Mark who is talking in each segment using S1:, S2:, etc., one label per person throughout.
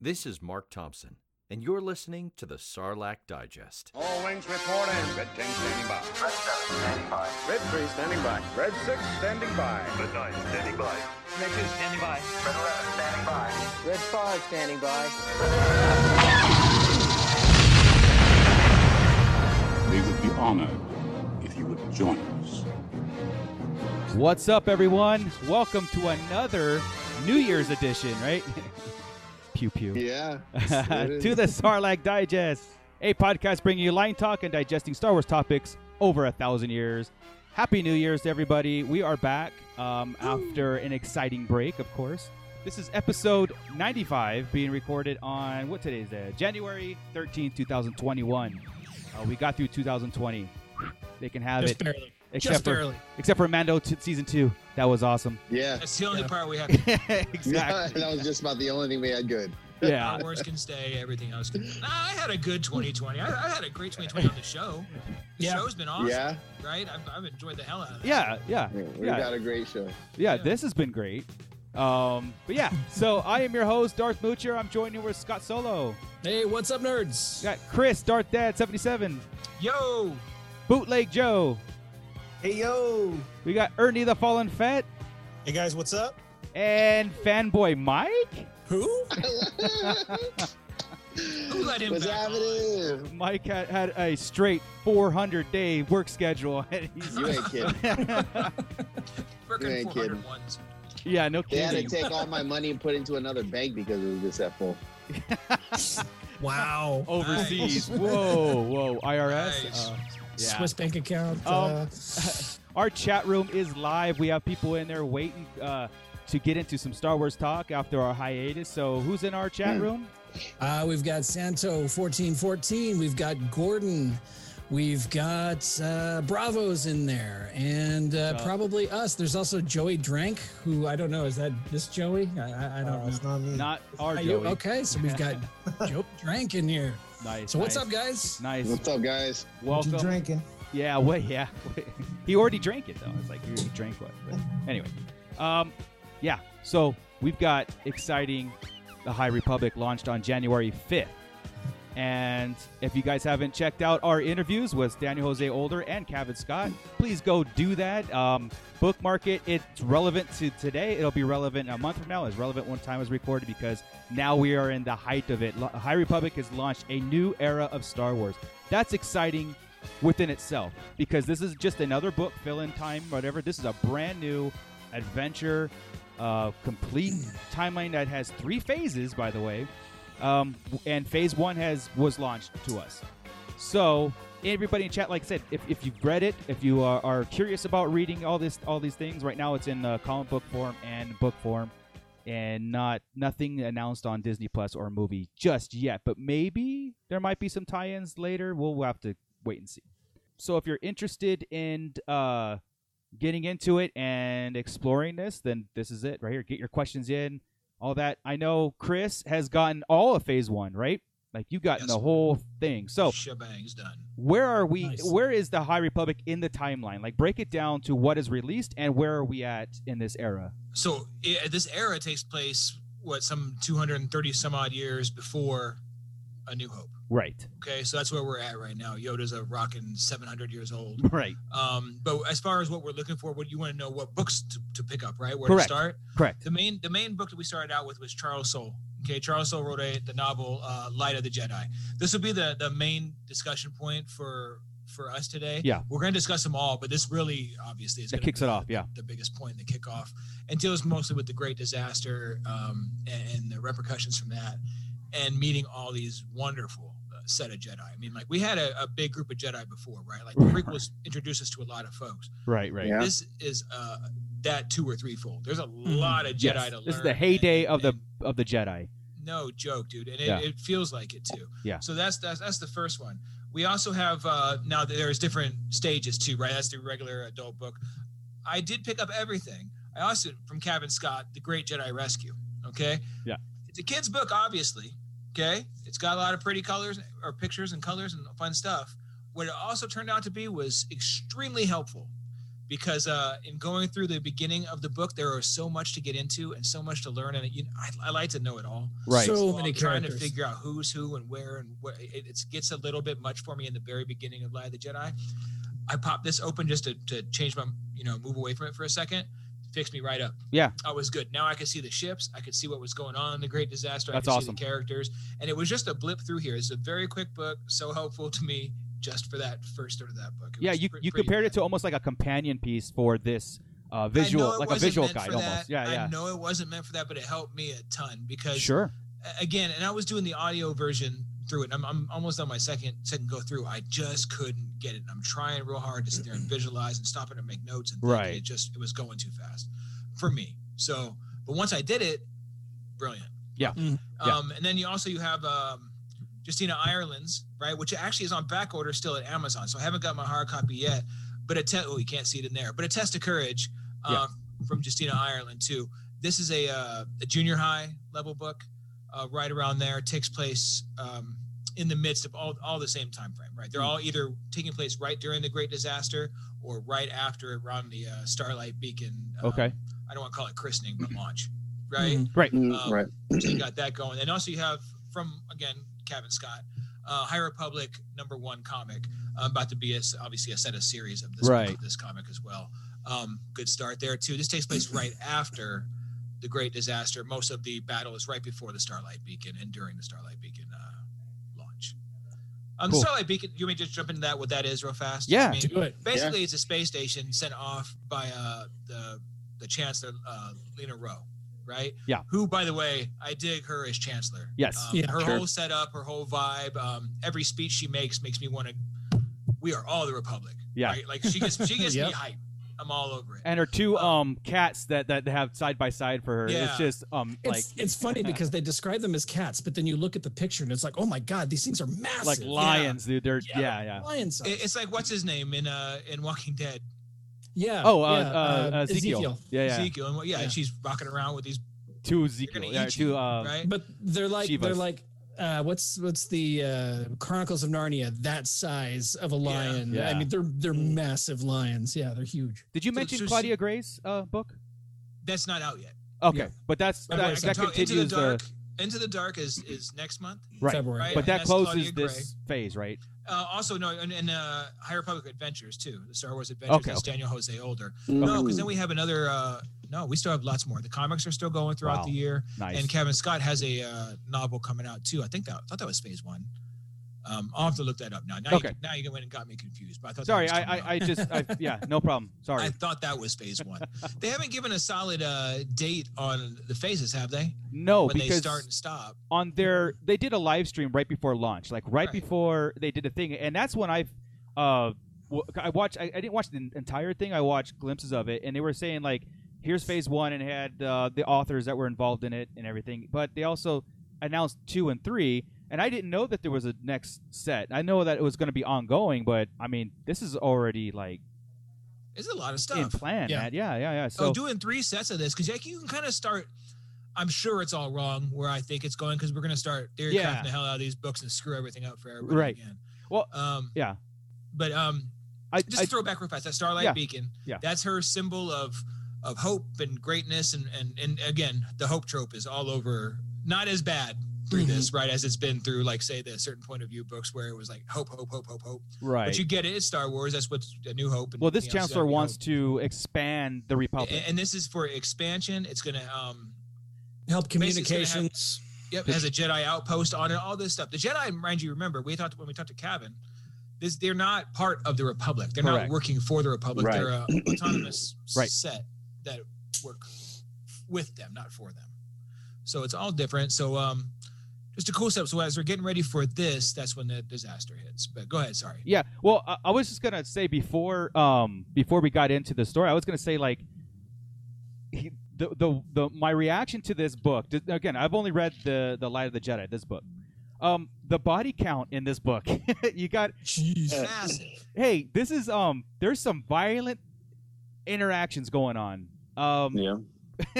S1: This is Mark Thompson, and you're listening to the Sarlacc Digest.
S2: All wings report in. Red 10 standing by.
S3: Red 7 standing by.
S2: Red 3 standing by. Red 6 standing by.
S4: Red 9 standing by.
S5: Red 2 standing by.
S3: Red 11 standing by.
S6: Red 5 standing by.
S7: We would be honored if you would join us.
S8: What's up, everyone? Welcome to another New Year's edition, right? pew pew.
S9: Yeah.
S8: to the Sarlacc Digest, a podcast bringing you line talk and digesting Star Wars topics over a thousand years. Happy New Year's to everybody. We are back um, after an exciting break, of course. This is episode 95 being recorded on what today is that? January 13th, 2021. Uh, we got through 2020. They can have
S10: Just
S8: it.
S10: barely.
S8: Except
S10: Just
S8: for
S10: barely.
S8: except for Mando t- season 2. That was awesome.
S9: Yeah.
S10: That's the only
S9: Yeah.
S10: part we have.
S8: exactly.
S9: that was just about the only thing we had good.
S8: yeah.
S10: Star Wars can stay. Everything else. Can... Nah, I had a good 2020. I, I had a great 2020 on the show. The
S5: Yeah.
S10: show's been awesome,
S9: Yeah.
S10: right? I've, I've enjoyed the hell out of it.
S8: Yeah, yeah,
S9: We
S8: Yeah.
S9: got a great show.
S8: yeah.
S10: Yeah.
S8: This has been great. Um, but yeah, so I am your host, Darth Moocher. I'm joined here with Scott Solo.
S5: Hey, what's up, nerds?
S8: We got Chris, Darth Dad, 77,
S10: Yo,
S8: Bootleg Joe.
S5: Hey, yo.
S8: We got Ernie the Fallen Fett
S11: Hey guys, what's up?
S8: and Fanboy Mike.
S5: Who?
S10: who let him
S9: What's
S10: back on?
S9: happening?
S8: Mike had, had a straight 400 day work schedule. And
S9: You ain't kidding.
S8: he's-
S9: You
S10: Frickin'
S9: ain't kidding.
S10: 401s.
S8: yeah, no
S9: They had to
S8: kidding.
S9: take all my money and put it into another bank because of this F4.
S5: Wow.
S8: Overseas. Whoa, whoa. IRS.
S10: Nice.
S8: Uh, yeah.
S5: Swiss bank account.
S8: Um,
S5: uh,
S8: our chat room is live. We have people in there waiting uh, to get into some Star Wars talk after our hiatus. So, who's in our chat
S9: Hmm.
S8: room?
S5: uh, we've got Santo 1414. We've got Gordon. We've got uh, Bravos in there and uh,
S8: Uh,
S5: probably us. There's also Joey Drank, who I don't know. Is that this Joey? I, I, I don't
S11: Uh,
S5: know.
S11: it's not me.
S8: Not our
S5: Are
S8: Joey.
S5: you- okay, so we've got Joe Drank in here.
S8: Nice.
S5: So what's
S8: nice,
S5: up, guys?
S8: Nice.
S9: What's up, guys?
S11: What you
S8: Welcome.
S11: drinking?
S8: Yeah. What? Yeah. he already drank it though. It's like you already drank what? But anyway, um, yeah. So we've got exciting. The High Republic launched on January 5th. And if you guys haven't checked out our interviews with Daniel Jose Older and Kevin Scott, please go do that. Um, bookmark it. It's relevant to today. It'll be relevant a month from now. It's relevant when time is recorded because now we are in the height of it. Lo- High Republic has launched a new era of Star Wars. That's exciting within itself because this is just another book, fill in time, whatever. This is a brand new adventure, uh, complete timeline that has three phases, by the way um, and phase one has was launched to us. So everybody in chat, like I said, if, if you've read it, if you are, are curious about reading all this all these things, right now it's in uh, comic book form and book form, and not nothing announced on Disney Plus or movie just yet. But maybe there might be some tie-ins later. We'll, we'll have to wait and see. So if you're interested in uh, getting into it and exploring this, then this is it right here. Get your questions in all that. I know Chris has gotten all of phase one, right? Like you gotten
S10: Yes.
S8: the whole thing. So
S10: shebang's done.
S8: where are we?
S5: Nice.
S8: Where is the High Republic in the timeline? Like break it down to what is released and where are we at in this era?
S10: So i this era takes place what some 230 some odd years before A New Hope.
S8: Right,
S10: Okay, so that's where we're at right now. Yoda's a rocking 700 years old.
S8: right,
S10: Um, but as far as what we're looking for, what you want to know, what books to, to pick up, right? Where
S8: Correct.
S10: to start?
S8: correct.
S10: The main the main book that we started out with was Charles Soule. Okay, Charles Soule wrote a, the novel uh, Light of the Jedi. This will be the the main discussion point for for us today.
S8: Yeah.
S10: we're going to discuss them all, but this really obviously is
S8: That
S10: gonna
S8: kicks
S10: be
S8: it off, yeah.
S10: the biggest point, the kickoff, and deals mostly with the Great Disaster um, and, and the repercussions from that, and meeting all these wonderful uh, set of Jedi. I mean, like we had a, a big group of Jedi before, right? Like the
S8: Right.
S10: prequels introduced us to a lot of folks.
S8: Right, right.
S9: Yeah.
S10: This is uh, that two or threefold. There's a lot of Jedi
S8: Hmm. Yes,
S10: to learn.
S8: This is the heyday
S10: and-
S8: of the
S10: and
S8: of the Jedi.
S10: no joke, dude, and it,
S8: Yeah.
S10: it feels like it too.
S8: Yeah.
S10: So that's that's that's the first one. We also have uh, now there's different stages too, right? That's the regular adult book. I did pick up everything. I also from Kevin Scott, The Great Jedi Rescue. Okay.
S8: Yeah.
S10: It's a kid's book, obviously. Okay. It's got a lot of pretty colors or pictures and colors and fun stuff. What it also turned out to be was extremely helpful because uh, in going through the beginning of the book, there is so much to get into and so much to learn, and you know, I, I like to know it all.
S8: Right.
S5: So
S10: I'm
S5: many
S10: trying to
S5: characters.
S10: figure out who's who and where and what. It, it gets a little bit much for me in the very beginning of Lie of the Jedi. I popped this open just to, to change my, you know, move away from it for a second. Fixed me right up.
S8: Yeah.
S10: I was good. Now I could see the ships. I could see what was going on in the Great Disaster.
S8: That's
S10: I could
S8: awesome.
S10: see the characters, and it was just a blip through here. It's a very quick book, so helpful to me just for that first start of that book. It
S8: Yeah,
S10: was
S8: you
S10: pre-
S8: you
S10: pretty
S8: compared it
S10: good.
S8: to almost like a companion piece for this uh,
S10: I know
S8: visual,
S10: it
S8: like a
S10: wasn't
S8: visual
S10: meant
S8: guide
S10: for
S8: almost.
S10: that.
S8: Yeah,
S10: I
S8: yeah.
S10: know it wasn't meant for that, but it helped me a ton because
S8: Sure.
S10: again, and I was doing the audio version through it. And I'm, I'm almost on my second second go through. I just couldn't get it. I'm trying real hard to sit there and visualize and stop it and make notes. And think, and
S8: Right.
S10: it just it was going too fast for me. So, but once I did it, brilliant.
S8: Yeah.
S5: Mm.
S8: Yeah.
S10: Um, and then you also you have um, Justina Ireland's right, which actually is on back order still at Amazon. So I haven't got my hard copy yet. But a test. Oh, you can't see it in there. But a test of courage uh, from Justina Ireland too. This is a, uh, a junior high level book uh, right around there takes place um, in the midst of all, all the same time frame right they're all either taking place right during the great disaster or right after it around the uh, starlight beacon uh,
S8: Okay.
S10: i don't want to call it christening but launch right
S9: Mm,
S10: Um,
S9: right.
S10: so you got that going and also you have from again Kevin scott uh, high republic number one comic uh, about to be a, obviously a set of series of this,
S8: Right.
S10: this comic as well um, good start there too this takes place right after the great disaster. Most of the battle is right before the Starlight Beacon and during the Starlight Beacon uh, launch. Um,
S8: Cool.
S10: The Starlight Beacon, you may just jump into that what that is real fast.
S8: Yeah.
S10: I mean,
S5: Do it.
S10: basically, it's a space station sent off by uh, the the Chancellor uh, Lena Rowe, right?
S8: Yeah.
S10: Who, by the way, I dig her as Chancellor.
S8: Yes.
S10: Um,
S5: Yeah,
S10: her
S9: sure.
S10: whole setup, her whole vibe, um, every speech she makes makes me want to. We are all the Republic.
S8: Yeah.
S10: Right? Like she gets she gets me
S5: Yep.
S10: hype. I'm all over it.
S8: And her two
S10: Um,
S8: um cats that that have side by side for her. It's
S10: Yeah.
S8: just um like
S5: It's, it's funny because they describe them as cats, but then you look at the picture and it's like, oh my god, these things are massive.
S8: like lions, dude. They're yeah,
S10: Yeah.
S8: yeah.
S5: lion size.
S10: It- It's like what's his name in uh in Walking Dead,
S5: yeah.
S8: Oh, uh,
S5: yeah,
S8: uh,
S5: uh,
S8: Ezekiel. Yeah, yeah.
S10: Ezekiel, and what? Yeah,
S5: Yeah.
S10: she's rocking around with these.
S8: Two
S10: They're
S8: Ezekiel.
S10: gonna
S8: Yeah,
S10: eat
S8: two.
S10: you,
S8: Uh,
S10: right?
S5: But they're like they're
S8: Shivas.
S5: like uh, what's what's the uh, Chronicles of Narnia? That size of a lion.
S8: Yeah.
S5: I mean, they're they're massive lions. Yeah, they're huge.
S8: Did you
S10: So-
S8: mention
S10: so she-
S8: Claudia Gray's uh, book?
S10: That's not out yet.
S8: Okay,
S5: Yeah.
S8: but that's
S10: But
S8: that,
S10: we're
S8: that
S10: talking- into
S8: continues
S10: the
S8: the,
S10: dark. into the dark is is next month.
S8: right.
S5: February.
S10: Right.
S8: But
S10: Yeah,
S8: that
S10: that's
S8: closes
S10: Claudia
S8: this phase, right?
S10: Uh, also, no, and, and uh, High Republic Adventures too, the Star Wars Adventures.
S8: Okay,
S10: that's
S8: okay.
S10: Daniel Jose Older.
S9: mm.
S10: No, because then we have another. Uh, no, we still have lots more. The comics are still going throughout
S8: Wow.
S10: the year,
S8: Nice.
S10: and Kevin Scott has a uh, novel coming out too. I think that I thought that was Phase One. Um, I'll have to look that up now. Now,
S8: Okay.
S10: you, now you went and got me confused. But I thought that
S8: Sorry,
S10: was
S8: I, I,
S10: coming out.
S8: I just I, yeah, no problem. Sorry.
S10: I thought that was phase one. they haven't given a solid uh, date on the phases, have they?
S8: no,
S10: when
S8: Oh, because
S10: they start and stop.
S8: on their they did a live stream right before launch, like right,
S10: Mm-hmm. Right.
S8: before they did a thing, and that's when I've uh w- I watched I, I didn't watch the entire thing. I watched glimpses of it, and they were saying like here's phase one, and it had uh, the authors that were involved in it and everything. But they also announced two and three, and I didn't know that there was a next set. I know that it was going to be ongoing, but I mean this is already like
S10: It's a lot of
S8: in
S10: stuff.
S8: plan.
S5: Yeah.
S8: man. yeah, yeah, yeah. So
S10: oh, doing three sets of this because like, you can kind of start. I'm sure it's all wrong where I think it's going because we're going to start theory
S8: Yeah.
S10: crafting the hell out of these books and screw everything up for everybody
S8: Right.
S10: again.
S8: Well,
S10: um,
S8: yeah.
S10: But um,
S8: I,
S10: just
S8: I
S10: to throw back real fast, that Starlight
S8: Yeah.
S10: Beacon.
S8: Yeah.
S10: That's her symbol of of hope and greatness and and and again, the hope trope is all over not as bad through
S8: Mm-hmm.
S10: this, right, as it's been through like say the certain point of view books where it was like hope, hope, hope, hope, hope.
S8: right.
S10: But you get it, it's Star Wars, that's what's a new hope and
S8: well, this
S10: everything else is
S8: chancellor
S10: a New
S8: wants
S10: Hope.
S8: to expand the republic.
S10: and, and this is for expansion. It's gonna um
S5: Help
S10: Basically, it's gonna have-
S5: communications.
S10: Yep, it has a Jedi outpost on it, all this stuff. The Jedi, mind you, remember we talked when we talked to Cabin, this they're not part of the Republic. They're
S8: Correct.
S10: not working for the Republic.
S9: Right.
S10: They're a autonomous
S8: Right.
S10: set that work with them, not for them. So it's all different. So um just a cool step. So as we're getting ready for this, that's when the disaster hits. But go ahead, sorry.
S8: Yeah. Well, I, I was just gonna say before um before we got into the story, I was gonna say like he, the, the the my reaction to this book. th- Again, I've only read the the Light of the Jedi. This book. Um, the body count in this book. you got
S5: Jeez.
S10: Massive.
S8: hey, this is um. There's some violent interactions going on. Um,
S9: Yeah.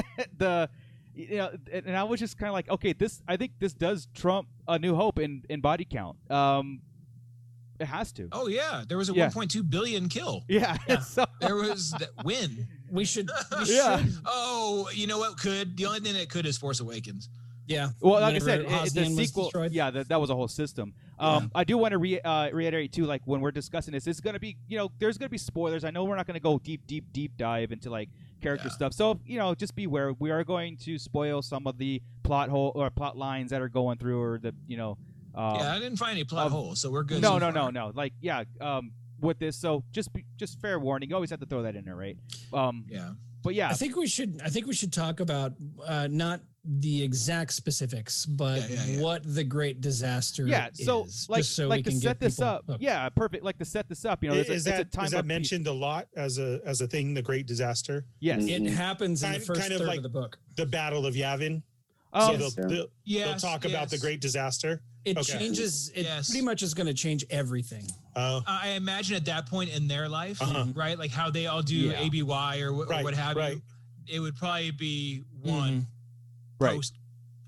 S8: the you know and and i was just kind of like okay this i think this does trump a new hope in in body count um It has to.
S10: Oh yeah, there was a
S8: Yeah.
S10: 1.2 billion kill.
S8: Yeah.
S10: Yeah.
S8: so,
S10: There was that win.
S5: We should. We
S8: Yeah.
S5: Should,
S10: Oh, you know what could? The only thing that could is Force Awakens.
S5: yeah.
S8: well, like I
S5: Whenever
S8: said, it- it- the
S5: Osnian was
S8: sequel.
S5: destroyed.
S8: Yeah, that, that was a whole system. Um, I do want to re, uh, reiterate too, like when we're discussing this, it's gonna be, you know, there's gonna be spoilers. I know we're not gonna go deep, deep, deep dive into like character
S10: Yeah.
S8: stuff. So you know, just beware. We are going to spoil some of the plot hole or plot lines that are going through, or the, you know, uh,
S10: yeah, I didn't find any plot
S8: um,
S10: holes, so we're good.
S8: no,
S10: so
S8: no,
S10: far.
S8: no, no. Like, yeah, um, with this, so just be, just fair warning. You always have to throw that in there, right? Um,
S10: Yeah.
S8: but yeah,
S5: I think we should. I think we should talk about uh, not the exact specifics, but
S10: Yeah, yeah, yeah.
S5: what the great disaster.
S8: yeah. So
S5: is,
S8: like,
S5: just so we
S8: like to
S5: can
S8: set
S5: get
S8: this
S5: people
S8: up.
S5: hooked.
S8: Yeah, perfect. Like to set this up. You know,
S4: I-
S8: it's a,
S4: is
S8: it's a
S4: that,
S8: time
S4: is
S8: of
S4: that
S8: peace.
S4: mentioned a lot as a as a thing? The Great disaster,
S8: Yes.
S9: Mm.
S5: It happens in the
S4: Kind-
S5: first
S4: kind of
S5: third
S4: like-
S5: of the book.
S4: the Battle of Yavin.
S8: Um,
S4: so they'll,
S9: Yeah.
S4: they'll,
S10: Yes,
S4: they'll talk about the
S10: yes.
S4: Great disaster.
S5: It
S4: Okay.
S5: changes. It
S10: Yes.
S5: pretty much is going to change everything.
S4: Oh,
S10: I imagine at that point in their life,
S4: Uh-huh.
S10: right? Like how they all do
S8: Yeah.
S10: ABY or, wh- or
S4: Right,
S10: what have
S4: right. Mm-hmm.
S10: you. It would probably be one
S8: Right.
S10: post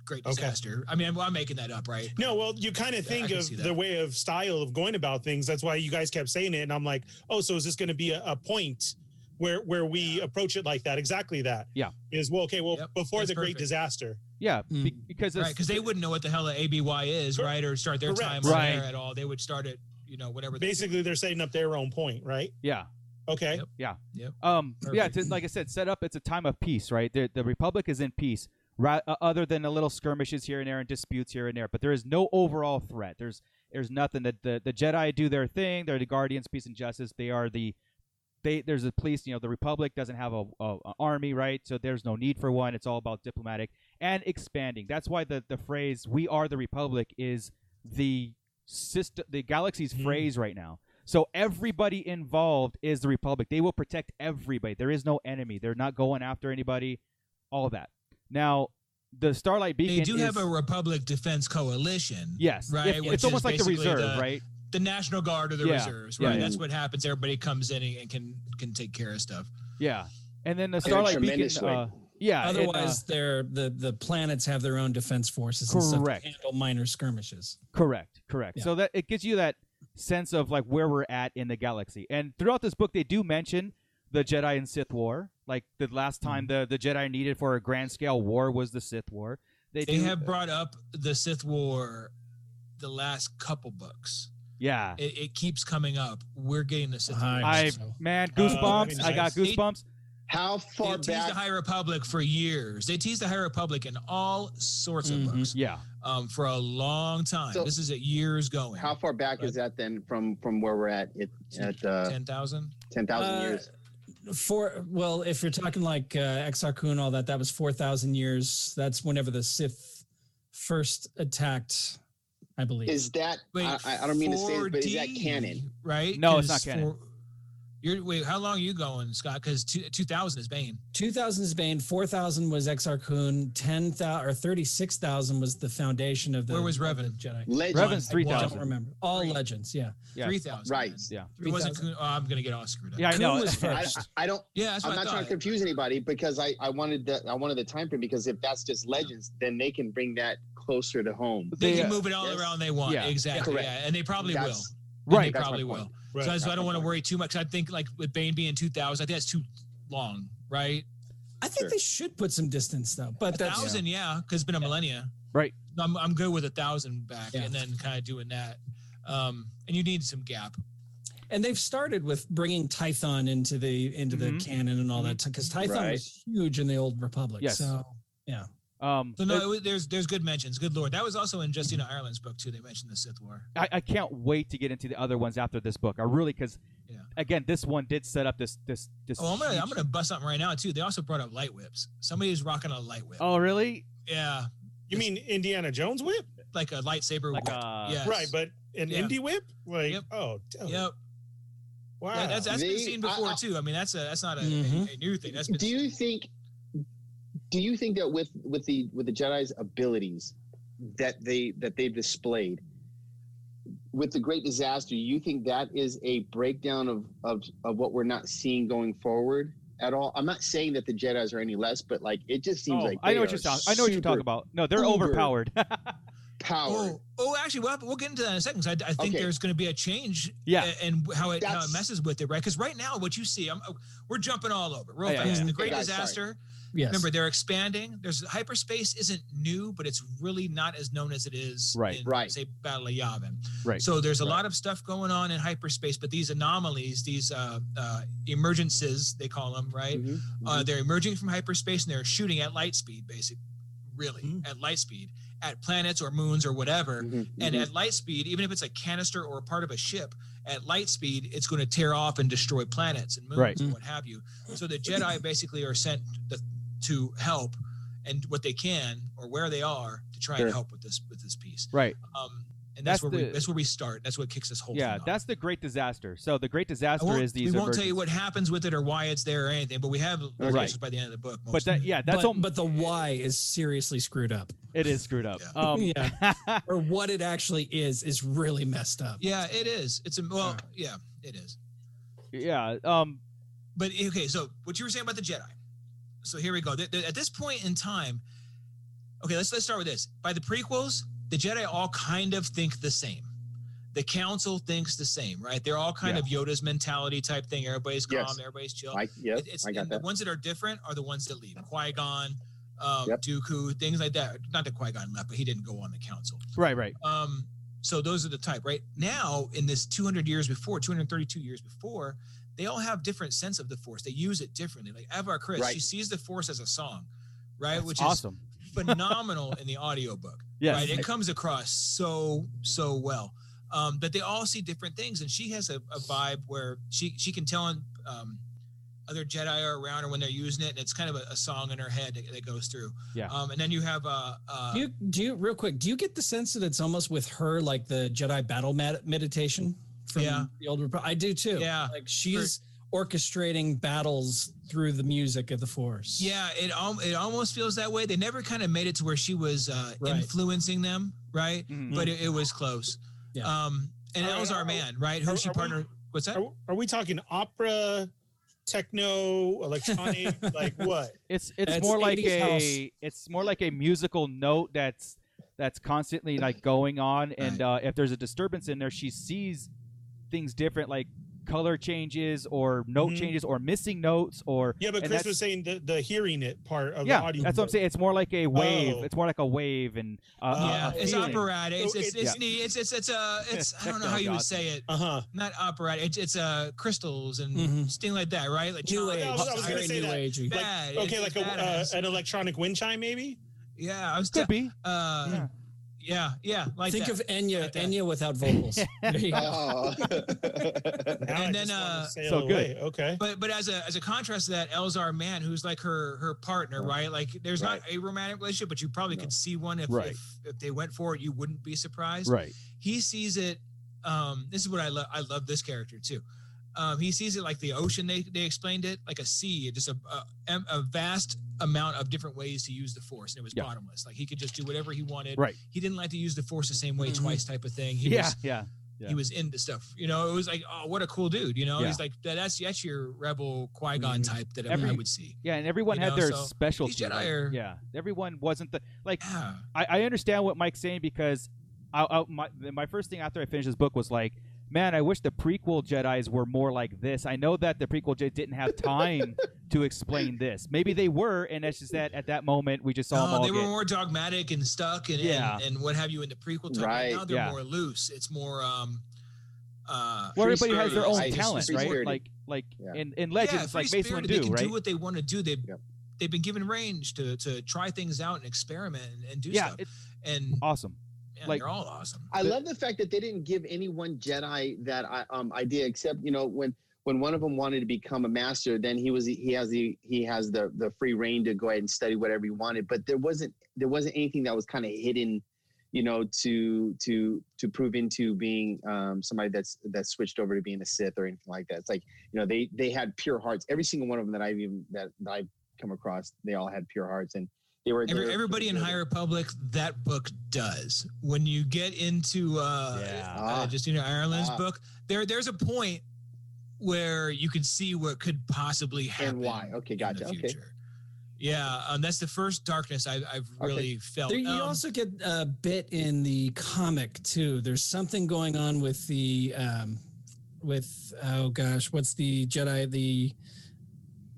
S10: Great
S4: Okay.
S10: Disaster. I mean, I'm, I'm making that up, right?
S4: No, well, you kind of think
S10: can
S4: of
S10: see that.
S4: the way of style of going about things. That's why you guys kept saying it, and I'm like, oh, so is this going to be a, a point where where we approach it like that? Exactly that.
S8: Yeah.
S4: Is well, okay. Well,
S10: Yep,
S4: before
S10: that's
S4: the great
S10: perfect.
S4: disaster,
S8: yeah. be-
S5: Mm.
S8: because
S10: Right,
S8: it's-
S10: because they wouldn't know what the hell a ABY is,
S4: Cor-
S10: right? Or start their
S4: correct.
S10: time
S8: Right.
S10: there at all. They would start at you know whatever. they-
S4: basically they're setting up their own point, right?
S8: Yeah.
S4: Okay.
S10: Yep.
S8: Um. Yeah.
S10: Perfect.
S8: To, like I said, set up. It's a time of peace, right? The the republic is in peace. Ra- uh, other than the little skirmishes here and there and disputes here and there, but there is no overall threat. There's there's nothing that the, the Jedi do their thing. They're the guardians, peace and justice. They are the they there's a police. You know, the Republic doesn't have a, a, a army, right? So there's no need for one. It's all about diplomatic and expanding. That's why the the phrase "We are the Republic" is the system, the galaxy's
S4: Hmm.
S8: phrase right now. So everybody involved is the Republic. They will protect everybody. There is no enemy. They're not going after anybody. All that. Now, the Starlight Beacon.
S10: They do
S8: is-
S10: have a Republic Defense Coalition.
S8: yes.
S10: right,
S8: It-
S10: which
S8: it's almost
S10: is
S8: like the
S10: basically
S8: reserve,
S10: the-
S8: right?
S10: the National Guard or the
S8: Yeah,
S10: reserves,
S8: yeah,
S10: right?
S9: yeah.
S10: That's what happens. Everybody comes in and- and can can take care of stuff.
S8: Yeah. And then the
S9: In a
S8: Starlight
S9: tremendous
S8: Beacon.
S9: way.
S8: Uh, yeah. it, uh,
S5: Otherwise, they're the the planets have their own defense forces and stuff
S8: Correct.
S5: to handle minor skirmishes.
S8: Correct, correct.
S5: Yeah.
S8: So that it gives you that sense of like where we're at in the galaxy. And throughout this book, they do mention the Jedi and Sith War. Like the last time
S10: Mm.
S8: the the Jedi needed for a grand scale war was the Sith War. They,
S10: They
S8: do,
S10: have brought up the Sith War the last couple books.
S8: yeah.
S10: It, it keeps coming up. We're getting the Sith
S5: I-
S10: War.
S8: I
S5: so-
S8: man,
S10: Uh,
S4: Oh,
S8: goosebumps. I got
S10: nice.
S8: goosebumps.
S9: How
S10: They
S9: far
S10: teased the
S9: back?
S10: High Republic for years. They teased the High Republic in all sorts
S5: Mhm.
S10: of books
S8: Yeah,
S10: um, for a long time.
S9: So-
S10: this is at years going.
S9: How far back is that then from from where we're at it, at uh,
S10: Ten thousand.
S9: ten thousand
S5: Uh,
S9: years?
S5: Four. Well, if you're talking like uh, Exar Kun, all that, that was four thousand years. That's whenever the Sith first attacked, I believe.
S9: Is that I, I I don't mean to say this, but is that
S10: 4D,
S9: canon?
S10: Right?
S8: No, it's not
S10: 'Cause
S8: canon.
S10: for- you're wait. How long are you going, Scott? Because two thousand is Bane.
S5: 2000 is Bane, 4000 was Exar Kun, 10,000 or 36,000 was the foundation of the
S10: Where was
S5: of the
S10: Revan?
S5: Jedi.
S9: Legend.
S8: Revan's
S10: I
S8: three
S5: I don't
S8: thousand.
S5: remember. All
S10: Three.
S5: legends, yeah.
S8: Yeah.
S10: Three thousand.
S9: Right.
S8: Yeah,
S10: It wasn't.
S5: 3,000.
S10: Kun- Oh, I'm gonna get all screwed up.
S8: yeah. I
S5: Kun
S8: know.
S5: was
S9: I,
S5: first.
S9: I don't.
S10: Yeah, that's what
S9: I'm
S10: I
S9: not trying
S10: thought.
S9: to confuse anybody because I I wanted the I wanted the time frame because if that's just legends, then they can bring that closer to home.
S10: They,
S8: They,
S10: can
S8: uh,
S10: move it all
S9: Yes.
S10: around they want.
S8: Yeah.
S10: Exactly.
S9: Correct.
S10: Yeah, and they probably will.
S9: That's-
S10: And
S8: right.
S10: They
S9: That's my
S10: probably
S9: point.
S10: will.
S4: Right.
S10: So I, so I
S9: That's
S10: don't
S9: my
S10: want to
S9: point.
S10: worry too much. I think like with Bane being 2000, I think that's too long, right?
S5: I think
S9: Sure.
S5: they should put some distance though, but
S10: A
S5: that's
S10: thousand, yeah, because it's been a millennia.
S8: Right.
S10: I'm, I'm good with a thousand back
S5: Yeah.
S10: and then kind of doing that. Um, and you need some gap.
S5: and they've started with bringing Tython into the into the
S8: Mhm.
S5: canon and all
S10: Mm-hmm.
S5: that because Tython
S9: Right.
S5: was huge in the old Republic.
S8: Yes.
S5: So
S8: Um,
S10: So no, it, was- there's there's good mentions. Good lord, that was also in Justina Ireland's book too. They mentioned the Sith War.
S8: I, I can't wait to get into the other ones after this book. I really because,
S10: Yeah.
S8: again, this one did set up this this this.
S10: Oh, I'm gonna I'm
S8: huge-
S10: gonna bust something right now too. They also brought up light whips. Somebody's rocking a light whip.
S8: Oh really?
S10: Yeah,
S4: You mean Indiana Jones whip?
S10: like a lightsaber.
S8: Like
S10: whip.
S8: uh,
S10: Yes.
S4: Right, but an
S10: Yeah.
S4: Indy whip? Like,
S10: Yep.
S4: oh, damn.
S10: Yep.
S4: wow.
S10: Yeah, that's that's been
S9: They-
S10: seen before
S9: I- I-
S10: too. I mean, that's a that's not a, a- a,
S8: Mm-hmm.
S5: Mhm.
S10: new thing. That's been
S9: do you think do you think that with with the with the jedi's abilities that they that they've displayed with the great disaster you think that is a breakdown of of of what we're not seeing going forward at all i'm not saying that the jedis are any less but like it just seems
S8: Oh,
S9: like
S8: I know
S9: they
S8: what you're
S9: are
S8: talking. I know what you're
S9: super-
S8: talking about. No, they're
S9: uber-
S8: overpowered.
S9: power.
S10: Oh, oh, actually, we'll, we'll get into that in a second. 'cause I, I think
S9: Okay.
S10: there's going to be a change
S8: Yeah.
S10: a- and how it, how it
S9: That's-
S10: messes with it, right? Because right now, what you see, I'm, we're jumping all over real
S8: Oh, Yeah, yeah,
S10: fast.
S5: yeah.
S10: The Great
S9: Okay, Mm-hmm. guys, sorry.
S10: Disaster.
S5: Yes.
S10: Remember, they're expanding. There's hyperspace isn't new, but it's really not as known as it is
S8: Right.
S10: in,
S9: Right.
S10: say, Battle of Yavin.
S8: Right.
S10: So there's a
S9: Right.
S10: lot of stuff going on in hyperspace, but these anomalies, these uh, uh, emergences, they call them, right?
S9: Mhm,
S10: Uh,
S9: mhm.
S10: they're emerging from hyperspace and they're shooting at light speed, basically, really, at light speed, at planets or moons or whatever.
S9: Mhm,
S10: And
S9: mhm.
S8: Mm-hmm.
S10: at light speed, even if it's a canister or a part of a ship, at light speed, it's going to tear off and destroy planets and moons
S8: Right.
S10: and what have you. So the Jedi basically are sent the, to help and what they can or where they are to try
S9: Sure.
S10: and help with this with this piece.
S8: Right.
S10: Um, and
S8: That's
S10: that's, where
S8: the-
S10: we that's where we start. That's what kicks this whole
S8: Yeah,
S10: thing off.
S8: that's the great disaster. So the great
S10: I
S8: disaster
S10: won't,
S8: is these
S10: we won't tell you
S8: emergencies.
S10: what happens with it or why it's there or anything, but we have
S9: Right.
S10: right. by the end of the book.
S8: But
S10: most of
S8: that
S10: it.
S8: yeah, that's
S5: but,
S8: all
S5: but the why is seriously screwed up.
S8: it is screwed up.
S10: Yeah.
S8: Um
S5: Yeah. Or what it actually is is really messed up.
S10: Yeah, it is. It's a well, yeah, it is.
S8: yeah, um
S10: But okay, so what you were saying about the Jedi. So here we go. Th- th- At this point in time, okay, let's let's start with this. By the prequels, the Jedi all kind of think the same. The Council thinks the same, right? They're all kind
S8: Yeah.
S10: of Yoda's mentality type thing. Everybody's calm,
S9: Yes.
S10: everybody's chill.
S9: I, yep,
S10: It- it's,
S9: I got
S10: and
S9: that.
S10: The ones that are different are the ones that leave. Qui Gon, um,
S9: Yep.
S10: Dooku, things like that. Not that Qui Gon left, but he didn't go on the Council.
S8: right, right.
S10: Um, so those are the type, right? Now, in this 200 years before, 232 years before, they all have different sense of the force. They use it differently. Like Avar Chris,
S9: Right.
S10: she sees the force as a song, right?
S8: That's
S10: Which
S8: awesome.
S10: is phenomenal in the audiobook,
S8: Yes.
S10: right? It comes across so, so well. Um, but they all see different things. And she has a, a vibe where she, she can tell in, um, other Jedi are around her when they're using it. And it's kind of a, a song in her head that, that goes through.
S8: Yeah.
S10: Um, and then you have, uh, uh,
S5: Do you, do you real quick? Do you get the sense that it's almost with her like the Jedi battle med- meditation from
S10: Yeah.
S5: the old Republic? I do too.
S10: yeah.
S5: like she's orchestrating battles through the music of the Force.
S10: Yeah, it al- it almost feels that way. They never kind of made it to where she was uh,
S5: Right. Mm-hmm.
S10: influencing them, right?
S8: Mhm.
S10: But it, it was close.
S5: Yeah.
S10: Um, and
S4: Are-
S10: that was
S4: are-
S10: our man, right? Who
S4: are-
S10: she
S4: are we-
S10: partnered? What's that?
S4: Are, are we talking opera, techno, electronic? like what?
S8: It's it's
S5: It's
S8: more like
S5: 80s
S8: a
S5: house.
S8: it's more like a musical note that's that's constantly like going on and uh, if there's a disturbance in there she sees things different like color changes or note
S10: Mm-hmm.
S4: Mhm.
S8: changes or missing notes or
S4: Yeah, but
S8: and
S4: Chris
S8: that's-
S4: was saying the, the hearing it part of the
S8: yeah,
S4: audio.
S8: that's what I'm saying. It's more like a wave.
S4: Oh.
S8: It's more like a wave and uh,
S4: Uh,
S10: yeah,
S8: a
S10: it's
S8: feeling.
S10: operatic. It's
S4: So
S10: it's
S4: it-
S10: it's,
S8: Yeah.
S10: neat. it's it's it's uh, it's I don't know how you would say it.
S4: Uh huh.
S10: Not operatic. It's it's uh crystals and
S5: Mhm.
S10: thing like that, right? Like
S5: new
S10: chalice.
S5: age.
S4: I was- I was gonna
S5: very
S4: say
S5: new
S4: that.
S5: agey.
S4: Like,
S10: Bad.
S4: okay,
S10: It's-
S4: like a, uh,
S10: it's badass.
S4: an electronic wind chime, maybe.
S10: yeah. I was.
S8: Could
S10: T-
S8: be.
S10: uh, yeah.
S8: Yeah.
S10: yeah, like
S5: Think
S10: that.
S5: of Enya,
S10: Like that.
S5: Enya without vocals. There you go.
S9: Oh.
S4: Now I
S10: And then,
S4: just wanna
S10: uh,
S4: sail
S8: So good.
S4: away. Okay.
S10: But but as a as a contrast to that, Elzar Man, who's like her her partner, right? Like there's not a romantic relationship, but you probably could see one if,
S8: Right.
S10: if if they went for it, you wouldn't be surprised.
S8: Right.
S10: He sees it. Um, this is what I love. I love this character too. Um, he sees it like the ocean. They they explained it like a sea, just a a, a vast amount of different ways to use the force, and it was
S8: Yeah.
S10: bottomless. Like he could just do whatever he wanted.
S8: Right. Mm-hmm.
S10: He didn't like to use the force the same way
S5: Mhm.
S10: twice, type of thing. He
S8: yeah.
S10: was-
S8: yeah. Yeah.
S10: he was into stuff. You know, it was like, oh, what a cool dude. You know,
S8: Yeah. Mm-hmm.
S10: he's like that, that's that's your rebel Qui Gon
S5: Mhm.
S10: type that I
S8: Every-
S10: would see.
S8: Yeah. And everyone
S10: You
S8: had
S10: know,
S8: their
S10: so
S8: specialty.
S10: Jedi
S8: like,
S10: are-
S8: yeah. Everyone wasn't the like.
S10: Yeah,
S8: I, I understand what Mike's saying because I, I, my my first thing after I finished this book was like, man, I wish the prequel Jedi's were more like this. I know that the prequel Jedi didn't have time to explain this. Maybe they were, and it's just that at that moment we just saw them
S10: no,
S8: all
S10: they were
S8: get-
S10: more dogmatic and stuck and,
S8: Yeah.
S10: and and what have you in the prequel. Type.
S9: Right,
S10: now they're
S8: yeah.
S10: more loose. It's more um. Uh,
S8: Well, everybody has their own
S9: Free-spirited.
S8: talent,
S9: Free-spirited.
S8: right? Like, like
S9: Yeah.
S8: in, in Legends, like Mace
S10: free-spirited.
S8: Windu,
S10: They can
S8: right?
S10: do what they want to do. They
S9: Yep.
S10: they've been given range to to try things out and experiment and, and do
S8: yeah,
S10: stuff.
S8: it's
S10: And
S8: awesome.
S10: man,
S8: like-
S10: they're all awesome.
S9: I love the fact that they didn't give any one Jedi that I- um, idea, except you know when when one of them wanted to become a master, then he was he has the he has the the free reign to go ahead and study whatever he wanted. But there wasn't there wasn't anything that was kind of hidden, you know, to to to prove into being um, somebody that's that's switched over to being a Sith or anything like that. It's like you know they they had pure hearts. Every single one of them that I've even that, that I've come across, they all had pure hearts, and they were
S10: Every,
S9: they're-
S10: everybody in
S9: they're-
S10: High Republic, that book does. When you get into uh,
S8: Yeah.
S10: uh,
S9: Ah.
S10: Justina Ireland's
S9: Ah.
S10: book, there there's a point where you can see what could possibly happen
S9: why. Okay,
S10: in
S9: gotcha.
S10: the
S9: Okay.
S10: future. Yeah, um, that's the first darkness I've, I've really felt.
S5: There, you
S10: Um,
S5: also get a bit in the comic too. There's something going on with the um, with oh gosh, what's the Jedi the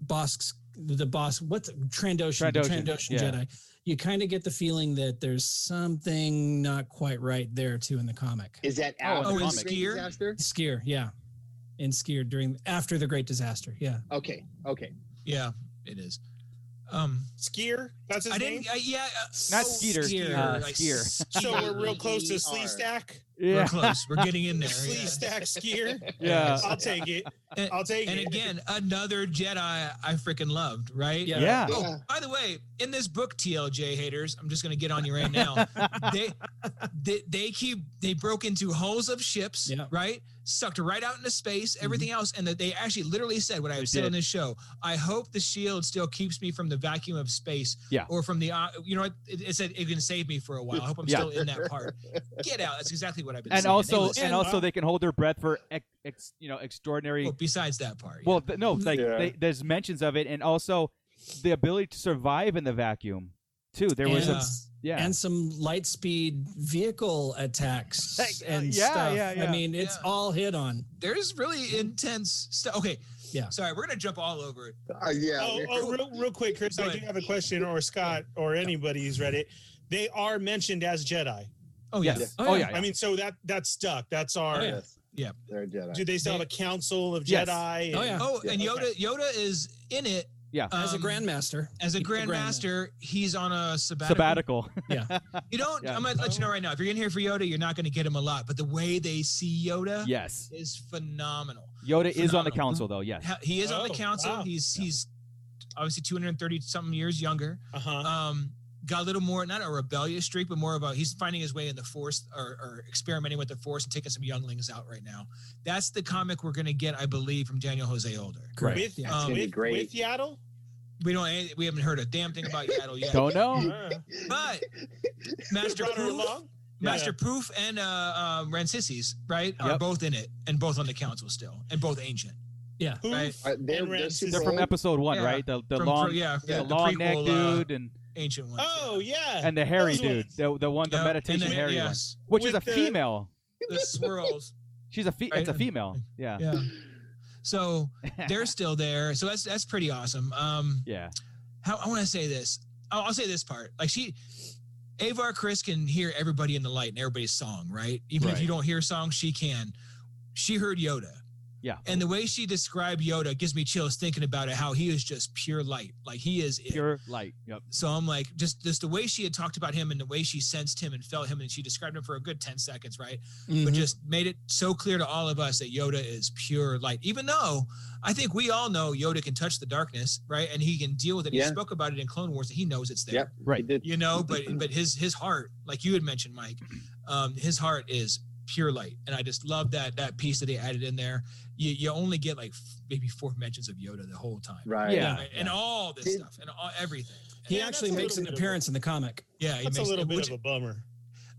S5: boss the boss what's Trandoshan the
S8: Trandoshan,
S5: Trandoshan
S8: yeah.
S5: Jedi. You kind of get the feeling that there's something not quite right there too in the comic.
S9: Is that
S8: Oh,
S9: after
S8: oh,
S9: the
S8: in
S9: great
S10: Skier?
S9: disaster?
S5: Skier, yeah, in Skier during after the Great Disaster, yeah.
S9: Okay, okay.
S10: yeah, it is. Um,
S4: Skier, that's his
S10: I
S4: name.
S10: didn't. Uh, yeah, uh,
S8: Not
S10: so
S8: Skeeter,
S10: Skier,
S8: uh,
S10: like
S8: Skier.
S10: Skier.
S4: So we're real close to
S9: E-R.
S4: Slee Stack.
S10: We're
S8: Yeah,
S10: close. We're getting in E there.
S4: Slee
S10: yeah.
S4: Stack Skier.
S8: yeah,
S4: I'll take it. I'll take
S10: And
S4: it.
S10: again, another Jedi I freaking loved, right?
S5: Yeah.
S8: yeah.
S9: Yeah. Uh,
S10: By the way, in this book, TLJ haters, I'm just gonna get on you right now. they, they they keep they broke into hulls of ships,
S5: Yeah.
S10: right? Sucked right out into space, everything else, and that they actually literally said what I have said
S8: Mm-hmm. did.
S10: on this show. I hope the shield still keeps me from the vacuum of space,
S8: Yeah.
S10: or from the uh, you know what it, it said it can save me for a while. I hope I'm
S8: Yeah.
S10: still in that part. Get out. That's exactly what I've been saying.
S8: And
S10: They
S8: also,
S10: listen.
S8: and uh, also, they can hold their breath for ex, ex, you know extraordinary
S10: Well, Oh, besides that part, yeah.
S8: Well, th- no, like
S2: Yeah.
S8: they, there's mentions of it, and also the ability to survive in the vacuum too. There was
S10: Yeah.
S8: a yeah,
S5: and some light speed vehicle attacks
S8: Like, uh,
S5: and
S8: yeah,
S5: stuff.
S8: yeah, yeah.
S5: I mean, it's
S10: Yeah.
S5: all hit on.
S10: there's really intense stuff. Okay.
S5: Yeah.
S10: Sorry, we're gonna jump all over it.
S9: Uh, yeah.
S4: Oh, oh real, real quick, Chris,
S10: Go
S4: I
S10: ahead.
S4: do have a question, or Scott, or anybody who's read it. They are mentioned as Jedi.
S10: Oh yeah.
S8: yes, oh, yeah, yeah.
S4: I mean, so that that's stuck. That's our.
S5: Oh, yeah.
S9: Yes.
S10: Yeah.
S9: They're a Jedi.
S4: Do they still have a council of
S8: Yes.
S4: Jedi?
S5: Oh,
S4: and-
S5: yeah.
S10: Oh,
S9: Yeah,
S10: and Yoda
S4: okay.
S10: Yoda is in it.
S8: Yeah.
S5: As a
S10: um,
S5: grandmaster,
S10: As a
S5: He's a grandmaster.
S10: grandmaster, he's on a sabbatical.
S8: sabbatical.
S10: You don't.
S8: Yeah.
S10: I'm gonna let you
S5: Oh.
S10: know right now. If you're in here for Yoda, you're not gonna get him a lot. But the way they see Yoda
S8: yes,
S10: is phenomenal.
S8: Yoda is on the
S10: Phenomenal.
S8: council though. Yes,
S10: Ha- He is on the
S4: Oh,
S10: council.
S4: wow.
S10: He's he's obviously 230 something years younger.
S4: Uh-huh.
S10: um, got a little more not a rebellious streak, but more about he's finding his way in the force or, or experimenting with the force and taking some younglings out right now. That's the comic we're gonna get, I believe, from Daniel Jose Older.
S5: correct.
S4: With, uh,
S5: Yeah.
S10: Um,
S9: gonna be
S4: with,
S9: great.
S4: with Yaddle?
S10: We don't eh, we haven't heard a damn thing about Yaddle yet.
S8: don't know.
S4: Uh,
S10: But Master
S4: brought her
S10: Proof,
S4: along?
S10: Master Proof, and uh, uh, Rancisis, right, are
S8: Yep.
S10: both in it, and both on the council still, and both ancient.
S5: Yeah.
S4: Who?
S10: Right.
S9: Uh, they're,
S4: And
S9: they're
S4: Ramses.
S9: super
S8: They're from
S9: old.
S8: episode one,
S10: Yeah.
S8: right? The the
S10: From-
S8: long
S10: from- yeah,
S8: the,
S10: the
S8: long neck
S10: prequel, uh,
S8: dude and
S10: Ancient one.
S4: Oh, yeah.
S8: and the hairy
S4: those
S8: dude,
S4: ones.
S8: the the one the meditation hairy
S10: yes,
S8: one, which is a
S4: With the-
S8: female.
S10: the swirls.
S8: She's a fe-
S10: Right?
S8: it's a female. Yeah,
S10: Yeah. So they're still there. So that's that's pretty awesome. Um,
S8: yeah,
S10: how I want to say this. I'll, I'll say this part. Like she, Avar Chris can hear everybody in the light and everybody's song, right? Even if
S8: Right.
S10: you don't hear songs, she can. She heard Yoda.
S8: Yeah.
S10: And the way she described Yoda gives me chills thinking about it. How he is just pure light. Like he is it.
S8: pure light. Yep.
S10: So I'm like, just just the way she had talked about him and the way she sensed him and felt him and she described him for a good ten seconds, right?
S5: Mhm.
S10: but
S9: Mm-hmm.
S10: just made it so clear to all of us that Yoda is pure light. Even though I think we all know Yoda can touch the darkness, right? And he can deal with it. He
S9: Yeah.
S10: spoke about it in Clone Wars, and he knows it's there.
S9: Yep. He
S8: Right.
S9: did-
S10: You know, but but his his heart, like you had mentioned, Mike, um, his heart is pure light, and I just love that that piece that they added in there. You you only get like f- maybe four mentions of Yoda the whole time,
S9: Right.
S8: Yeah.
S10: Right? And all this
S9: Did-
S10: stuff and all, everything.
S5: he
S4: Yeah,
S5: actually
S4: that's a
S5: makes
S4: little
S5: an
S4: bit of a-
S5: appearance in the comic.
S10: Yeah, he
S4: That's a
S10: makes-
S4: little bit
S10: which-
S4: of a bummer.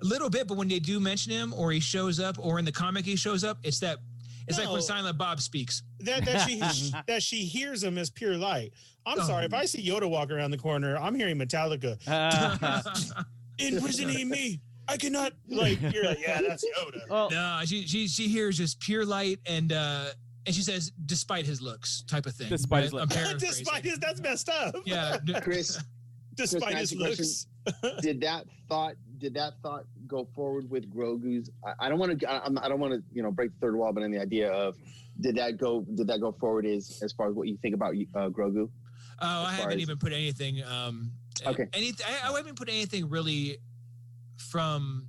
S10: a little bit, but when they do mention him or he shows up or in the comic he shows up, it's that it's like when
S4: No.
S10: Silent Bob speaks.
S4: That that she that she hears him as pure light. I'm sorry if I see Yoda walk around the corner, I'm hearing Metallica
S8: Uh,
S4: Uh-huh. imprisoning me. I cannot like you're like yeah that's Yoda.
S8: well,
S10: no, she, she she hears just pure light and uh and she says, despite his looks, type of thing.
S8: Despite his looks.
S10: I'm paraphrasing.
S4: Despite his that's messed up.
S10: yeah. d-
S9: Chris, Chris,
S4: Despite
S9: can I
S4: his
S9: ask you a question?
S4: looks.
S9: did that thought did that thought go forward with Grogu's? I, I don't want to. I, I'm- I don't want to you know break the third wall, but in the idea of did that go did that go forward is as far as what you think about uh, Grogu?
S10: Oh,
S9: As
S10: I
S9: far
S10: haven't
S9: as-
S10: even put anything. Um,
S9: Okay.
S10: Anything. I, I haven't put anything really from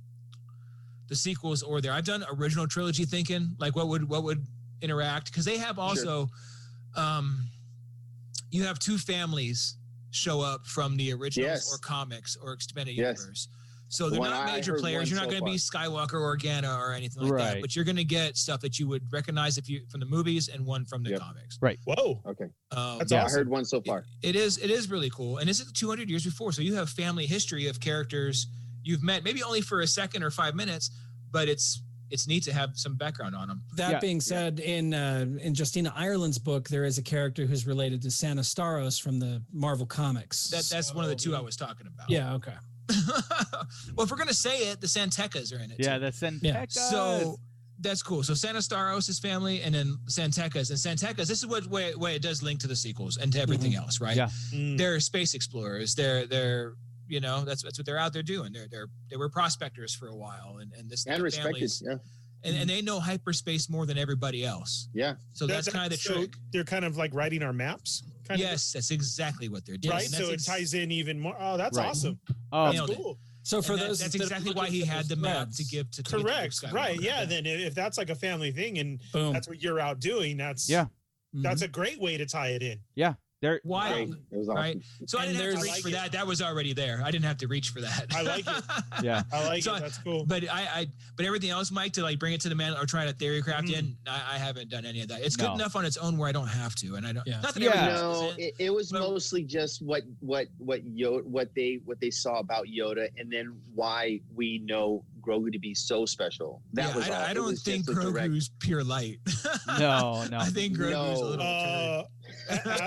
S10: the sequels or there. I've done original trilogy thinking, like what would what would interact because they have also, um, you have two families show up from the originals
S9: Yes.
S10: or comics or expanded
S9: Yes.
S10: universe. So they're
S9: One-
S10: not
S9: I
S10: major
S9: heard one
S10: players. You're not
S9: so
S10: going to be Skywalker or Organa or anything like that.
S8: Right.
S10: But you're going to get stuff that you would recognize if you from the movies and one from the
S9: Yep.
S10: comics.
S4: Whoa.
S9: Okay,
S10: Um,
S4: That's
S9: yeah,
S4: awesome.
S9: I heard one so far.
S10: it is it is really cool and this is 200 years before so you have family history of characters you've met maybe only for a second or five minutes but it's it's neat to have some background on them.
S5: That
S8: Yeah,
S5: being said, in uh, in Justina Ireland's book, there is a character who's related to Sanastaros from the Marvel comics.
S10: That that's one of the
S5: So-
S10: two I was talking about.
S5: Yeah. Okay.
S10: well, if we're gonna say it, the Santecas are in it.
S8: Yeah,
S10: too.
S8: the Senteca.
S5: Yeah.
S10: So that's cool. So Santastaros' family, and then Santecas and Santecas. This is what way, way it does link to the sequels and to everything else, right?
S8: Yeah.
S4: Mm.
S10: They're space explorers. They're they're you know that's that's what they're out there doing. They're they're they were prospectors for a while, and and this
S9: and
S10: their
S9: respected.
S10: families-
S9: Yeah,
S10: and, and they know hyperspace more than everybody else.
S9: yeah.
S10: So
S4: That-
S10: that's,
S4: that-
S10: kind of the
S4: so
S10: trick.
S4: They're kind of like writing our maps. Kind
S10: yes, that's exactly what they're
S4: Of,
S10: doing.
S4: right.
S10: And
S4: So it
S10: that's ex-
S4: ties in even more. Oh, that's
S8: Right.
S4: awesome.
S8: Um,
S4: That's
S10: Nailed it.
S4: cool.
S5: So for
S10: and that-
S5: those,
S10: that's
S5: that are
S10: exactly
S5: looking
S10: why he
S5: for
S10: had
S5: those
S10: the map to
S5: threads,
S10: give to to Luke
S4: Correct.
S10: Skywalker.
S4: Right. Yeah. Then i- if that's like a family thing and
S5: Boom.
S4: that's what you're out doing, that's
S8: Yeah.
S5: Mm-hmm.
S10: Mm-hmm.
S4: that's a great way to tie it in.
S8: they're
S10: Wild.
S9: Great. It was awesome.
S10: Right. So I
S5: And
S10: didn't have to
S5: there's-
S10: reach
S4: I like
S10: for
S4: it.
S10: that. That was already there. I didn't have to reach for that.
S4: I like it.
S8: Yeah.
S4: I like
S10: So I-
S4: it. That's cool.
S10: But I, I, but everything else, Mike, to like bring it to the man or try to theory craft
S4: Mhm.
S10: in, I, I haven't done any of that. It's
S8: Mm-hmm. No.
S10: good enough on its own where I don't have to, and I don't.
S5: Yeah.
S10: Not that
S8: Yeah.
S10: everything else
S9: No,
S10: isn't.
S9: it, it was
S10: But-
S9: mostly just what what what Yoda what they what they saw about Yoda, and then why we know Grogu to be so special. That
S10: Yeah,
S9: was
S10: I,
S9: all.
S10: I
S9: It
S10: don't
S9: was
S10: think
S9: just a direct-
S10: Grogu's pure light.
S8: No, no.
S10: I think Grogu's a little.
S4: Uh,
S10: turd.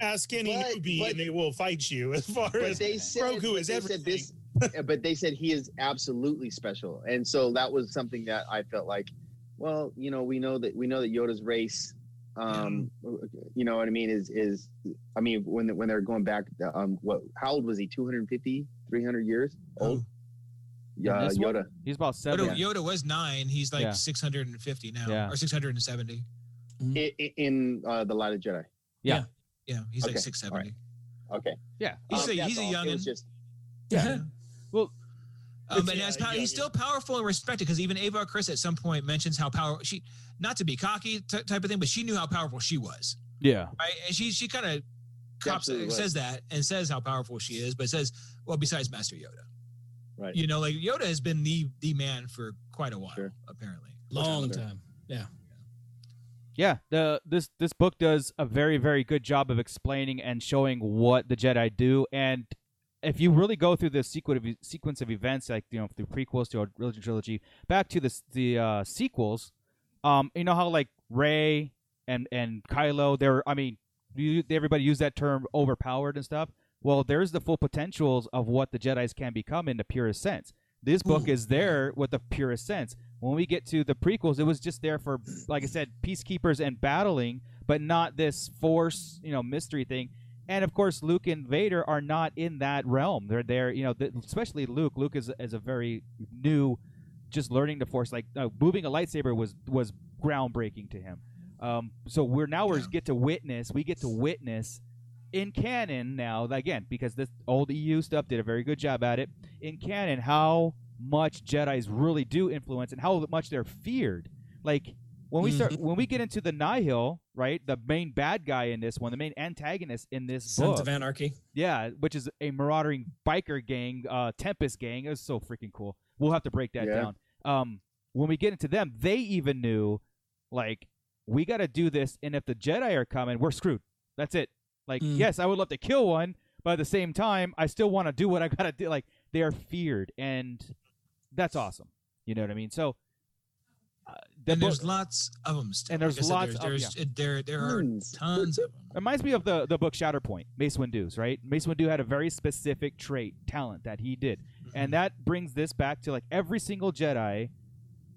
S4: ask any
S9: But-
S4: newbie
S9: but-
S4: and they will fight you as far
S9: But
S4: as
S9: they said
S4: Grogu is
S9: they said this- but they said he is absolutely special, and so that was something that I felt like, well, you know, we know that we know that Yoda's race. Um, you know what I mean? Is is I mean when when they're going back, um, what? How old was he? 250, 300 years old?
S10: Oh,
S9: Yeah,
S8: this one?
S9: Yoda.
S8: he's about seven.
S10: Yoda, Yoda was nine. He's like
S8: Yeah.
S10: 650 now,
S8: Yeah.
S10: or 670. Mm-hmm.
S9: I- i- in uh, the Light of Jedi.
S10: Yeah, he's like
S9: Okay,
S10: 670.
S9: Okay. Um,
S8: Yeah.
S10: He's a-
S9: that's
S10: he's a
S9: all. It was
S10: young'un.
S9: just-
S5: Yeah.
S8: Well,
S10: Um,
S4: It's-
S10: and as
S4: yeah,
S10: pow-
S4: yeah,
S10: he's
S4: yeah.
S10: still powerful and respected because even Ava Chris at some point mentions how powerful she, not to be cocky t- type of thing, but she knew how powerful she was.
S8: yeah.
S10: Right? And she she kind of cops
S9: absolutely right.
S10: says that and says how powerful she is, but says, well, besides Master Yoda,
S9: Right.
S10: you know, like Yoda has been the the man for quite a while,
S9: Sure.
S10: apparently.
S5: long time.
S8: Yeah, the this this book does a very very good job of explaining and showing what the Jedi do, and if you really go through the sequence of, sequence of events, like you know through prequels to original trilogy, back to the s- the uh, sequels, um, you know how like Ray and and Kylo, they were I mean, you, everybody used that term overpowered and stuff. Well, there's the full potentials of what the Jedi's can become in the purest sense. This book
S5: Ooh.
S8: is there with the purest sense. When we get to the prequels, it was just there for, like I said, peacekeepers and battling, but not this force, you know, mystery thing. And of course, Luke and Vader are not in that realm. They're there, you know, th- especially Luke. Luke is, is a very new, just learning the force. Like uh, moving a lightsaber was was groundbreaking to him. Um, so we're now we are
S10: Yeah.
S8: get to witness. We get to witness in canon now again because this old EU stuff did a very good job at it in canon how much Jedi's really do influence and how much they're feared. Like when we
S5: Mm-hmm.
S8: start when we get into the Nihil, right? The main bad guy in this one, the main antagonist in this
S5: Sons
S8: book,
S5: of Anarchy.
S8: yeah, which is a marauding biker gang, uh, Tempest gang. It was so freaking cool. We'll have to break that
S9: Yeah.
S8: down. Um, when we get into them, they even knew, like, we got to do this, and if the Jedi are coming, we're screwed. That's it. Like,
S10: Hmm.
S5: Mm.
S8: yes, I would love to kill one, but at the same time, I still want to do what I got to do. Like, they are feared, and that's awesome. You know what I mean? So, uh, the
S10: and
S8: book-
S10: there's lots of them still.
S8: And there's
S10: I said,
S8: lots of-
S10: there's, there's, there there are
S9: Tons.
S10: tons of them.
S8: Reminds me of the the book Shatterpoint, Mace Windu's, right? Mace Windu had a very specific trait, talent that he did,
S10: Mm-hmm.
S8: and that brings this back to like every single Jedi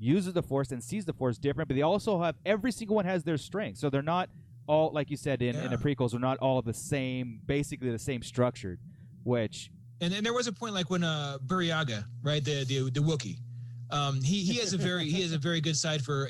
S8: uses the Force and sees the Force different, but they also have every single one has their strength, so they're not all like you said in, in the
S10: Yeah.
S8: prequels, they're not all the same, basically the same structured, which
S10: And then there was a point like when uh Buryaga, right, the the the Wookiee. Um, he he has a very he has a very good side for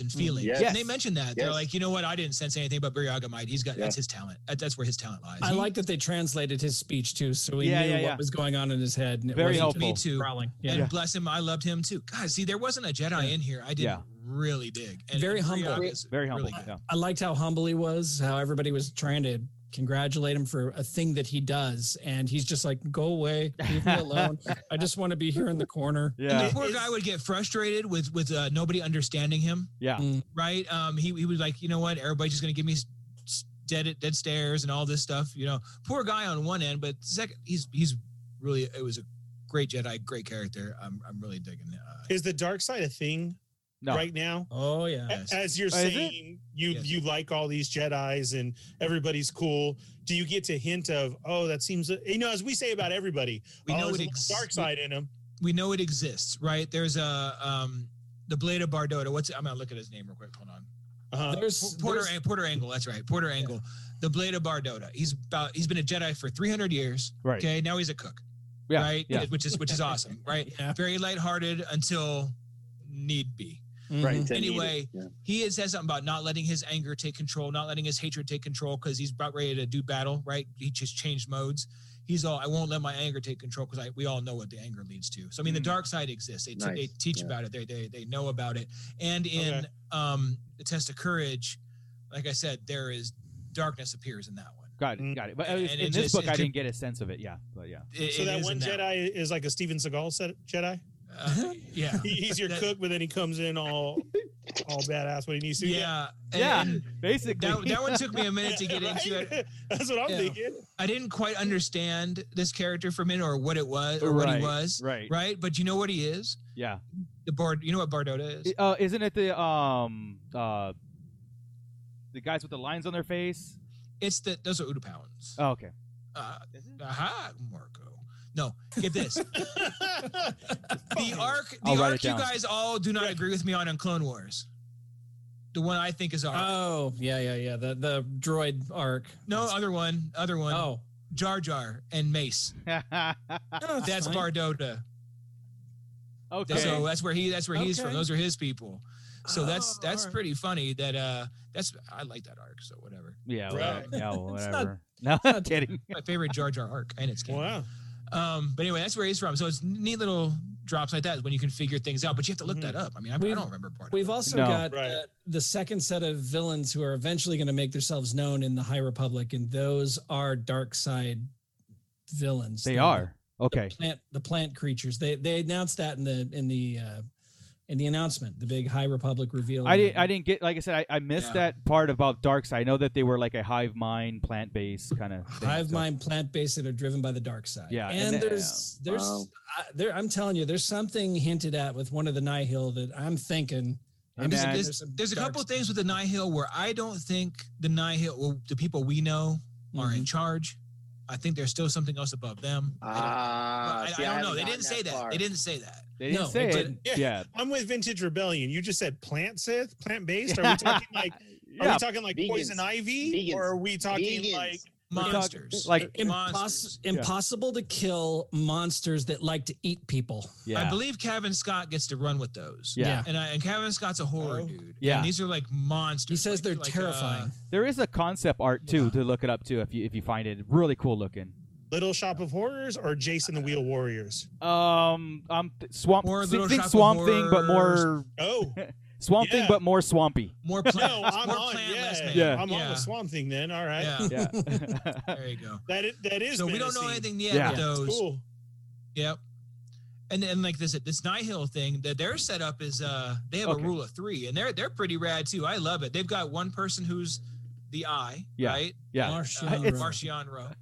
S10: and feelings.
S9: Hmm, yes.
S10: And they mentioned that. They're
S9: Yes.
S10: like, you know what? I didn't sense anything but Buryaga might. He's got that's his talent. That- That's where his talent lies.
S5: I
S10: He-
S5: like that they translated his speech too, so we
S8: Yeah,
S5: knew
S8: yeah, yeah.
S5: what was going on in his head. And it
S8: Very
S5: wasn't
S8: helpful.
S10: me
S5: just
S10: too.
S5: Growling. Yeah.
S10: And bless him, I loved him too. God, see, there wasn't a Jedi in here. I
S8: Yeah.
S10: didn't really dig. And
S5: Very
S10: and
S5: humble.
S10: Burjaga's
S8: very humble.
S10: Really good.
S8: yeah.
S5: I liked how humble he was, how everybody was trying to congratulate him for a thing that he does, and he's just like, "Go away, leave me alone. I just want to be here in the corner."
S8: Yeah,
S10: The poor guy would get frustrated with with uh, nobody understanding him.
S8: Yeah.
S5: Mm.
S10: Right. Um. He he was like, you know what? Everybody's just gonna give me s- s- dead dead stares and all this stuff. You know, poor guy on one end, but second, he's he's really it was a great Jedi, great character. I'm, I'm really digging it. Uh,
S4: Is the dark side a thing
S8: No,
S4: right now?
S5: Oh yeah.
S10: Yes.
S4: As you're
S8: Oh, is it?
S4: saying, you
S10: Yes.
S4: you like all these Jedi's and everybody's cool. Do you get to hint of oh that seems you know as we say about everybody,
S10: we
S4: oh,
S10: know
S4: there's
S10: it
S4: a little
S10: exists.
S4: dark side in them.
S10: we know it exists, right? There's a um the blade of Bardota. What's I'm gonna look at his name real quick. Hold on.
S4: Uh-huh.
S5: There's,
S10: Porter
S5: there's-
S10: Porter Angle. That's right. Porter Angle. The blade of Bardota. He's about he's been a Jedi for 300 years.
S8: right.
S10: Okay, now he's a cook.
S8: Yeah,
S10: right.
S8: yeah.
S10: Which is which is awesome. Right.
S5: Yeah.
S10: Very lighthearted until need be.
S8: Right.
S9: to need it.
S10: Mm-hmm. Anyway,
S9: Yeah.
S10: He has said something about not letting his anger take control, not letting his hatred take control because he's about ready to do battle. Right. He just changed modes. He's all I won't let my anger take control because I we all know what the anger leads to. So I mean, the
S8: Mm.
S10: dark side exists. They, t-
S9: Nice.
S10: they teach
S9: Yeah.
S10: about it. They they they know about it. And in
S4: Okay.
S10: um the test of courage, like I said, there is darkness appears in that one.
S8: Got
S4: Mm.
S8: it. Got it. But uh,
S10: And-
S8: in
S10: and it
S8: this
S10: just-
S8: book,
S10: it
S8: I
S10: could-
S8: didn't get a sense of it. Yeah, but yeah.
S10: It-
S4: so
S10: it
S4: that
S10: is
S4: one
S10: in that.
S4: Jedi is like a Steven Seagal set, Jedi.
S10: Uh, yeah.
S4: He, he's your
S10: That-
S4: cook, but then he comes in all all badass when he needs to.
S10: Yeah. and-
S8: Yeah,
S10: and
S8: Basically,
S10: that, that one took me a minute to
S4: Yeah,
S10: get into
S4: right?
S10: it.
S4: That's what I'm
S10: Yeah.
S4: thinking.
S10: I didn't quite understand this character for a minute or what it was or what
S8: Right,
S10: he was.
S8: right.
S10: Right. But you know what he is?
S8: Yeah.
S10: The Bard you know what Bardota is?
S8: Uh, isn't it the um uh the guys with the lines on their face?
S10: It's the those are Utapowans.
S8: Oh, okay.
S10: Uh, aha, Marco. No, get this. the arc the
S8: I'll write
S10: arc
S8: it
S10: you
S8: down.
S10: guys all do not agree with me on in Clone Wars. The one I think is our
S5: oh yeah, yeah, yeah. The the droid arc.
S10: no other one, other one.
S5: Oh.
S10: Jar Jar and Mace.
S5: No, it's
S10: That's
S5: fine.
S10: Bardota.
S8: okay.
S10: So that's where he that's where he's from.
S5: Okay.
S10: Those are his people. So that's
S5: Oh,
S10: that's
S5: alright.
S10: pretty funny that uh that's I like that arc, so whatever.
S8: yeah.
S4: Right.
S8: Well, yeah. well,
S5: It's
S8: Whatever. No, I'm kidding.
S10: My favorite Jar Jar arc and it's canon.
S4: Wow.
S10: Um but anyway, that's where he's from. So it's neat little drops like that when you can figure things out, but you have to look
S4: Mhm.
S10: that up. I mean, I, I
S5: We've-
S10: don't remember part
S5: We've
S10: of it.
S5: also
S8: No.
S5: got
S4: Right.
S5: uh, the second set of villains who are eventually going to make themselves known in the High Republic, and those are dark side villains.
S8: They
S5: The-
S8: are. Okay.
S5: plant the plant creatures. They they announced that in the in the uh, in the announcement, the big High Republic reveal.
S8: I didn't. I didn't get. Like I said, I, I missed
S10: Yeah.
S8: that part about dark side. I know that they were like a hive mind, plant based kind of. thing,
S5: Hive
S8: so-
S5: mind plant based that are driven by the dark side.
S8: Yeah,
S5: and,
S8: and the-
S5: there's there's
S9: Wow.
S5: I, there. I'm telling you, there's something hinted at with one of the Nihil that I'm thinking. I'm
S8: There's-
S5: thinking
S10: there's-
S5: some
S10: There's a
S5: dark
S10: couple
S5: side.
S10: things with the Nihil where I don't think the Nihil well, the people we know are
S5: Mm-hmm.
S10: in charge. I think there's still something else above them. I don't-
S9: Ah,
S10: I, I
S9: see,
S10: don't
S9: haven't
S10: know. They
S9: gotten
S10: didn't say that.
S9: far.
S10: They didn't say that.
S8: They didn't
S5: No,
S8: say
S5: it
S8: it.
S5: didn't.
S8: Yeah.
S4: Yeah.
S8: Yeah.
S4: I'm with Vintage Rebellion. You just said plant Sith, plant based. Are we talking like are we talking like
S9: Vegans.
S4: poison ivy?
S9: Vegans.
S4: Or are we talking
S9: Vegans.
S4: like
S8: talking-
S10: Monsters.
S8: like-
S5: Impos- impossible to kill monsters that like to eat people.
S10: I believe Kevin Scott gets to run with those.
S8: Yeah.
S10: And I, and Kevin Scott's a horror
S4: Oh.
S10: dude.
S8: Yeah.
S10: And these are like
S5: He
S10: monsters.
S5: says
S10: like-
S5: they're
S10: like, uh,
S5: terrifying.
S8: There is a concept art too
S10: Yeah.
S8: to look it up too if you if you find it really cool looking.
S4: Little Shop of Horrors or Jason the Wheel Warriors?
S8: Um, um, th- swamp.
S10: More
S8: thi-
S10: Little
S8: think
S10: Shop of
S8: swamp thing, but more
S10: Horrors.
S4: Oh
S8: swamp thing,
S4: Yeah.
S8: but more swampy.
S10: more plant.
S4: no, I'm
S10: more
S4: on.
S10: plant less
S4: Yeah,
S10: man.
S8: Yeah.
S4: I'm
S10: yeah.
S4: on the Swamp Thing. Then all right.
S10: Yeah.
S8: Yeah.
S10: There you go.
S4: That is, that is.
S10: So we don't know
S4: menacing.
S10: anything yet
S8: Yeah.
S10: with
S4: It's
S10: those.
S4: Cool.
S10: Yep. And then like this this Nihil thing that their setup is uh they have
S8: Okay.
S10: a rule of three and they're they're pretty rad too. I love it. They've got one person who's the eye,
S8: Yeah.
S10: right?
S8: yeah.
S5: Martian
S10: Uh,
S5: rogue.
S10: Marcianro.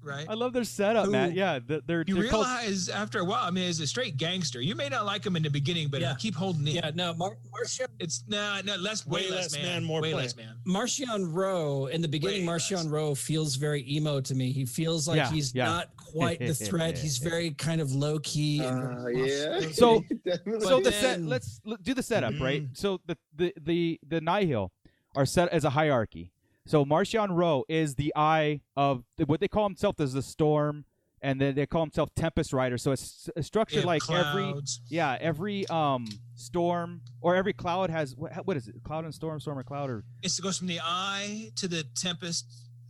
S10: Right.
S8: I love their setup,
S10: Who-
S8: Matt. Yeah, th- they're,
S10: You
S8: they're called-
S10: realize after a while, I mean, as a straight gangster, you may not like him in the beginning, but
S5: Yeah.
S10: keep holding in.
S5: Yeah, no, Mar- Martian
S10: It's nah, no, less, way, less, man,
S4: more
S10: way
S4: player.
S10: less man.
S5: Martian Rowe in the beginning.
S10: Way
S5: Martian
S10: less.
S5: Rowe feels very emo to me. He feels like
S8: Yeah,
S5: he's
S8: yeah.
S5: not quite the thread. He's very kind of low key.
S9: Ah,
S5: and
S9: yeah.
S8: So-
S9: Definitely.
S8: so the set.
S5: then-
S8: Let's l- do the setup, right?
S10: Mm.
S8: So the the the the nihil are set as a hierarchy. So Martian Rowe is the eye of what they call himself as the storm, and then they call himself Tempest Rider. So it's, it's
S10: They
S8: structured
S10: have
S8: like every
S10: clouds.
S8: Yeah, every um storm or every cloud has what, what is it? Cloud and storm, storm and cloud, or
S10: It's- It goes from the eye to the tempest,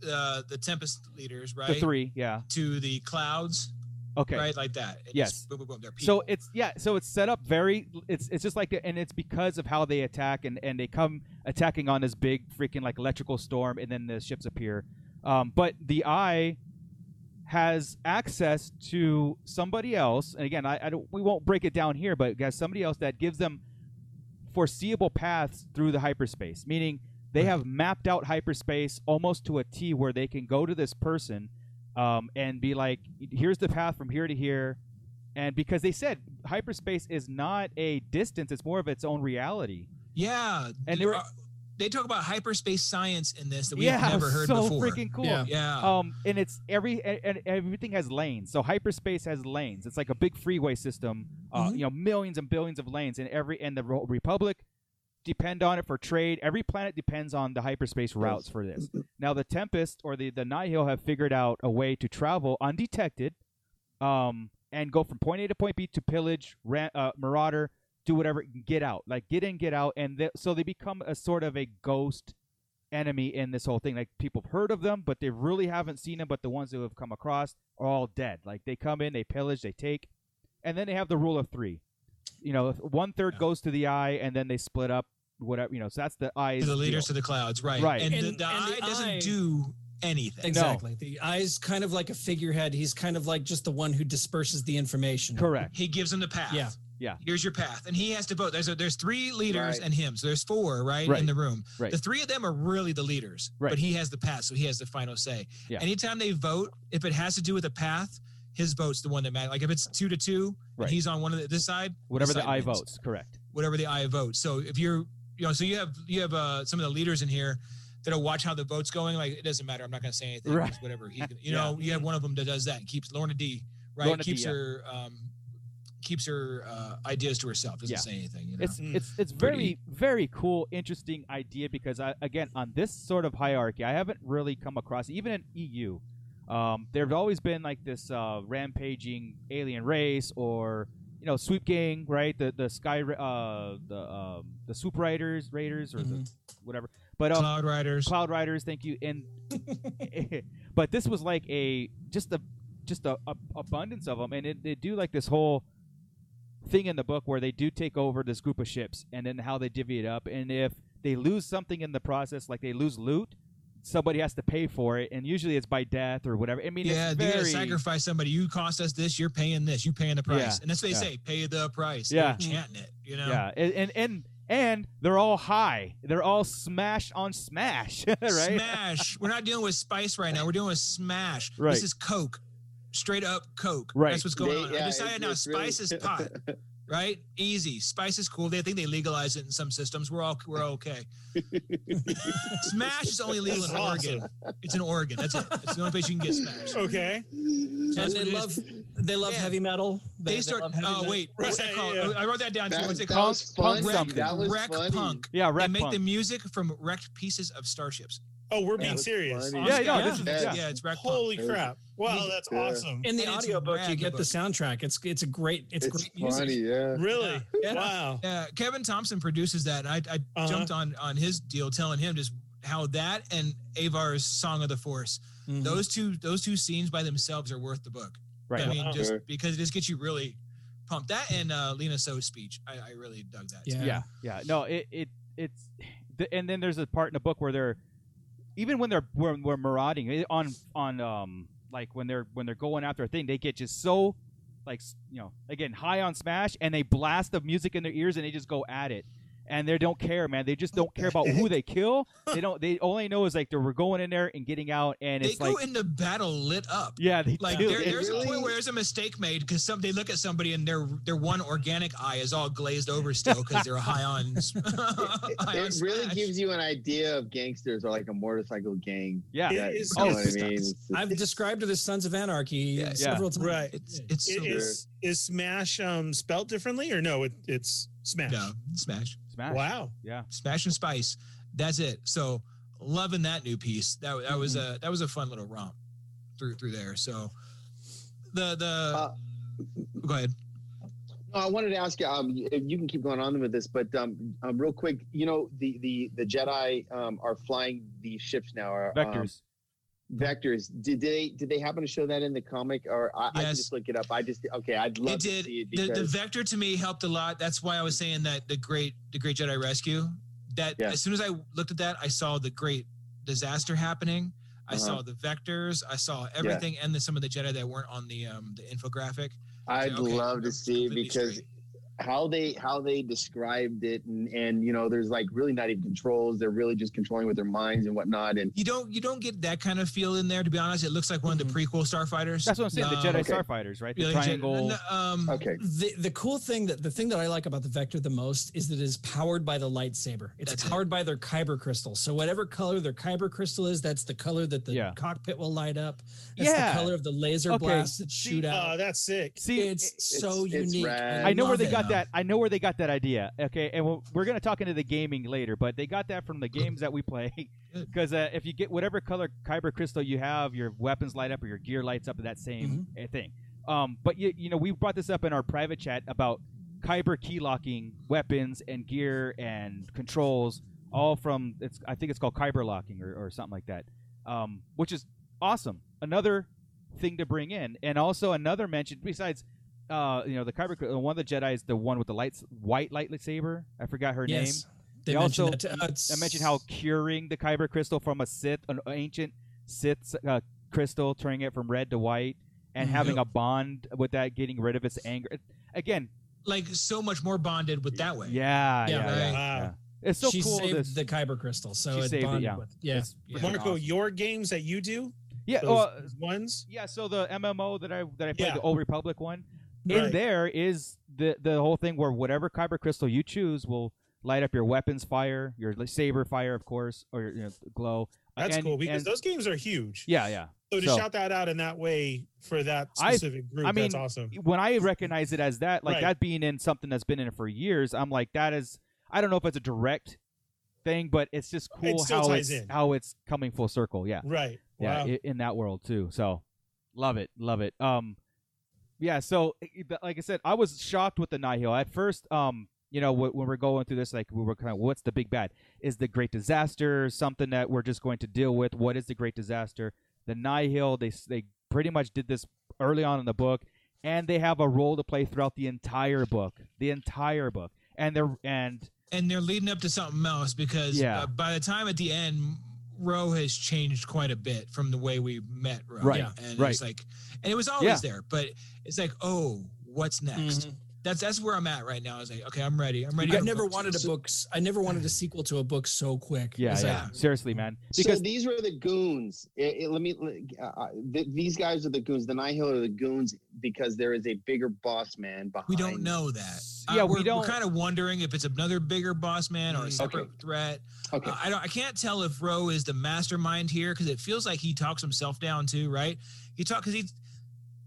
S10: uh, the tempest leaders, right?
S8: the three? Yeah.
S10: to the clouds,
S8: Okay.
S10: right, like that. And
S8: Yes.
S10: just boom, boom, boom. They're
S8: So
S10: people.
S8: it's yeah, so it's set up very. It's it's just like the, and it's because of how they attack and and they come attacking on this big freaking like electrical storm and then the ships appear. Um, but the eye has access to somebody else, and again, I, I don't. We won't break it down here, but it has somebody else that gives them foreseeable paths through the hyperspace, meaning they have mapped out hyperspace almost to a T, where they can go to this person um, and be like, "Here's the path from here to here." And because they said hyperspace is not a distance, it's more of its own reality.
S10: Yeah,
S8: And
S10: and
S8: they
S10: they,
S8: were-
S10: they talk about hyperspace science in this that we've
S8: yeah,
S10: never heard
S8: so
S10: before.
S8: freaking cool.
S5: Yeah.
S10: yeah,
S8: Um, and it's every and, and everything has lanes. So hyperspace has lanes. It's like a big freeway system. Uh,
S10: Mhm.
S8: you know, millions and billions of lanes, and every and the Ro- Republic depend on it for trade. Every planet depends on the hyperspace routes for this. Now, the Tempest or the the Nihil have figured out a way to travel undetected, um, and go from point A to point B to pillage, ran, uh, marauder, do whatever, get out, like get in, get out, and they, so they become a sort of a ghost enemy in this whole thing. Like people have heard of them, but they really haven't seen them. But the ones who have come across are all dead. Like they come in, they pillage, they take, and then they have the rule of three. You know, if one third
S10: Yeah.
S8: goes to the eye, and then they split up. Whatever you know, so that's the eye.
S10: to the leaders of the clouds, right?
S8: Right.
S10: And, the,
S5: And-
S10: the
S5: and
S10: eye
S5: the
S10: doesn't
S5: eye-
S10: do anything.
S5: Exactly. The eye's kind of like a figurehead. He's kind of like just the one who disperses the information.
S8: correct.
S10: He gives them the path.
S5: Yeah.
S8: Yeah.
S10: Here's your path, and he has to vote. There's a, there's three leaders
S9: Right.
S10: and him, so there's four right,
S8: Right.
S10: in the room.
S8: Right.
S10: The three of them are really the leaders,
S8: Right.
S10: but he has the path, so he has the final say.
S8: Yeah.
S10: Anytime they vote, if it has to do with a path, his vote's the one that matters. Like if it's two to two,
S8: Right.
S10: and he's on one of the, this side,
S8: Whatever the
S10: side
S8: eye
S10: wins.
S8: votes, correct.
S10: whatever the eye votes. So if you're, you know, so you have you have uh, some of the leaders in here that'll watch how the vote's going. Like it doesn't matter. I'm not going to say anything.
S8: Right.
S10: just Whatever. He, you know, you have one of them that does that and keeps Lorna D. Right.
S8: Lorna D,
S10: keeps
S8: yeah.
S10: her um, keeps her uh, ideas to herself. Doesn't
S8: Yeah.
S10: say anything. You know.
S8: It's
S4: Mm.
S8: it's it's very
S10: Pretty-
S8: very cool, interesting idea because I again on this sort of hierarchy, I haven't really come across even in EU. Um, there's always been like this uh, rampaging alien race or you know sweep gang, right? The the sky Ra- uh, the um, the swoop riders raiders or the,
S10: Mm-hmm.
S8: whatever. But um,
S10: Cloud Riders.
S8: Cloud Riders, thank you. And but this was like a just a just a, a abundance of them, and it, they do like this whole thing in the book where they do take over this group of ships, and then how they divvy it up, and if they lose something in the process, like they lose loot, somebody has to pay for it, and usually it's by death or whatever. I mean,
S10: yeah,
S8: it's
S10: they gotta
S8: very
S10: sacrifice somebody. You cost us this, you're paying this, you paying the price.
S8: Yeah,
S10: And that's what they
S8: yeah.
S10: say, pay the price.
S8: Yeah.
S10: They're chanting it, you know.
S8: yeah, and and. and and they're all high. They're all smash on smash, right?
S10: Smash. We're not dealing with spice right now. We're dealing with smash.
S8: Right.
S10: This is Coke, straight up Coke.
S8: Right.
S10: That's what's going
S9: They-
S10: on.
S9: yeah,
S10: I decided
S9: it-
S10: now
S9: it's really-
S10: spice is pot, right? Easy. Spice is cool. They think they legalize it in some systems. We're all we're okay. smash is only legal in
S4: That's awesome.
S10: Oregon. It's in Oregon. That's it. It's the only place you can get smash.
S4: Okay.
S5: And
S10: That's
S5: they
S10: what it is.
S5: love they love
S10: Yeah.
S5: heavy metal.
S10: They start.
S5: love heavy
S10: Oh
S5: metal.
S10: wait, what's that
S4: Right,
S10: called?
S4: yeah.
S10: I wrote that down too.
S9: That,
S10: What's it
S9: that
S10: called?
S9: was fun.
S8: Punk something.
S9: That was
S10: Wreck
S9: funny.
S10: punk.
S8: Yeah,
S10: They
S8: wreck
S10: make
S8: punk.
S10: the music from wrecked pieces of starships.
S4: Oh, we're
S9: That
S4: being
S9: was
S4: serious.
S9: funny.
S8: Yeah,
S10: yeah,
S8: no, this is-
S10: yeah.
S9: yeah.
S10: it's wreck punk.
S4: Holy crap! Wow, that's
S9: Yeah.
S4: awesome.
S5: In the
S10: And it's
S5: audiobook, you
S10: rag
S5: get the
S10: book.
S5: soundtrack. It's it's a great it's,
S9: It's
S5: great music.
S9: funny, yeah.
S4: Really?
S5: Yeah.
S4: Wow.
S10: Yeah, Uh, Kevin Thompson produces that. And I, I
S4: Uh-huh.
S10: jumped on on his deal, telling him just how that and Avar's "Song of the Force,"
S5: Mhm.
S10: those two those two scenes by themselves are worth the book.
S8: Mm-hmm. Right.
S10: I mean,
S4: Wow.
S10: just
S9: Sure.
S10: because it just gets you really pumped. That and uh, Lena So's speech, I, I really dug that.
S5: Yeah.
S8: yeah yeah no it, it it's the, and then there's a part in the book where they're even when they're when we're marauding eh, on on um like when they're when they're going after a thing they get just so like s- you know again high on smash and they blast the music in their ears and they just go at it and they don't care man they just don't care about who they kill they don't they all they know is like they we're going in there and getting out and
S10: they
S8: it's
S10: go
S8: like
S10: into battle lit up.
S8: yeah they
S10: Like
S8: do.
S10: there,
S8: It's-
S10: there's
S9: really-
S10: a point where there's a mistake made because some they look at somebody and their their one organic eye is all glazed over still because they're high on. high on
S9: It really
S10: smash.
S9: gives you an idea of gangsters or like a motorcycle gang.
S8: yeah
S4: It
S9: That-
S4: is-
S9: you know
S4: it's-
S9: what Oh, I mean? It's just-
S5: I've described it as Sons of Anarchy
S10: Yeah.
S5: several times.
S4: Right.
S10: It's it's so
S4: It is is Smash um spelled differently or no? It, it's Smash.
S10: no smash.
S8: smash
S4: Wow.
S8: yeah
S10: Smash and Spice. That's it. So loving that new piece. That that was
S5: Mm-hmm.
S10: a that was a fun little romp through through there. So the the
S9: Uh,
S10: go ahead.
S9: No, I wanted to ask you. Um, if you can keep going on with this, but um, um, real quick, you know, the the the Jedi um are flying these ships now. Are, um,
S8: vectors
S9: vectors. Did they did they happen to show that in the comic? Or I, I can
S10: Yes.
S9: just look it up. I just okay. I'd love
S10: It
S9: to
S10: did
S9: see it
S10: the,
S9: because
S10: the vector to me helped a lot. That's why I was saying that the great the great Jedi rescue. That
S9: Yeah.
S10: as soon as I looked at that, I saw the great disaster happening. I
S9: Uh-huh.
S10: saw the vectors. I saw everything, and the, some of the Jedi that weren't on the um, the infographic.
S9: I'd
S10: Okay,
S9: love to
S10: I'm
S9: see
S10: completely
S9: because
S10: straight.
S9: how they how they described it and and you know there's like really not even controls they're really just controlling with their minds and whatnot and
S10: You don't you don't get that kind of feel in there. To be honest, it looks like one of the
S9: Mm-hmm.
S10: prequel Starfighters.
S8: That's what I'm saying. The Jedi
S9: okay.
S8: Starfighters, right? The
S10: Yeah, like Jedi-
S8: triangle.
S10: no, um,
S9: okay
S5: The, the cool thing that the thing that I like about the Vector the most is that it is powered by the lightsaber. It's
S10: That's it.
S5: powered by their kyber crystal. So whatever color their kyber crystal is, that's the color that the
S8: Yeah.
S5: cockpit will light up. That's
S8: Yeah.
S5: the color of the laser
S8: Okay,
S5: blasts that shoot out.
S4: Uh, that's sick.
S8: See,
S5: it's, so
S9: it's
S5: unique.
S9: rad.
S8: I know where
S5: love
S8: they
S5: it.
S8: got that. I know where they got that idea. Okay, and we're, we're gonna talk into the gaming later, but they got that from the games that we play. Because uh, if you get whatever color kyber crystal you have, your weapons light up or your gear lights up to that same
S5: Mm-hmm.
S8: uh thing. Um, but you, you know, we brought this up in our private chat about kyber key locking weapons and gear and controls, all from it's. I think it's called kyber locking or, or something like that, um, which is awesome. Another thing to bring in, and also another mention besides uh, you know, the Kyber. cr- One of the Jedi is the one with the lights, white lightsaber. I forgot her
S5: Yes.
S8: name.
S5: They,
S8: They
S5: mentioned
S8: also-
S5: that uh, to us.
S8: I mentioned how curing the Kyber crystal from a Sith, an ancient Sith uh, crystal, turning it from red to white, and
S5: Mhm.
S8: having a bond with that, getting rid of its anger. It- Again,
S10: like so much more bonded with that way.
S8: yeah, yeah,
S5: Yeah,
S8: yeah,
S10: right.
S4: Wow.
S8: yeah. It's so
S5: she
S8: cool.
S5: saved
S8: This,
S5: the kyber crystal.
S8: She
S5: So it
S8: saved it,
S5: bonded
S8: yeah.
S5: with yeah.
S8: it's freaking
S4: Marco,
S8: awesome.
S4: your games that you do,
S8: yeah,
S4: those,
S8: well,
S4: those ones.
S8: yeah. So the MMO that I that I played,
S4: Yeah.
S8: the Old Republic one, in
S4: Right.
S8: there is the the whole thing where whatever kyber crystal you choose will light up your weapons fire, your saber fire, of course, or your you know, glow.
S4: That's
S8: And-
S4: cool because
S8: and-
S4: those games are huge.
S8: Yeah, yeah.
S4: So to
S8: so-
S4: shout that out in that way for that
S8: I-
S4: specific group,
S8: I
S4: that's
S8: mean,
S4: awesome.
S8: When I recognize it as that, like
S4: Right.
S8: that being in something that's been in it for years, I'm like that is. I don't know if it's a direct thing, but it's just cool
S4: still
S8: how
S4: ties
S8: it's
S4: in.
S8: how it's coming full circle. Yeah.
S4: Right.
S8: yeah,
S4: Wow.
S8: i- in that world too. So, love it, love it. Um, yeah. So, i- i- like I said, I was shocked with the Nihil at first. Um, you know, wh- when we're going through this, like we were kind of, what's the big bad? Is the Great Disaster something that we're just going to deal with? What is the Great Disaster? The Nihil. They s- they pretty much did this early on in the book, and they have a role to play throughout the entire book, the entire book, and they're and
S10: And they're leading up to something else because
S8: Yeah.
S10: uh, by the time at the end, Roe has changed quite a bit from the way we met Roe.
S8: Right,
S10: Yeah. And
S8: right.
S10: it's like, and it was always
S8: Yeah.
S10: there, but it's like, oh, what's next?
S5: Mhm.
S10: That's that's where I'm at right now. It's like, okay, I'm ready. I'm ready.
S5: I've
S10: for
S5: never
S10: Roe.
S5: wanted a
S10: So-
S5: book. s- I never wanted a sequel to a book so quick.
S8: yeah,
S5: It's like,
S8: yeah. Seriously, man,
S9: so
S8: because
S9: these were the goons It- it- let me uh, uh, th- these guys are the goons the nihil are the goons because there is a bigger boss man behind
S10: We don't know that.
S8: Yeah, we
S10: Uh, we're,
S8: don't- Mm-hmm.
S10: We're kind of wondering if it's another bigger boss man or a separate threat.
S9: okay
S10: Uh, I don't. I can't tell if Roe is the mastermind here because it feels like he talks himself down too, right? He talk because he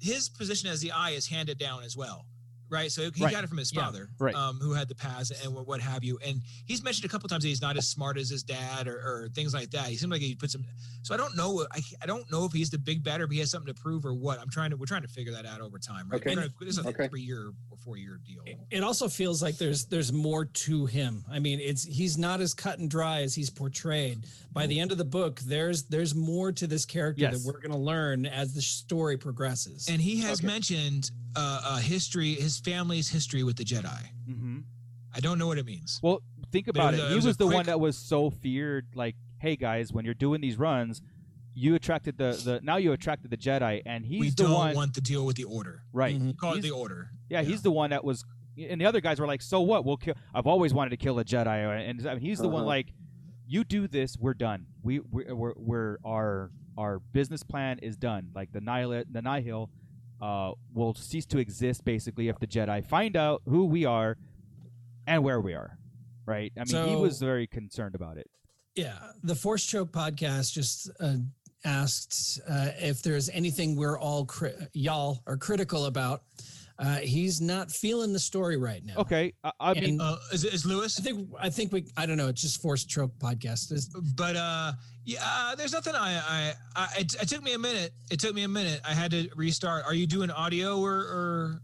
S10: his position as the eye is handed down as well, right? So he
S8: Right.
S10: got it from his
S5: Yeah.
S10: father,
S8: Right.
S10: Um, who had the past and what, what have you. And he's mentioned a couple times that he's not as smart as his dad or, or things like that. He seems like he puts him. So I don't know. I, I don't know if he's the big bad or if he has something to prove or what. I'm trying to. We're trying to figure that out over time, right?
S9: Okay.
S10: We're gonna- this is a
S9: Okay.
S10: three year or four year deal.
S5: it also feels like there's there's more to him. I mean, it's he's not as cut and dry as he's portrayed. By the end of the book, there's there's more to this character
S8: Yes.
S5: that we're going to learn as the story progresses.
S10: And he has
S9: Okay.
S10: mentioned uh, uh, history, his family's history with the Jedi.
S8: Mhm.
S10: I don't know what it means.
S8: Well, think
S10: But it
S8: about
S10: was
S8: it.
S10: a- it
S8: He was,
S10: was a
S8: the one
S10: quick-
S8: that was so feared. Like, hey guys, when you're doing these runs, you attracted the the now you attracted the Jedi, and he's
S10: we
S8: the
S10: don't
S8: one
S10: want to deal with the order.
S8: right.
S5: Mhm.
S10: We call
S8: He's-
S10: it the order.
S8: yeah, he's the one that was, and the other guys were like, so what? We'll kill. I've always wanted to kill a Jedi, uh, and I mean, he's the one
S9: Uh-huh.
S8: like, you do this, we're done. We we're, we're, we're our our business plan is done. Like the Nihil, the Nihil, uh, will cease to exist basically if the Jedi find out who we are, and where we are. Right. I mean, he
S5: So-
S8: was very concerned about it.
S5: yeah, the Force Choke podcast just uh, asked uh, if there's anything we're all cri- y'all are critical about. Uh, he's not feeling the story right
S10: Uh-huh.
S5: now.
S8: Okay, I, I
S5: And-
S8: mean,
S10: Uh, is, is Lewis?
S5: I think I think we I don't know. It's just Force Choke podcast. It's-
S10: But uh, yeah, uh, there's nothing. I, I, I, it, it took me a minute. It took me a minute. I had to restart. Are you doing audio or? or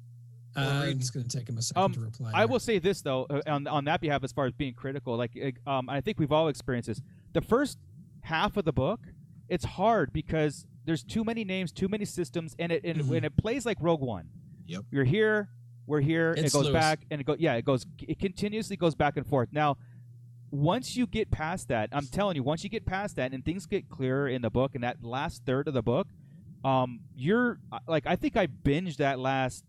S5: uh,
S10: read-
S5: it's going to take him a second
S8: Um,
S5: to reply.
S8: I
S5: here.
S8: will say this though, uh, on on that behalf, as far as being critical, like uh, um, I think we've all experienced this. The first half of the book, it's hard because there's too many names, too many systems, and it and,
S5: Mhm.
S8: and it plays like Rogue One.
S10: Yep.
S8: You're here, we're here.
S5: It's
S8: it goes
S5: Lewis.
S8: back and it goes. Yeah, it goes. It continuously goes back and forth. Now, once you get past that, I'm telling you, once you get past that and things get clearer in the book, and that last third of the book, um, you're uh, like I think I binged that last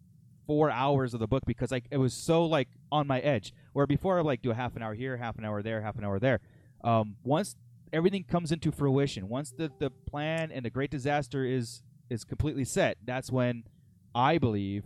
S8: four hours of the book because like it was so like on my edge. Where before I like do a half an hour here, half an hour there, half an hour there. Um, once everything comes into fruition, once the, the plan and the great disaster is is completely set, that's when I believe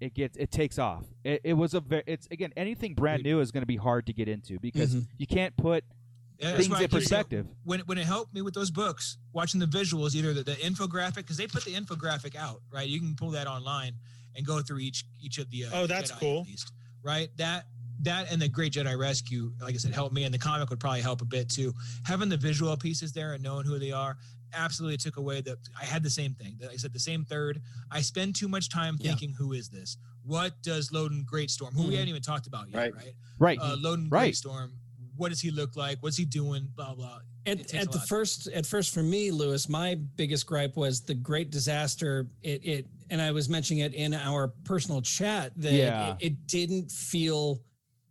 S8: it gets it takes off. It, it was a very it's again anything brand new is going to be hard to get into because you can't put
S10: Yeah, Mm-hmm. that's
S8: things
S10: why I
S8: in
S10: keep saying,
S8: perspective.
S10: when when it helped me with those books, watching the visuals, either the, the infographic because they put the infographic out, right? You can pull that online and go through each each of the. Uh,
S4: Oh, that's
S10: Jedi at
S4: cool.
S10: least, right, that that and the Great Jedi Rescue, like I said, helped me, and the comic would probably help a bit too. Having the visual pieces there and knowing who they are absolutely took away the. I had the same thing. Like I said the same third. I spend too much time
S5: Yeah.
S10: thinking, who is this? What does Loden Greatstorm, who we
S5: Mhm.
S10: haven't even talked about yet,
S9: Right.
S10: right?
S8: Right.
S10: uh, Loden
S8: Right.
S10: Greatstorm. What does he look like? What's he doing? Blah blah. It
S5: at,
S10: takes
S5: at
S10: a
S5: the
S10: lot.
S5: first at first for me lewis my biggest gripe was the great disaster it it and i was mentioning it in our personal chat that
S8: Yeah.
S5: it, it didn't feel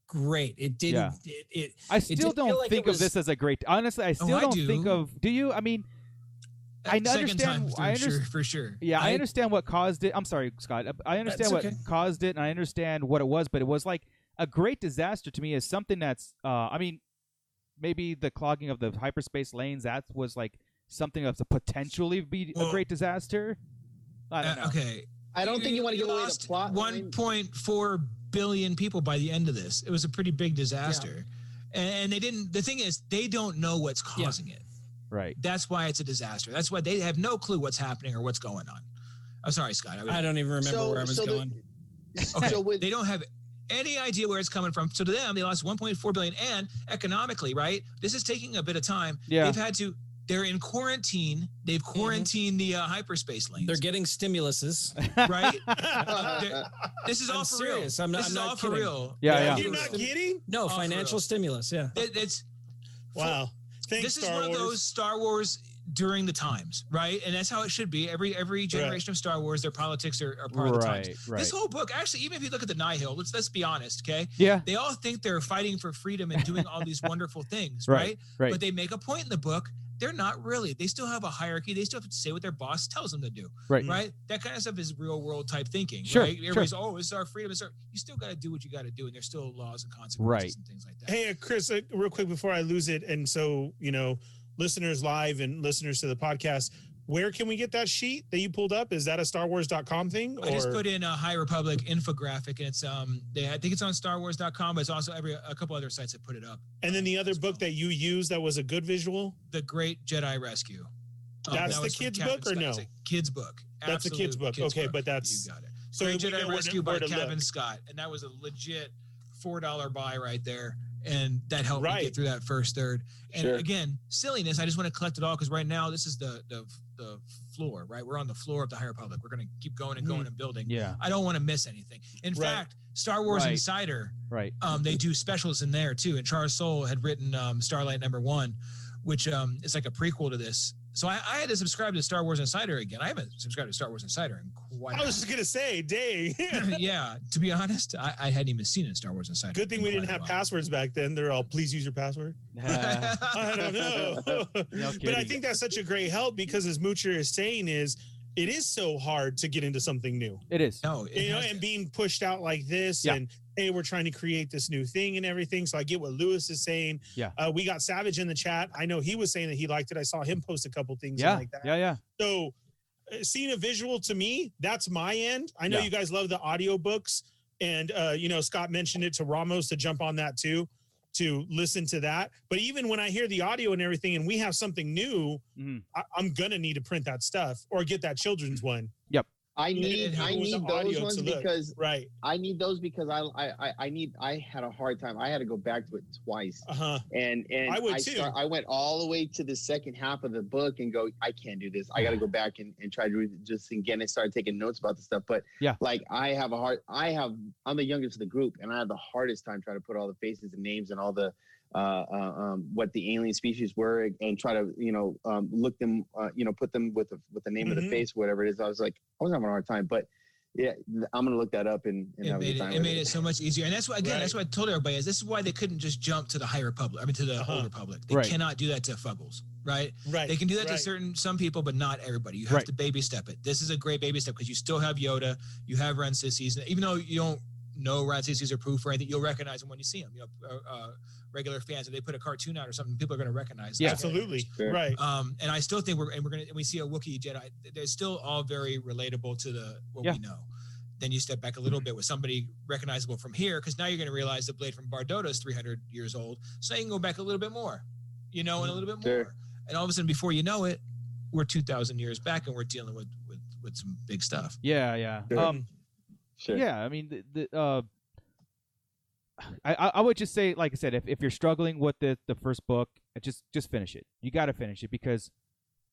S5: great it didn't it, it
S8: I
S5: did
S8: still
S5: feel
S8: don't
S5: like it
S8: think
S5: was-
S8: of this as a great. Honestly, I still
S10: Oh, I
S8: don't think
S10: do.
S8: of. Do you? I mean, I
S10: uh, Second
S8: understand-
S10: time
S8: I
S10: through, sure,
S8: underst-
S10: for sure.
S8: yeah, I,
S5: I-
S8: understand what caused it. I'm sorry, Scott. Uh, I I understand
S5: That's
S8: what
S5: okay.
S8: caused it, and I understand what it was, but it was like a great disaster to me. Is something that's. Uh, I mean, maybe the clogging of the hyperspace lanes. That was like something that's a potentially be a
S10: Well-
S8: great disaster. I don't
S10: Uh,
S8: know.
S10: okay.
S9: I don't think you want to give away the
S10: lost
S9: plot. line.
S10: 1.4 billion people by the end of this. It was a pretty big disaster. And, and they didn't, the thing is, they don't know what's causing it.
S8: Right.
S10: That's why it's a disaster. That's why they have no clue what's happening or what's going on. I'm sorry, Scott. I was-
S5: i don't even remember
S9: So-
S5: where i was
S9: so the-
S5: going
S10: okay.
S9: So with,
S10: they don't have any idea where it's coming from. So to them, they lost 1.4 billion. And economically, right? This is taking a bit of time.
S8: Yeah.
S10: They've had to, they're in quarantine. They've quarantined the uh, hyperspace lanes.
S5: Mm-hmm. they're getting stimuluses
S10: right? They're- this is
S5: I'm
S10: all for
S5: serious.
S10: real.
S5: I'm not-
S10: this
S5: I'm
S10: is
S5: not
S10: all for
S5: kidding.
S10: real.
S8: Yeah, yeah.
S4: You're not kidding?
S5: no
S10: Oh, for
S5: financial
S10: real.
S5: stimulus yeah
S10: It- it's
S4: Wow. Thanks,
S10: this is
S4: Star
S10: one of
S4: Wars.
S10: those Star Wars during the times, right? And that's how it should be. Every every generation of Star Wars, their politics are, are part of the times.
S8: Right. Right.
S10: This whole book, actually, even if you look at the Nihil, let's let's be honest, okay?
S8: yeah.
S10: They all think they're fighting for freedom and doing all these wonderful things,
S8: Right,
S10: right?
S8: right.
S10: But they make a point in the book. They're not really. They still have a hierarchy. They still have to say what their boss tells them to do.
S8: Right.
S10: Right. That kind of stuff is real world type thinking.
S8: Hmm. Sure,
S10: Right?
S8: sure.
S10: Everybody's, oh, this is our freedom. It's our... You still got to do what you got to do, and there's still laws and consequences
S8: Right.
S10: and things like that.
S4: Hey, uh, Chris, uh, real quick before I lose it, and so you know, listeners live and listeners to the podcast, where can we get that sheet that you pulled up? Is that a StarWars.com thing? Or
S10: I just put in a High Republic infographic, and it's um, they, I think it's on StarWars.com, but it's also every a couple other sites that put it up.
S4: and then the other
S10: as
S4: book
S10: well.
S4: that you used that was a good visual.
S10: The Great Jedi Rescue. Um,
S4: That's the
S10: was from
S4: kids'
S10: Captain
S4: book or
S10: Scott.
S4: no?
S10: It's a kids book.
S4: That's a kids'
S10: Absolute
S4: book. Okay, but that's-
S10: you got it.
S4: so
S10: Great
S4: that we know
S10: Jedi
S4: where to-
S10: Rescue
S4: where
S10: by
S4: to look.
S10: Kevin Scott, and that was a legit four dollar buy right there, and that helped me
S4: Right.
S10: get through that first third. And
S9: Sure.
S10: again, silliness. I just want to collect it all because right now this is the the the floor. Right, we're on the floor of the High Republic. We're gonna keep going and going and building.
S8: Yeah.
S10: I don't want to miss anything. In
S4: Hmm. Right.
S10: fact, Star Wars
S8: Right.
S10: Insider,
S8: Right.
S10: um, they do specials in there too. And Charles Soule had written um, Starlight Number One, which um, is like a prequel to this. So I, I had to subscribe to Star Wars Insider again. I haven't subscribed to Star Wars Insider in quite.
S4: I was just gonna say, dang.
S10: yeah, to be honest, I, I hadn't even seen a Star Wars Insider.
S4: good thing
S10: in
S4: we didn't
S10: quite
S4: have
S10: a
S4: passwords back then. They're all please use your password.
S8: Uh,
S4: I don't know. but I
S8: kidding.
S4: think that's such a great help because as Moocher is saying is it is so hard to get into something new.
S8: it is.
S10: while. no, it
S4: you know,
S10: has-
S4: and being pushed out like this,
S8: Yeah.
S4: and hey, we're trying to create this new thing and everything. So I get what Lewis is saying.
S8: Yeah.
S4: uh, we got Savage in the chat. I know he was saying that he liked it. I saw him post a couple things
S8: Yeah.
S4: like that.
S8: Yeah. Yeah.
S4: So uh, seeing a visual to me, that's my end. I know
S8: Yeah.
S4: you guys love the audio books, and uh, you know Scott mentioned it to Ramos to jump on that too, to listen to that. But even when I hear the audio and everything, and we have something new,
S8: Mhm.
S4: I- I'm gonna need to print that stuff or get that children's
S8: Mm-hmm.
S4: one,
S9: I
S4: Even
S9: need
S4: if
S9: I
S4: it was
S9: need those
S4: audio
S9: ones
S4: to look.
S9: because
S4: right?
S9: I need those because I I I- I need I had a hard time. I had to go back to it twice.
S4: Uh huh.
S9: And and
S4: I would too.
S9: I went all the way to the second half of the book and go, I can't do this. I got to go back and, and try to read it just again and start taking notes about the stuff. But
S8: Yeah.
S9: like I have a hard. I have I'm the youngest of the group, and I have the hardest time trying to put all the faces and names and all the uh, uh, um, what the alien species were and try to you know um, look them uh, you know put them with the, with the name of
S10: Mm-hmm.
S4: Mhm.
S9: the face whatever it is. I was like I was having a hard time, but Yeah, I'm gonna look that up and, and
S10: it
S9: have a
S10: made
S9: good
S10: it,
S9: time.
S10: it
S9: with
S10: made it so much easier, and that's why again,
S4: Right.
S10: that's what I told everybody is this is why they couldn't just jump to the High Republic. I mean, to the
S4: Uh-huh.
S10: Old Republic. They
S8: Right.
S10: cannot do that to Fuggles, right?
S4: Right.
S10: They can do that
S4: right.
S10: to certain some people, but not everybody. You have
S8: Right.
S10: to baby step it. This is a great baby step because you still have Yoda, you have Ramesses, and even though you don't know Ramesses or proof or anything, you'll recognize them when you see them. You know, uh, uh, regular fans if they put a cartoon out or something, people are going to recognize.
S8: Yeah.
S10: those
S4: Absolutely.
S10: characters.
S9: Sure.
S4: Right.
S10: Um, and I still think we're and we're gonna and we see a Wookiee Jedi. They're still all very relatable to the what
S8: Yeah.
S10: we know. Then you step back a little bit with somebody recognizable from here, because now you're going to realize the blade from Bardota is 300 years old. So you can go back a little bit more, you know, and a little bit
S9: Sure.
S10: more. And all of a sudden, before you know it, we're 2,000 years back and we're dealing with with with some big stuff.
S8: Yeah, yeah.
S9: Sure.
S8: Um,
S9: Sure.
S8: Yeah, I mean, the, the uh, I I I would just say, like I said, if, if you're struggling with the the first book, uh, just just finish it. You got to finish it because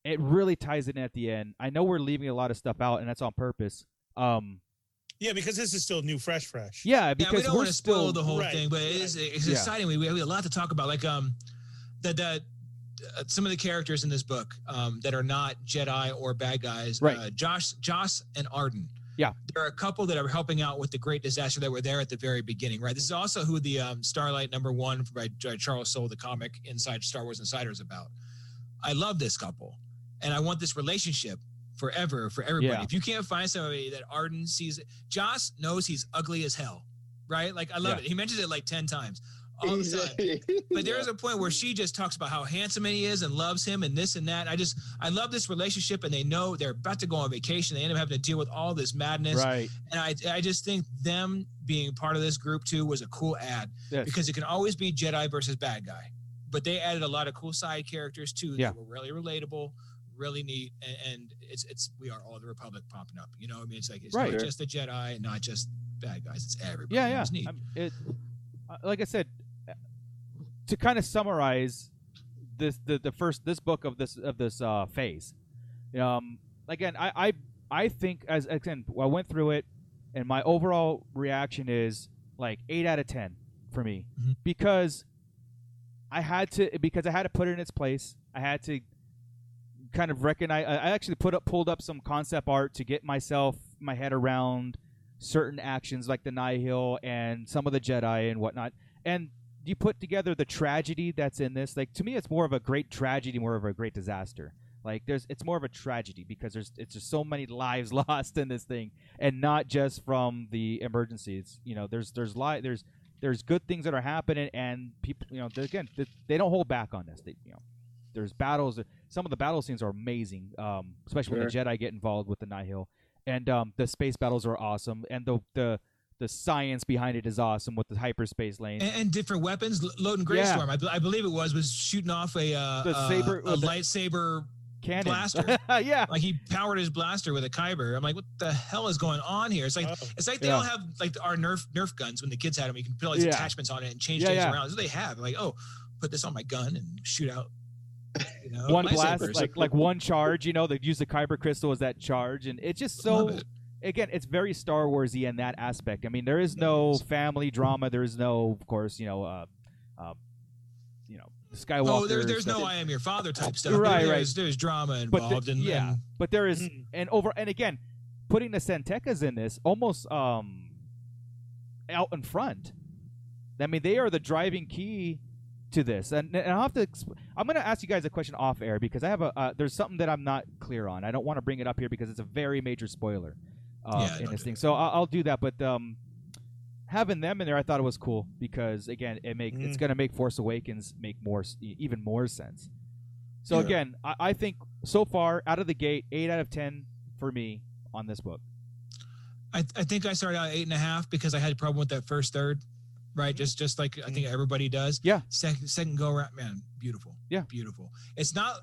S8: it really ties it in at the end. I know we're leaving a lot of stuff out, and that's on purpose. Um,
S4: Yeah, because this is still new, fresh, fresh.
S8: yeah,
S10: Yeah,
S8: because
S10: we don't
S8: are
S10: want to spoil
S8: still
S10: the whole
S4: Right,
S10: thing, but it is, it's
S8: Yeah.
S10: exciting. We, we have a lot to talk about, like um, that that uh, some of the characters in this book um, that are not Jedi or bad guys.
S8: Right.
S10: Uh, Josh, Joss, and Arden.
S8: Yeah.
S10: there are a couple that are helping out with the great disaster that were there at the very beginning. Right. This is also who the um, Starlight Number One by, by Charles Soule, the comic inside Star Wars Insider, is about. I love this couple, and I want this relationship forever for everybody.
S8: Yeah.
S10: If you can't find somebody that Arden sees, Joss knows he's ugly as hell, right? Like I love
S8: Yeah.
S10: it. He mentions it like ten times. All the time but there is a point where she just talks about how handsome he is and loves him and this and that. I just I love this relationship, and they know they're about to go on vacation. They end up having to deal with all this madness,
S8: right.
S10: and I I just think them being part of this group too was a cool ad
S8: Yes.
S10: because it can always be Jedi versus bad guy, but they added a lot of cool side characters too
S8: Yeah.
S10: that were really relatable, really neat, and, and it's it's we are all the Republic popping up. You know, I mean, it's like it's
S8: Right.
S10: not just the Jedi, and not just bad guys. It's everybody.
S8: yeah,
S10: It
S8: yeah.
S10: was neat.
S8: I'm- it- uh, like I said, uh, to kind of summarize this the, the first this book of this of this uh, phase. Um, again, I, I I think as again I went through it, and my overall reaction is like eight out of ten for me
S10: Mhm.
S8: because I had to because I had to put it in its place. I had to kind of recognize. I I actually put up pulled up some concept art to get myself my head around certain actions like the Nihil and some of the Jedi and whatnot. And you put together the tragedy that's in this. Like to me, it's more of a great tragedy, more of a great disaster. Like there's, it's more of a tragedy because there's, it's just so many lives lost in this thing, and not just from the emergencies. You know, there's, there's li- there's, there's good things that are happening, and people, you know, they- again, they, they don't hold back on this. They, you know, there's battles. Some of the battle scenes are amazing, um, especially when the Jedi get involved with the Nihil, and um, the space battles are awesome, and the the the science behind it is awesome with the hyperspace lane.
S10: and, and different weapons. L- Loden Greystorm,
S8: Yeah.
S10: Storm, I, be- I believe it was, was shooting off a uh,
S8: The
S10: uh,
S8: saber-
S10: a
S8: uh, the-
S10: lightsaber.
S8: cannon.
S10: Blaster.
S8: yeah.
S10: Like he powered his blaster with a kyber. I'm like, what the hell is going on here? It's like
S4: Oh.
S10: it's like they
S8: Yeah.
S10: all have like our Nerf Nerf guns when the kids had them. You can put all these
S8: Yeah.
S10: attachments on it and change
S8: Yeah,
S10: things
S8: yeah.
S10: around. So they have like, oh, put this on my gun and shoot out. You know,
S8: One blast,
S10: lightsabers.
S8: like like one charge, you know, they use the kyber crystal as that charge, and it's just so.
S10: Love it.
S8: Again, it's very Star Warsy in that aspect. I mean, there is no family drama. There is no, of course, you know, uh, uh, you know, Skywalker.
S10: Oh, there's there's
S8: stuff.
S10: no I am your father type stuff.
S8: Right,
S10: There's,
S8: right.
S10: There's drama
S8: But the-
S10: involved. Mm-hmm. and,
S8: yeah,
S10: and
S8: but there is,
S4: Mm.
S8: and over, and again, putting the Santecas in this almost um out in front. I mean, they are the driving key to this, and, and I'll have to. Exp- I'm going to ask you guys a question off air because I have a uh, there's something that I'm not clear on. I don't want to bring it up here because it's a very major spoiler uh,
S10: Yeah,
S8: in
S10: don't
S8: this
S10: do
S8: thing.
S10: that.
S8: So I'll, I'll do that, but um, having them in there, I thought it was cool because again, it make it's
S10: Mm.
S4: Mhm.
S8: going to make Force Awakens make more s- e- even more sense. So
S10: Yeah.
S8: again, I, I think so far out of the gate, eight out of ten for me on this book.
S10: I, I think I started out eight and a half because I had a problem with that first third, right? Just just like I think everybody does.
S8: Mm-hmm. Yeah.
S10: Second second go around, man, beautiful.
S8: Yeah.
S10: Beautiful. It's not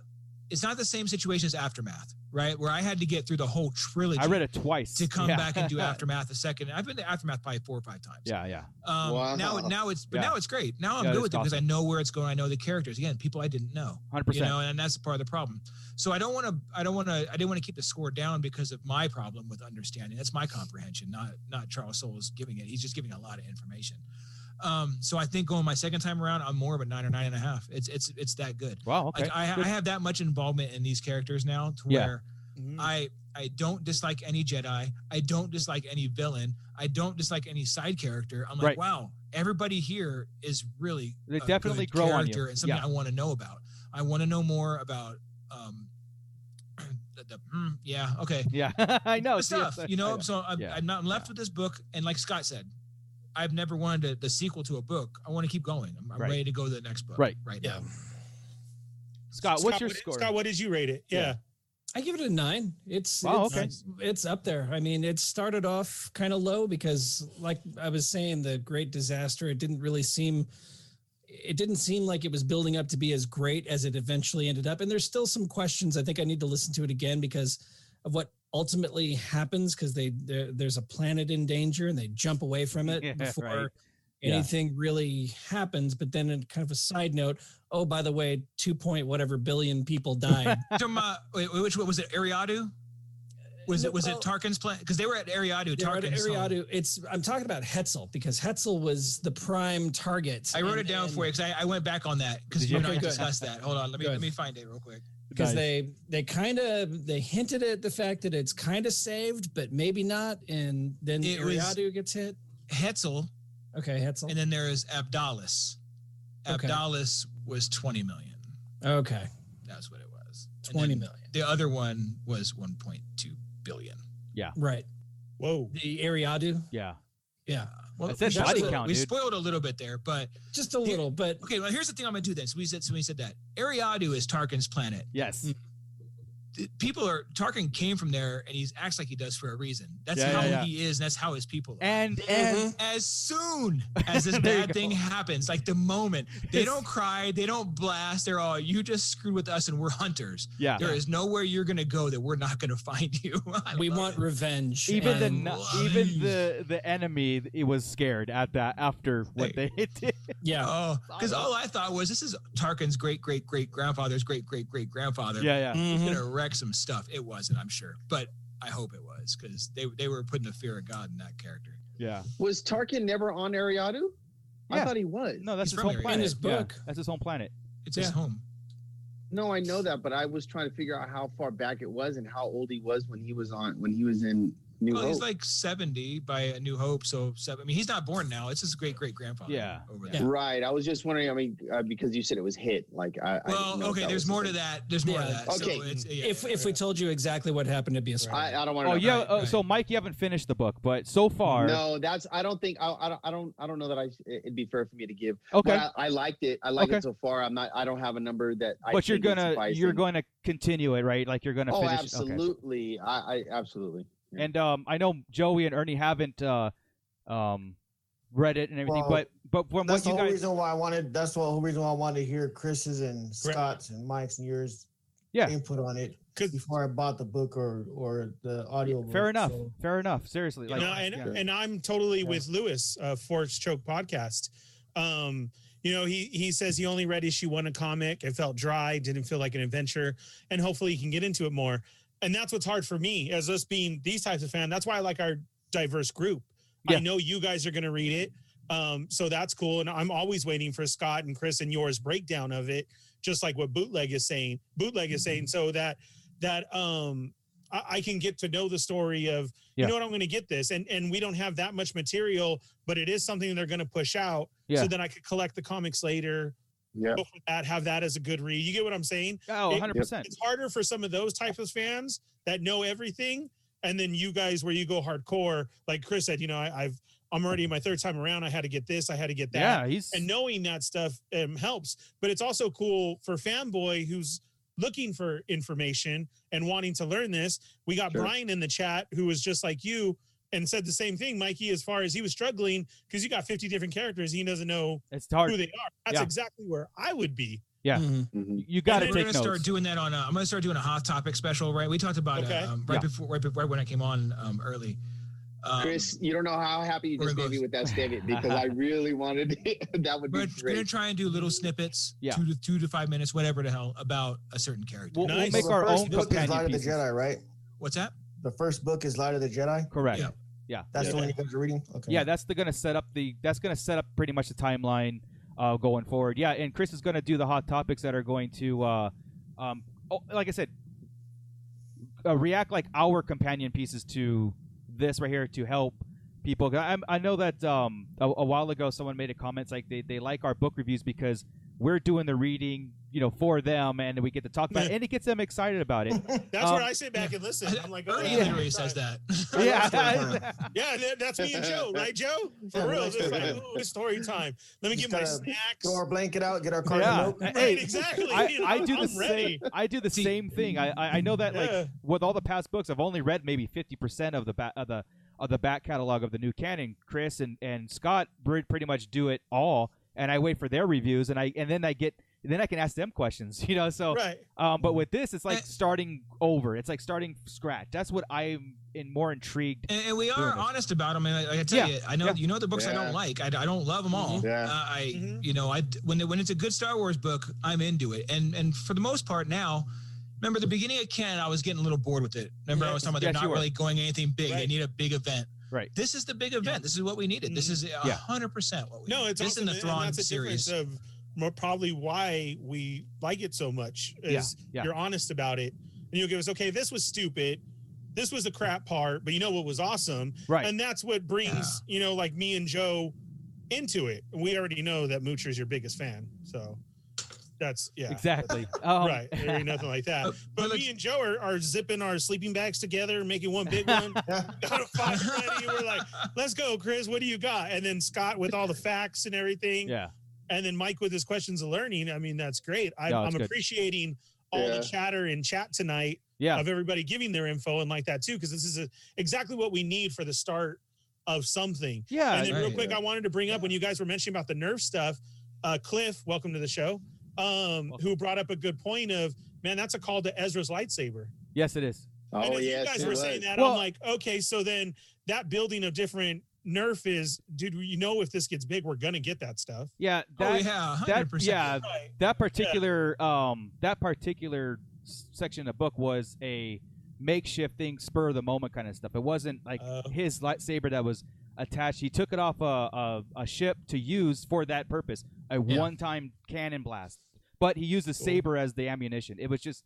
S10: it's not the same situation as aftermath, right? Where I had to get through the whole trilogy
S8: I read it twice
S10: to come
S8: Yeah.
S10: back and do aftermath a second. I've been to aftermath probably four or five times.
S8: yeah, yeah,
S10: Um,
S9: Wow.
S10: Now now it's but
S8: Yeah.
S10: now it's great. Now I'm
S8: Yeah,
S10: good
S8: it's
S10: with it because I know where it's going. I know the characters again. People I didn't know
S8: hundred
S10: you
S8: percent.
S10: know and that's part of the problem so i don't want to i don't want to i didn't want to keep the score down because of my problem with understanding that's my comprehension not not charles soule's giving it he's just giving a lot of information um so i think going my second time around i'm more of a nine or nine and a half it's it's it's that good
S8: Wow, okay.
S10: like I, I
S8: Good.
S10: have that much involvement in these characters now to
S8: Yeah.
S10: where
S4: Mhm.
S10: i I don't dislike any Jedi. I don't dislike any villain. I don't dislike any side character. I'm
S8: Right.
S10: like, wow, everybody here is really
S8: They
S10: a
S8: definitely
S10: Uh, good
S8: grow on you.
S10: character and something
S8: Yeah.
S10: I want to know about. I want to know more about um the, the mm, yeah okay
S8: Yeah, I know.
S10: the
S8: see, it's uh,
S10: stuff
S8: like-
S10: you
S8: I
S10: know. So I'm,
S8: Yeah.
S10: I'm not I'm left with this book, and like Scott said, I've never wanted to, the sequel to a book. I want to keep going. I'm, I'm
S8: Right.
S10: ready to go to the next book.
S8: Right.
S10: Right.
S5: Yeah.
S10: Now.
S8: Scott, what's your
S4: what,
S8: score?
S4: Scott, what did you rate it? Yeah.
S5: I give it a nine. It's
S8: Wow,
S5: it's,
S8: oh, okay.
S5: it's up there. I mean, it started off kind of low because, like I was saying, the great disaster. It didn't really seem, it didn't seem like it was building up to be as great as it eventually ended up. And there's still some questions. I think I need to listen to it again because of what ultimately happens. Because they there, there's a planet in danger and they jump away from it
S8: Yeah,
S5: before
S8: right. Yeah.
S5: anything really happens. But then, in kind of a side note, oh by the way, two point whatever billion people died.
S10: From, uh, wait, wait, which one was it? Ariadu? Was it was
S5: Well-
S10: it Tarkin's plan? Because they were at Ariadu.
S5: Yeah,
S10: Tarkin's home.
S5: Ariadu, it's I'm talking about Hetzel because Hetzel was the prime target.
S10: I wrote
S5: And-
S10: it down
S5: and-
S10: for you because I, I went back on that because
S8: Did
S10: you
S8: you?
S10: and I
S5: Okay, good.
S10: discussed that. Hold on, let me
S5: Good.
S10: let me find it real quick.
S5: because
S8: Nice.
S5: they they kind of they hinted at the fact that it's kind of saved but maybe not, and then
S10: It was-
S5: Ariadu gets hit.
S10: Hetzel,
S5: Okay, Hetzel.
S10: and then there is Abdalis.
S5: Okay.
S10: Abdalis was twenty million.
S5: okay,
S10: That's what it was. And
S5: twenty
S10: then
S5: million.
S10: The other one was one point two billion.
S5: Right,
S4: Whoa.
S5: the Ariadu.
S8: yeah.
S5: Yeah,
S10: Well,
S8: That's it,
S10: Uh, we
S5: body
S10: spoiled-
S8: count,
S10: we
S8: dude.
S10: spoiled a little bit there, but
S5: just a
S10: Here-
S5: little, but
S10: okay. Well, here's the thing I'm gonna do. Then so we said so we said that Ariadu is Tarkin's planet.
S8: Yes.
S5: Mm.
S10: Th- People are Tarkin came from there, and he acts like he does for a reason. That's
S8: Yeah,
S10: how
S8: yeah, yeah.
S10: he is. And that's how his people are.
S8: And
S10: Mm-hmm.
S8: and
S10: as soon as this
S8: There you
S10: bad thing
S8: go.
S10: happens, like the moment they
S8: It's-
S10: don't cry, they don't blast, they're all you just screwed with us and we're hunters.
S8: yeah.
S10: There is nowhere you're gonna go that we're not gonna find you. I
S5: we
S10: love
S5: want
S10: it.
S5: revenge.
S8: Even the
S5: and-
S8: nu- even the the enemy it was scared at that after what they did.
S5: yeah,
S10: Oh, because all I thought was this is Tarkin's great great great grandfather's great great great grandfather.
S8: Yeah, Mm-hmm. yeah.
S10: He's gonna wreck some stuff. It wasn't, I'm sure, but I hope it was because they they were putting the fear of God in that character.
S8: Yeah.
S9: Was Tarkin never on Ariadu?
S8: Yeah.
S9: I thought he was.
S8: No, that's
S10: He's
S8: his
S10: from
S8: home
S10: there, yeah.
S8: planet.
S5: In his
S8: Yeah,
S5: book.
S8: That's his home planet.
S10: It's his
S5: Yeah.
S10: home.
S9: No, I know that, but I was trying to figure out how far back it was and how old he was when he was on when he was in New
S10: Well,
S9: Hope.
S10: he's like 70 by a New Hope, so seven. I mean, he's not born now. It's his great great grandfather.
S8: Yeah.
S10: Over there.
S9: right. I was just wondering. I mean, uh, because you said it was hit. Like, I. I didn't
S10: Well,
S9: know if
S10: okay.
S9: that
S10: There's
S9: was
S10: more
S9: the
S10: to that. There's more
S5: Yeah.
S10: to that.
S9: Okay.
S10: So it's, yeah,
S5: if
S10: yeah,
S5: if
S10: yeah.
S5: we told you exactly what happened, it'd be a
S9: thing.
S5: spoiler.
S9: I, I don't want to.
S8: Oh yeah.
S10: right,
S8: oh,
S10: right.
S8: So Mike, you haven't finished the book, but so far,
S9: No, that's. I don't think. I. I don't. I don't. I don't know that. I. It'd be fair for me to give.
S8: okay.
S9: But I, I liked it. I like
S8: Okay.
S9: it so far. I'm not. I don't have a number that. I
S8: but you're
S9: think is
S8: gonna you're
S9: sufficing.
S8: going to continue it, right? Like you're going to
S9: Oh,
S8: finish. okay.
S9: absolutely. I, I absolutely. Yeah.
S8: And um, I know Joey and Ernie haven't uh, um, read it and everything,
S11: Well,
S8: but but from
S11: That's
S8: what
S11: the
S8: you
S11: whole
S8: guys,
S11: reason why I wanted. That's the whole reason why I wanted to hear Chris's and
S4: Correct.
S11: Scott's and Mike's and yours
S8: Yeah.
S11: input on it
S4: 'Cause-
S11: before I bought the book or or the audio.
S8: fair enough,
S11: So,
S8: fair enough. Seriously, like,
S4: no, and
S8: yeah.
S4: and I'm totally
S11: Yeah.
S4: with Lewis uh, Force Choke podcast. Um, you know, he he says he only read issue one of comic. It felt dry, didn't feel like an adventure, and hopefully he can get into it more. And that's what's hard for me as us being these types of fan. That's why I like our diverse group.
S8: Yeah.
S4: I know you guys are going to read it, um, so that's cool. And I'm always waiting for Scott and Chris and yours breakdown of it, just like what Bootleg is saying. Bootleg is saying
S8: Mm-hmm.
S4: so that that um, I, I can get to know the story of
S8: Yeah.
S4: you know what i'm going to get this and and we don't have that much material but it is something they're going to push out
S8: Yeah.
S4: so then i could collect the comics later
S9: Yeah.
S4: go for that have that as a good read you get what i'm saying
S8: oh,
S4: it-
S8: 100 percent.
S4: it's harder for some of those types of fans that know everything and then you guys where you go hardcore like chris said you know I, i've i'm already my third time around i had to get this i had to get that
S8: Yeah, he's
S4: and knowing that stuff um, helps. But it's also cool for fanboy who's looking for information and wanting to learn this. We got
S9: Sure.
S4: Brian in the chat who was just like you and said the same thing, Mikey, as far as he was struggling because you got 50 different characters. He doesn't know
S8: it's hard.
S4: who they are. That's
S8: Yeah.
S4: exactly where I would be.
S8: yeah.
S5: Mhm.
S9: Mhm.
S8: you got to
S10: And we're
S8: take
S10: gonna
S8: notes.
S10: start doing that on. A, I'm gonna start doing a hot topic special, right? We talked about
S4: Okay.
S10: uh, um, right
S8: Yeah.
S10: before, right before, right when I came on um, early. Um,
S9: Chris, you don't know how happy you
S10: we're
S9: just
S10: gonna
S9: made
S10: go-
S9: me with that statement because I really wanted that would
S10: we're
S9: be
S10: gonna
S9: great.
S10: try and do little snippets,
S8: Yeah.
S10: two to two to five minutes, whatever the hell, about a certain character.
S8: We'll,
S4: Nice.
S8: we'll make
S11: the
S8: our
S11: first
S8: own
S11: book is Light
S8: companion
S11: of the
S8: pieces.
S11: Jedi, right?
S10: What's that?
S11: The first book is Light of the Jedi.
S8: Correct.
S10: Yeah.
S11: That's
S9: Yeah.
S11: the one you guys are reading. Okay.
S8: yeah that's the gonna set up the that's gonna set up pretty much the timeline uh, going forward yeah and chris is gonna do the hot topics that are going to uh, um, oh, like i said uh, react like our companion pieces to this right here to help people. 'Cause I'm, I know that um, a, a while ago someone made a comment it's like they, they like our book reviews because we're doing the reading, you know, for them, and we get to talk about it, and it gets them excited about it.
S4: That's
S8: Um,
S4: where I sit back and listen. I'm like, oh,
S10: Ernie
S4: yeah.
S10: literally says that.
S8: yeah,
S4: Yeah, that- that's me and Joe, right, Joe? For real, it's like, ooh, it's story time. Let me
S11: Just
S4: get my
S11: gotta
S4: snacks.
S11: Throw our blanket out, get our carton
S8: Yeah.
S11: open.
S4: Right,
S8: Hey,
S4: exactly.
S8: I,
S4: you know,
S8: I do the
S4: I'm ready.
S8: same. I do the same thing. I, I I know that
S4: Yeah.
S8: like with all the past books, I've only read maybe fifty percent of the ba- of the of the back catalog of the new canon. Chris and and Scott pre- pretty much do it all, and I wait for their reviews, and I and then I get then I can ask them questions. You know, so
S4: Right.
S8: um, but with this, it's like
S10: And-
S8: starting over. It's like starting from scratch. That's what I'm in more intrigued.
S10: And, and we
S8: Doing
S10: are
S8: it.
S10: honest about them. And I, I tell
S8: Yeah,
S10: you, I know
S8: yeah.
S10: you know the books I
S9: Yeah.
S10: don't like. I, I don't love them all.
S9: Mhm. Yeah.
S10: Uh, I
S8: Mm-hmm.
S4: Mhm.
S10: you know I when when it's a good Star Wars book, I'm into it. And and for the most part now, remember the beginning of Canon, I was getting a little bored with it. Remember I was talking about they're
S8: Yes, you
S10: not
S8: were.
S10: really going anything big. They
S4: Right.
S10: need a big event.
S8: Right. Mm-hmm.
S10: This is the big event. This is what we needed. This is
S8: Yeah.
S10: hundred percent what we.
S4: No,
S10: needed.
S4: it's
S10: this
S4: awesome.
S10: in the
S4: and- and
S10: Thrawn
S4: that's a
S10: series.
S4: difference of more probably why we like it so much.
S8: Yeah,
S4: Is
S8: yeah.
S4: you're honest about it, and you'll give us okay. This was stupid. This was the crap part, but you know what was awesome,
S8: Right.
S4: and that's what brings you know like me and Joe into it. We already know that Moocher's your biggest fan, so that's yeah.
S8: exactly. Um,
S4: Right, there ain't nothing like that.
S10: Uh,
S4: But
S10: but
S4: me and Joe are, are zipping our sleeping bags together, making one big one. Got a five ready. We're like, let's go, Chris. What do you got? And then Scott with all the facts and everything.
S8: Yeah.
S4: And then Mike with his questions of learning. I mean, that's great. I,
S8: No, it's
S4: I'm
S8: good.
S4: appreciating all
S9: Yeah.
S4: the chatter in chat tonight
S8: Yeah.
S4: of everybody giving their info and like that too, because this is a, exactly what we need for the start of something.
S8: Yeah.
S4: And then real
S10: right.
S4: quick, I wanted to bring up when you guys were mentioning about the nerf stuff. Uh, Cliff, welcome to the show. Um, who brought up a good point of man, that's a call to Ezra's lightsaber.
S8: Yes, it is.
S9: Oh
S4: and as
S9: yes,
S4: you guys
S9: it
S4: were
S9: was.
S4: saying that,
S8: Well-
S4: I'm like, okay, so then that building of different nerf is, dude, you know, if this gets big, we're gonna get that stuff.
S8: Yeah.
S10: oh
S8: That.
S10: yeah,
S8: that.
S10: hundred percent.
S8: Yeah.
S4: Right.
S8: that particular um that particular s- section of the book was a makeshift thing spur of the moment kind of stuff it wasn't like
S4: Oh.
S8: his lightsaber that was attached he took it off a, a, a ship to use for that purpose a
S10: Yeah.
S8: one-time cannon blast but he used the
S4: Cool.
S8: saber as the ammunition it was just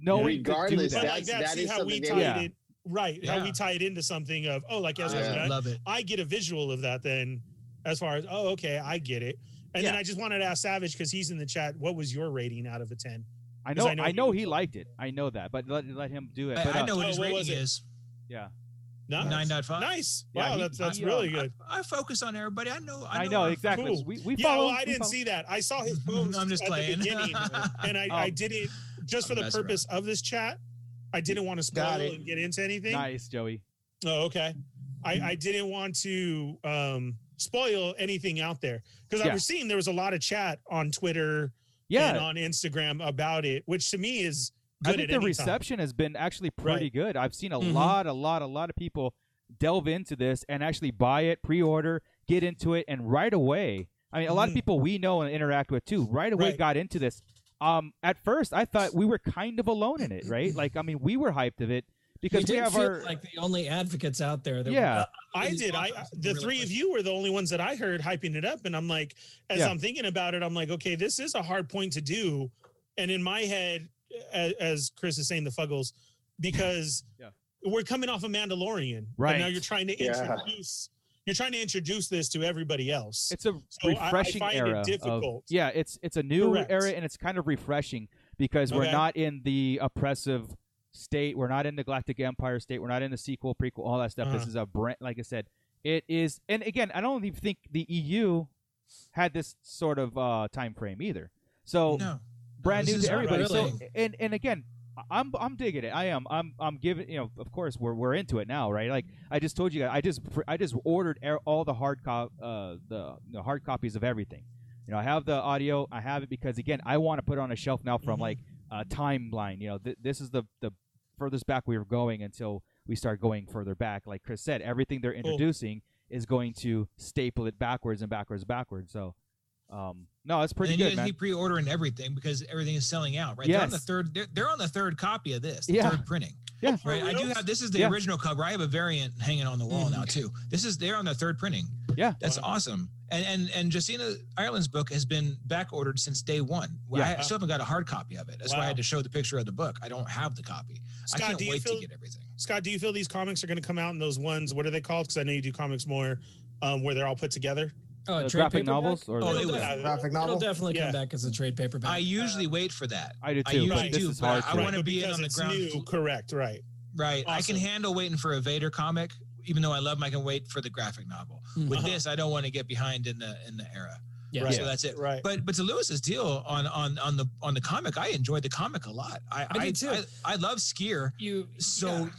S8: knowing to do
S9: Regardless,
S8: that.
S4: But like
S9: That's-
S4: that,
S9: that
S4: see
S9: is
S4: how we
S9: something they
S4: tied
S8: would-
S4: it, right? How we
S10: Yeah.
S4: tie it into something of, oh, like Ezra's
S9: Yeah.
S10: I
S4: gun.
S10: love it.
S4: I get a visual of that then as far as oh okay, I get it. And then
S8: Yeah.
S4: I just wanted to ask Savage because he's in the chat, what was your rating out of a 10?
S8: i
S4: because
S8: know
S4: I know
S8: i know
S4: he-
S8: he liked it i know that but let, let him do it
S10: I,
S8: but,
S10: I
S8: uh,
S10: know what
S4: oh,
S10: his
S4: what
S10: rating
S4: was it?
S10: is.
S8: yeah
S4: Nice.
S10: Nine point five.
S4: Nice.
S8: Yeah,
S4: wow,
S8: he-
S4: that's that's
S8: he,
S4: really
S10: I,
S4: good.
S10: I focus on everybody. I know.
S8: i know,
S10: our-
S8: exactly
S4: cool.
S8: we, we
S4: yeah,
S8: follow
S4: well,
S8: him,
S4: I
S8: we
S4: didn't
S8: follow-
S4: see that. I saw his post
S10: I'm just
S4: at
S10: playing. Oh,
S4: the beginning, and I, I
S8: Um,
S4: did it just for
S10: I'm
S4: the
S10: messing
S4: purpose of this chat. I didn't want to
S11: Got
S4: spoil
S11: it.
S4: and get into anything.
S8: nice joey
S4: Oh, okay. I, I didn't want to um, spoil anything out there because I
S8: Yeah.
S4: was seeing there was a lot of chat on Twitter
S8: yeah
S4: and on Instagram about it, which to me is good
S8: I think
S4: at
S8: the
S4: any time.
S8: reception has been actually pretty
S4: Right. Mm-hmm.
S8: good. I've seen a
S5: Mhm.
S8: lot, a lot, a lot of people delve into this and actually buy it, pre-order, get into it, and right away. I mean, a lot of
S4: Mhm.
S8: people we know and interact with too, right away
S4: Right.
S8: got into this. Um, at first, I thought we were kind of alone in it, right? Like, I mean, we were hyped of it because
S5: we,
S8: we
S5: did
S8: have
S5: feel
S8: our
S5: like the only advocates out there. That
S8: yeah,
S4: I
S10: these
S4: did. I
S10: podcasts
S4: the
S10: really
S4: three
S10: quick.
S4: of you were the only ones that I heard hyping it up, and I'm like, as
S8: Yeah.
S4: I'm thinking about it, I'm like, okay, this is a hard point to do, and in my head, as, as Chris is saying, the Fuggles, because
S8: Yeah.
S4: we're coming off of Mandalorian,
S8: Right.
S4: And now you're trying to
S9: Yeah.
S4: introduce, you're trying to introduce this to everybody else.
S8: it's a
S4: So I- I
S8: refreshing
S4: find it
S8: era. of-
S4: difficult.
S8: yeah, it's it's a new
S4: Correct.
S8: era and it's kind of refreshing because we're
S4: Okay.
S8: not in the oppressive state. We're not in the Galactic Empire state. We're not in the sequel, prequel, all that stuff. This
S4: Uh-huh.
S8: is a brand. Like I said, it is. And again, I don't even think the EU had this sort of uh, time frame either. So
S10: No.
S8: brand
S10: This
S8: new
S10: is
S8: to everybody.
S10: really-
S8: So and and again, I- I'm I'm digging it. I am. I'm I'm giving. You know, of course, we're we're into it now, right? Like I just told you guys, I just pr- I just ordered er- all the hard co- uh the, the hard copies of everything. You know, I have the audio. I have it because again, I want to put it on a shelf now
S4: Mhm.
S8: from
S10: Mm-hmm.
S8: like a timeline. You know, th- this is the the furthest back we were going until we start going further back. Like Chris said, everything they're
S4: Cool.
S8: introducing is going to staple it backwards and backwards, backwards. So, um, no, it's pretty
S10: and you
S8: good,
S10: guys
S8: man.
S10: keep pre-ordering everything because everything is selling out, right? They're on the
S8: Yes.
S10: third. They're, they're on the third copy of this. The
S8: Yeah.
S10: Third printing.
S8: Yeah.
S10: Right. I do have this is the
S8: Yeah. Mm.
S10: original cover. I have a variant hanging on the wall now too. This is they're on the third printing.
S8: Yeah.
S10: That's awesome. And and and Justina Ireland's book has been back ordered since day one. Well,
S8: Yeah.
S10: I still haven't got a hard copy of it. That's why I
S4: Wow.
S10: had to show the picture of the book. I don't have the copy. I
S4: Scott,
S10: can't
S4: do you
S10: wait
S4: feel
S10: to get everything.
S4: Scott? Do you feel these comics are going to come out in those ones? What are they called? Because I know you do comics more, um, where they're all put together.
S5: Oh,
S8: The
S5: trade
S8: Uh, graphic
S5: paperback?
S8: novels or
S10: Oh,
S8: the-
S10: it was-
S4: Yeah,
S11: Graphic
S5: It'll
S11: novel.
S5: definitely
S4: Yeah.
S5: come back as a trade paperback.
S10: I
S5: uh,
S10: usually wait for that.
S8: I do
S10: I
S8: too.
S10: usually
S8: but this
S10: do,
S8: is
S10: but
S8: hard.
S10: I
S8: for me.
S10: wanna-
S4: But
S10: be in on
S4: because
S10: the
S4: it's
S10: ground
S4: new,
S10: fl-
S4: correct? Right.
S10: Right. I
S4: Awesome.
S10: can handle waiting for a Vader comic, even though I love him. I can wait for the graphic novel.
S5: Mhm.
S10: With
S4: Uh-huh.
S10: this, I don't want to get behind in the in the era.
S5: Yeah.
S10: So that's it.
S4: Right.
S10: But but to Lewis's deal on on on the on the comic, I enjoyed the comic a lot. I
S5: I
S10: I
S5: did too.
S10: I, I love Skier.
S5: You
S10: So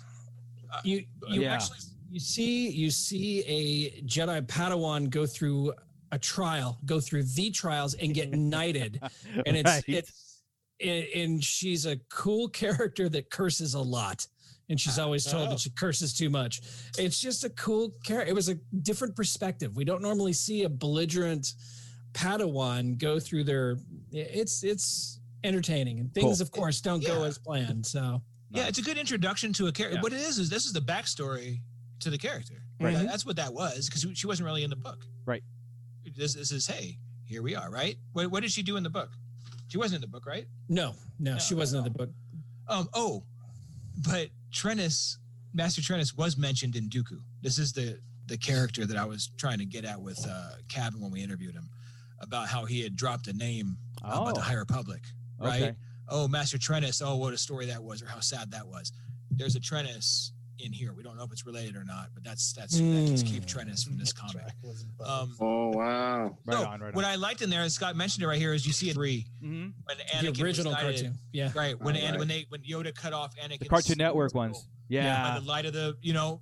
S5: you you
S8: Yeah.
S5: actually you see you see a Jedi Padawan go through a trial, go through the trials, and get knighted, and it's
S8: Right.
S5: it's and- and she's a cool character that curses a lot. And she's always told
S4: Oh.
S5: that she curses too much. It's just a cool character. It was a different perspective. We don't normally see a belligerent Padawan go through their. It's it's entertaining, and things
S8: Cool.
S5: of course don't go
S10: Yeah.
S5: as planned. So
S10: yeah, it's a good introduction to a character.
S8: Yeah.
S10: What it is is this is the backstory to the character.
S8: Right. Mm-hmm.
S10: That- that's what that was because she wasn't really in the book.
S8: Right.
S10: This, this is hey, here we are. Right. What, what did she do in the book? She wasn't in the book, right?
S5: no, no,
S10: No,
S5: she wasn't in the book.
S10: Um. Oh, but Trennis, Master Trennis, was mentioned in Dooku. This is the the character that I was trying to get at with uh, Cabin when we interviewed him about how he had dropped a name uh, about the High Republic. Right.
S8: Oh, okay.
S10: Oh, Master Trennis. Oh, what a story that was, or how sad that was. There's a Trennis in here. We don't know if it's related or not, but that's that's
S8: Hmm.
S10: that just keep Trennis from this comic. Um,
S9: Oh wow!
S8: Right
S10: so
S8: on. Right on.
S10: what I liked in there, and Scott mentioned it right here, is you see it three
S8: Mhm.
S10: when
S5: the
S10: Anakin was
S5: original
S10: knighted.
S5: cartoon. Yeah.
S10: Right when
S9: Right,
S10: and
S9: right.
S10: when they when Yoda cut off Anakin.
S8: The Cartoon Network ones. Yeah.
S10: By the light of the, you know,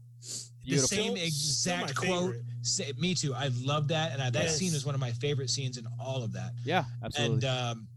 S8: Beautiful.
S10: the same
S4: Still-
S10: exact
S4: still my
S10: quote.
S4: favorite.
S10: Say, me too. I love that, and I, that
S4: Yes.
S10: scene is one of my favorite scenes in all of that.
S8: yeah. Absolutely.
S10: And um,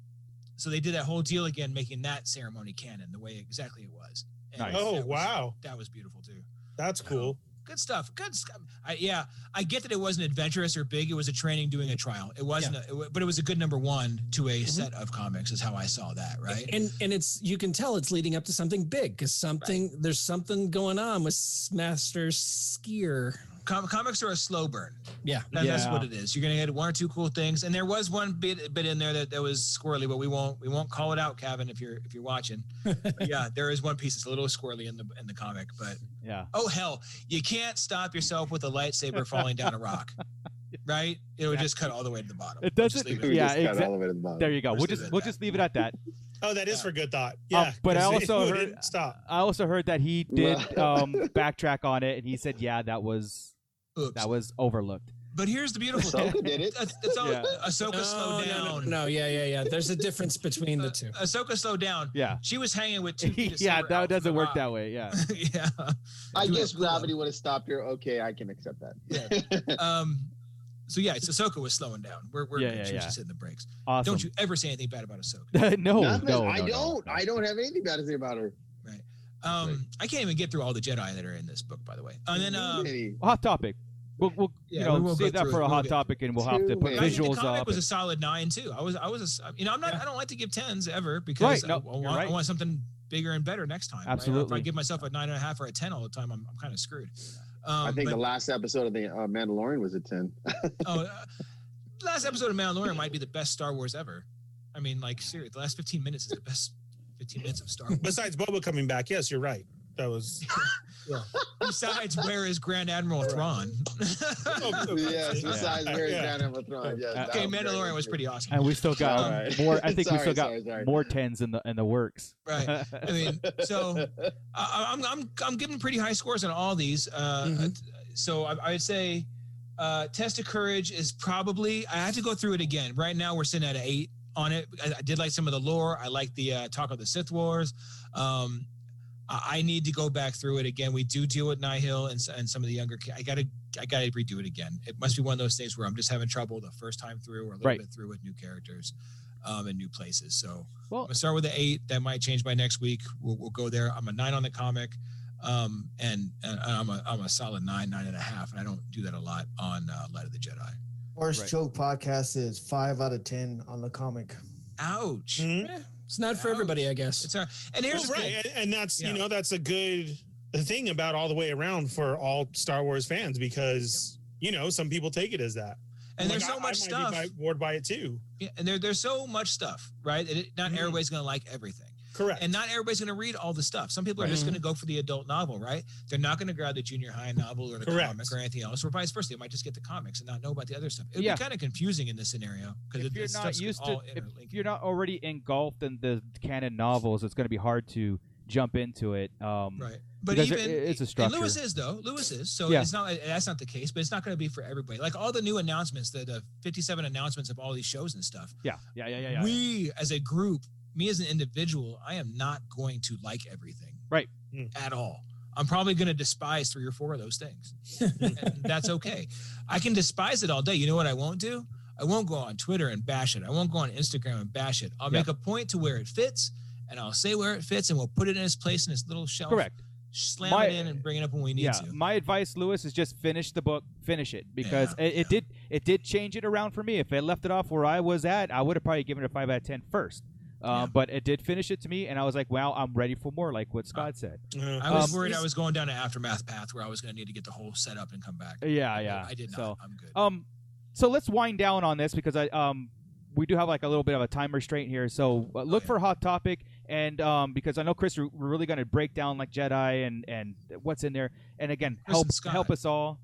S10: so they did that whole deal again, making that ceremony canon the way exactly it was. And
S8: Nice.
S10: that
S4: Oh
S10: was-
S4: wow,
S10: that was beautiful too.
S4: that's cool.
S10: Good stuff. Good stuff. I, yeah, I get that it wasn't adventurous or big. It was a training doing a trial. It wasn't, a, it wa- but it was a good number one to
S8: Mm-hmm.
S10: a set of comics. Is how I saw that. Right.
S5: And and it's you can tell it's leading up to something big because something there's something going on with S- Master Skier.
S10: Com- comics are a slow burn.
S5: Yeah.
S10: That- That's
S8: Yeah.
S10: what it is. You're gonna get one or two cool things, and there was one bit bit in there that, that was squirrely, but we won't we won't call it out, Kevin, if you're if you're watching. But yeah, there is one piece that's a little squirrely in the in the comic, but
S8: yeah.
S10: oh hell, you can't stop yourself with a lightsaber falling down a rock, right? It would just cut all the way to the bottom.
S8: It
S10: We'll just
S8: doesn't-
S10: leave
S9: We
S10: it.
S8: Yeah,
S9: just got
S8: exact-
S9: all the way to the bottom.
S8: There you go.
S10: Just
S8: We'll
S10: leave it
S8: just
S10: at
S8: we'll
S10: that.
S8: just leave it at that.
S4: Oh, that is
S10: Yeah.
S4: for good thought. Yeah,
S8: Uh, but I
S4: 'cause it
S8: also
S4: wouldn't
S8: heard-
S4: stop.
S8: I also heard that he did
S9: Wow.
S8: um, backtrack on it, and he said, "Yeah, that was
S10: Oops.
S8: that was overlooked."
S10: But here's the beautiful thing.
S9: Ahsoka did it.
S10: That's, that's all.
S8: Yeah.
S10: Ahsoka slowed
S5: no,
S10: down.
S5: no, no, yeah, yeah, yeah. There's a difference between the two.
S10: Uh, Ahsoka slowed down.
S8: Yeah,
S10: She was hanging with two. feet of
S8: yeah,
S10: saber out
S8: that
S10: from
S8: doesn't
S10: the
S8: work
S10: rock.
S8: that way. Yeah,
S10: yeah.
S9: I
S10: Do it.
S9: guess gravity would have stopped her. Okay, I can accept that.
S10: Um, so yeah, it's Ahsoka was slowing down. We're we're
S8: Yeah,
S10: good.
S8: yeah,
S10: she was
S8: yeah.
S10: just hitting the brakes.
S8: awesome.
S10: Don't you ever say anything bad about Ahsoka.
S8: no, Oh, no,
S9: Nothing.
S8: no,
S9: I
S8: no,
S9: don't.
S8: no.
S9: I don't have anything bad to say about her.
S10: Um,
S9: Right.
S10: I can't even get through all the Jedi that are in this book, by the way. And then um,
S9: Really.
S8: Hot topic. We'll, we'll
S10: Yeah,
S8: you know
S10: we will
S8: save
S10: go
S8: that
S10: through
S8: for
S10: it.
S8: a
S10: We'll
S8: hot
S10: get-
S8: topic, and we'll have to
S9: Too
S8: put
S9: many.
S10: I think
S8: visuals
S10: the comic
S8: up.
S10: was a
S8: and-
S10: solid nine too. I was I was a, you know I'm not I don't like to give tens ever because
S8: Right,
S10: I-
S8: no,
S10: I,
S8: you're
S10: want,
S8: right.
S10: I want something bigger and better next time. right? If I
S8: Absolutely.
S10: give myself a nine and a half or a ten all the time, I'm, I'm kind of screwed. Um,
S9: I think
S10: but-
S9: the last episode of the uh, Mandalorian was a ten.
S10: oh, uh, last episode of Mandalorian might be the best Star Wars ever. I mean, like seriously, the last 15 minutes is the best 15 minutes of Star Wars.
S4: Besides Boba coming back, yes, you're right. That was
S10: Besides, where is Grand Admiral Thrawn?
S4: Oh,
S9: yes,
S8: Yeah.
S9: besides very
S4: Yeah.
S9: Grand Emperor Thrawn. Yes, that
S10: okay,
S9: was very
S10: Oh, Mandalorian was
S9: good.
S10: pretty awesome.
S8: And we still got
S9: All right.
S8: more. I think we
S9: Sorry,
S8: still got
S9: sorry, sorry.
S8: more tens in the in the works.
S10: Right. I mean, so I, I'm I'm I'm giving pretty high scores on all these. Uh,
S5: Mhm.
S10: So I, I would say uh, test of courage is probably. I have to go through it again. Right now we're sitting at an eight on it. I, I did like some of the lore. I like the uh, talk of the Sith Wars. Um, I, I need to go back through it again. We do deal with Nihil and s- and some of the younger. ki- I gotta I gotta redo it again. It must be one of those things where I'm just having trouble the first time through or a little
S8: Right.
S10: bit through with new characters. Um, and new places. So I'm
S8: Well,
S10: gonna start with an eight. That might change by next week. We'll, we'll go there. I'm a nine on the comic, um, and, and I'm a I'm a solid nine, nine and a half. And I don't do that a lot on uh, Light of the Jedi.
S11: Horse
S8: Right.
S11: Choke podcast is five out of ten on the comic.
S10: Ouch!
S4: Mhm.
S5: Mm. It's not for everybody, I guess.
S10: It's not. And here's
S4: Well,
S10: the
S4: right,
S10: thing.
S4: and, and that's
S10: Yeah.
S4: you know that's a good thing about all the way around for all Star Wars fans because you know some people take it as that.
S10: And
S4: Like,
S10: there's so
S4: I- I
S10: much
S4: might be
S10: stuff.
S4: bi- bored by it too.
S10: Yeah, and there, there's so much stuff, right? That it, not
S4: Mhm.
S10: everybody's going to like everything.
S4: Correct.
S10: And not everybody's going to read all the stuff. Some people are
S5: Right.
S10: just going to go for the adult novel, right? They're not going to grab the junior high novel or the
S4: Correct.
S10: comic or anything else, or vice versa. They might just get the comics and not know about the other stuff. It would
S8: Yeah.
S10: be kind of confusing in this scenario because
S8: if you're not used to,
S10: all
S8: if
S10: interlinked.
S8: you're not already engulfed in the canon novels, it's going to be hard to jump into it. Um,
S10: Right. But
S8: Because it-
S10: even
S8: it's a
S10: and Lewis
S8: structure.
S10: is though. Lewis is. So
S8: Yeah.
S10: it's not that's not the case, but it's not going to be for everybody. Like all the new announcements, the, the 57 announcements of all these shows and stuff.
S8: Yeah. Yeah. Yeah. Yeah. yeah.
S10: we as a group, me as an individual, I am not going to like everything.
S8: Right.
S4: Mm.
S10: At all. I'm probably going to despise three or four of those things. and that's okay. I can despise it all day. You know what I won't do? I won't go on Twitter and bash it. I won't go on Instagram and bash it. I'll
S8: Yeah.
S10: make a point to where it fits and I'll say where it fits and we'll put it in its place in its little shelf.
S8: Correct.
S10: Slam
S8: My-
S10: it in and bring it up when we need
S8: yeah.
S10: to.
S8: My advice, Lewis, is just finish the book, finish it because
S10: Yeah,
S8: it, it did it did change it around for me. If it left it off where I was at, I would have probably given it a five out of ten first. Um,
S10: Yeah.
S8: But it did finish it to me, and I was like, "Wow, I'm ready for more." Like what Scott said.
S4: Uh,
S10: I was
S8: Um,
S10: worried I was going down an aftermath path where I was going to need to get the whole set up and come back.
S8: Yeah, yeah.
S10: I did not.
S8: So,
S10: I'm good.
S8: Um, so let's wind down on this because I um we do have like a little bit of a time restraint here. So uh, look
S10: yeah.
S8: for hot topic and um because I know Chris, we're we're really going to break down like Jedi and and what's in there. And again,
S10: Chris
S8: help
S10: and Scott.
S8: help us all.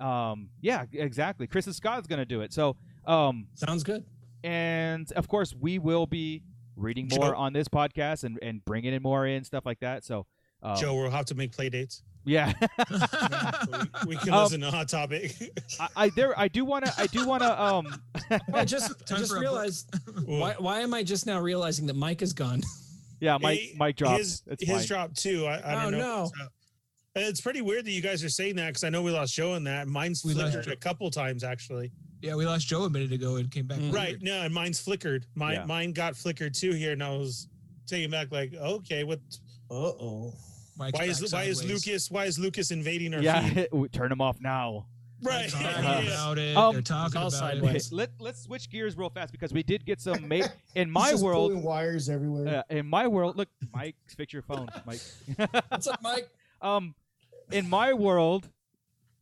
S8: Um, yeah, exactly. Chris and Scott's going to do it. So um
S5: Sounds good.
S8: and of course we will be reading more
S4: Joe.
S8: on this podcast and and bringing in more in stuff like that. So um,
S4: Joe, we'll have to make play dates.
S8: yeah.
S4: So we, we can
S8: Um,
S4: listen to Hot Topic.
S8: I, I there I do want to I do want to um
S5: I just I
S10: Time
S5: just
S10: for a book.
S5: realized why why am I just now realizing that Mike is gone?
S8: yeah, Mike
S4: He-
S8: Mike drops.
S4: His,
S8: It's
S4: his
S8: fine.
S4: drop too. I, I
S5: Oh,
S4: don't know.
S5: no.
S4: what's up. And It's pretty weird that you guys are saying that because I know we lost Joe in that. Mine's
S10: We lost
S4: flickered
S10: Joe.
S4: a couple times actually.
S10: yeah, we lost Joe a minute ago and came back.
S5: Mm.
S4: Right. No, and mine's flickered. Mine
S8: Mm-hmm. Yeah.
S4: mine got flickered too here, and I was taken back. Like, okay, what?
S11: Uh oh.
S10: Mike's
S4: Why is
S10: back
S4: why is
S10: sideways.
S4: Lucas? Why is Lucas invading our feed?
S8: Yeah, we- turn them off now.
S4: Right.
S10: They're talking
S4: Yeah.
S10: about it.
S8: Um,
S10: They're talking
S5: all
S10: about
S5: sideways.
S10: it.
S8: Let Let's switch gears real fast because we did get some. Ma- in my
S11: He's just
S8: world,
S11: pulling wires everywhere.
S8: uh, in my world, look, Mike, fix your phone, Mike.
S5: What's up, Mike?
S8: um, in my world,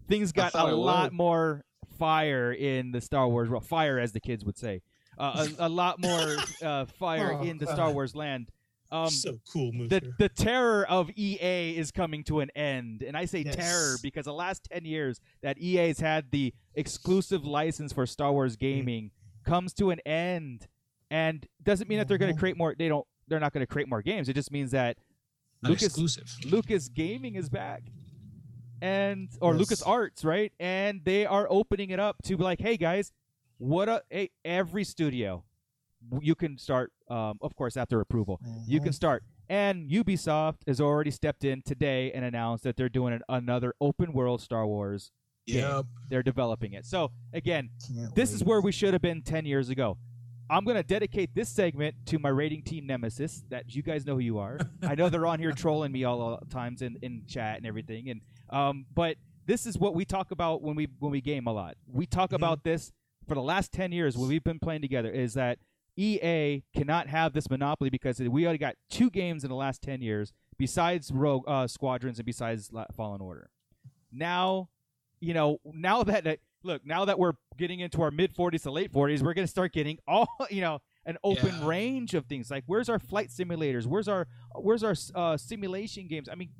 S8: things got
S9: thought
S8: a
S9: it
S8: lot
S9: was.
S8: more fire in the Star Wars world. Fire, as the kids would say, uh, a, a lot more uh, fire
S11: Oh,
S8: in the Star
S11: God.
S8: Wars land. Um,
S4: so cool,
S8: the
S4: Mooser.
S8: the terror of EA is coming to an end, and I say
S11: Yes.
S8: terror because the last ten years that EA has had the exclusive license for Star Wars gaming comes to an end, and doesn't mean that they're going to
S11: Mhm.
S8: create more. They don't. They're not going to create more games. It just means that
S10: Not
S8: Lucas
S10: exclusive.
S8: Lucas Gaming is back, and or
S11: Yes.
S8: Lucas Arts, right? And they are opening it up to be like, hey guys, what a hey, every studio, you can start. Um, of course, after approval, you can start. And Ubisoft has already stepped in today and announced that they're doing an, another open world Star Wars.
S10: Yeah.
S8: They're developing it. So again,
S11: Can't
S8: this is
S11: wait.
S8: where we should have been 10 years ago. I'm going to dedicate this segment to my rating team nemesis that you guys know who you are. I know they're on here trolling me all, all the times in, in chat and everything. And um, but this is what we talk about when we when we game a lot. We talk about this for the last 10 years when we've been playing together is that EA cannot have this monopoly because we already got two games in the last 10 years besides Rogue uh, Squadrons and besides La- Fallen Order. Now, you know, now that, that look, now that we're getting into our mid 40s to late 40s, we're going to start getting all, you know, an open
S10: Yeah.
S8: range of things. Like where's our flight simulators? Where's our where's our uh, simulation games? I mean,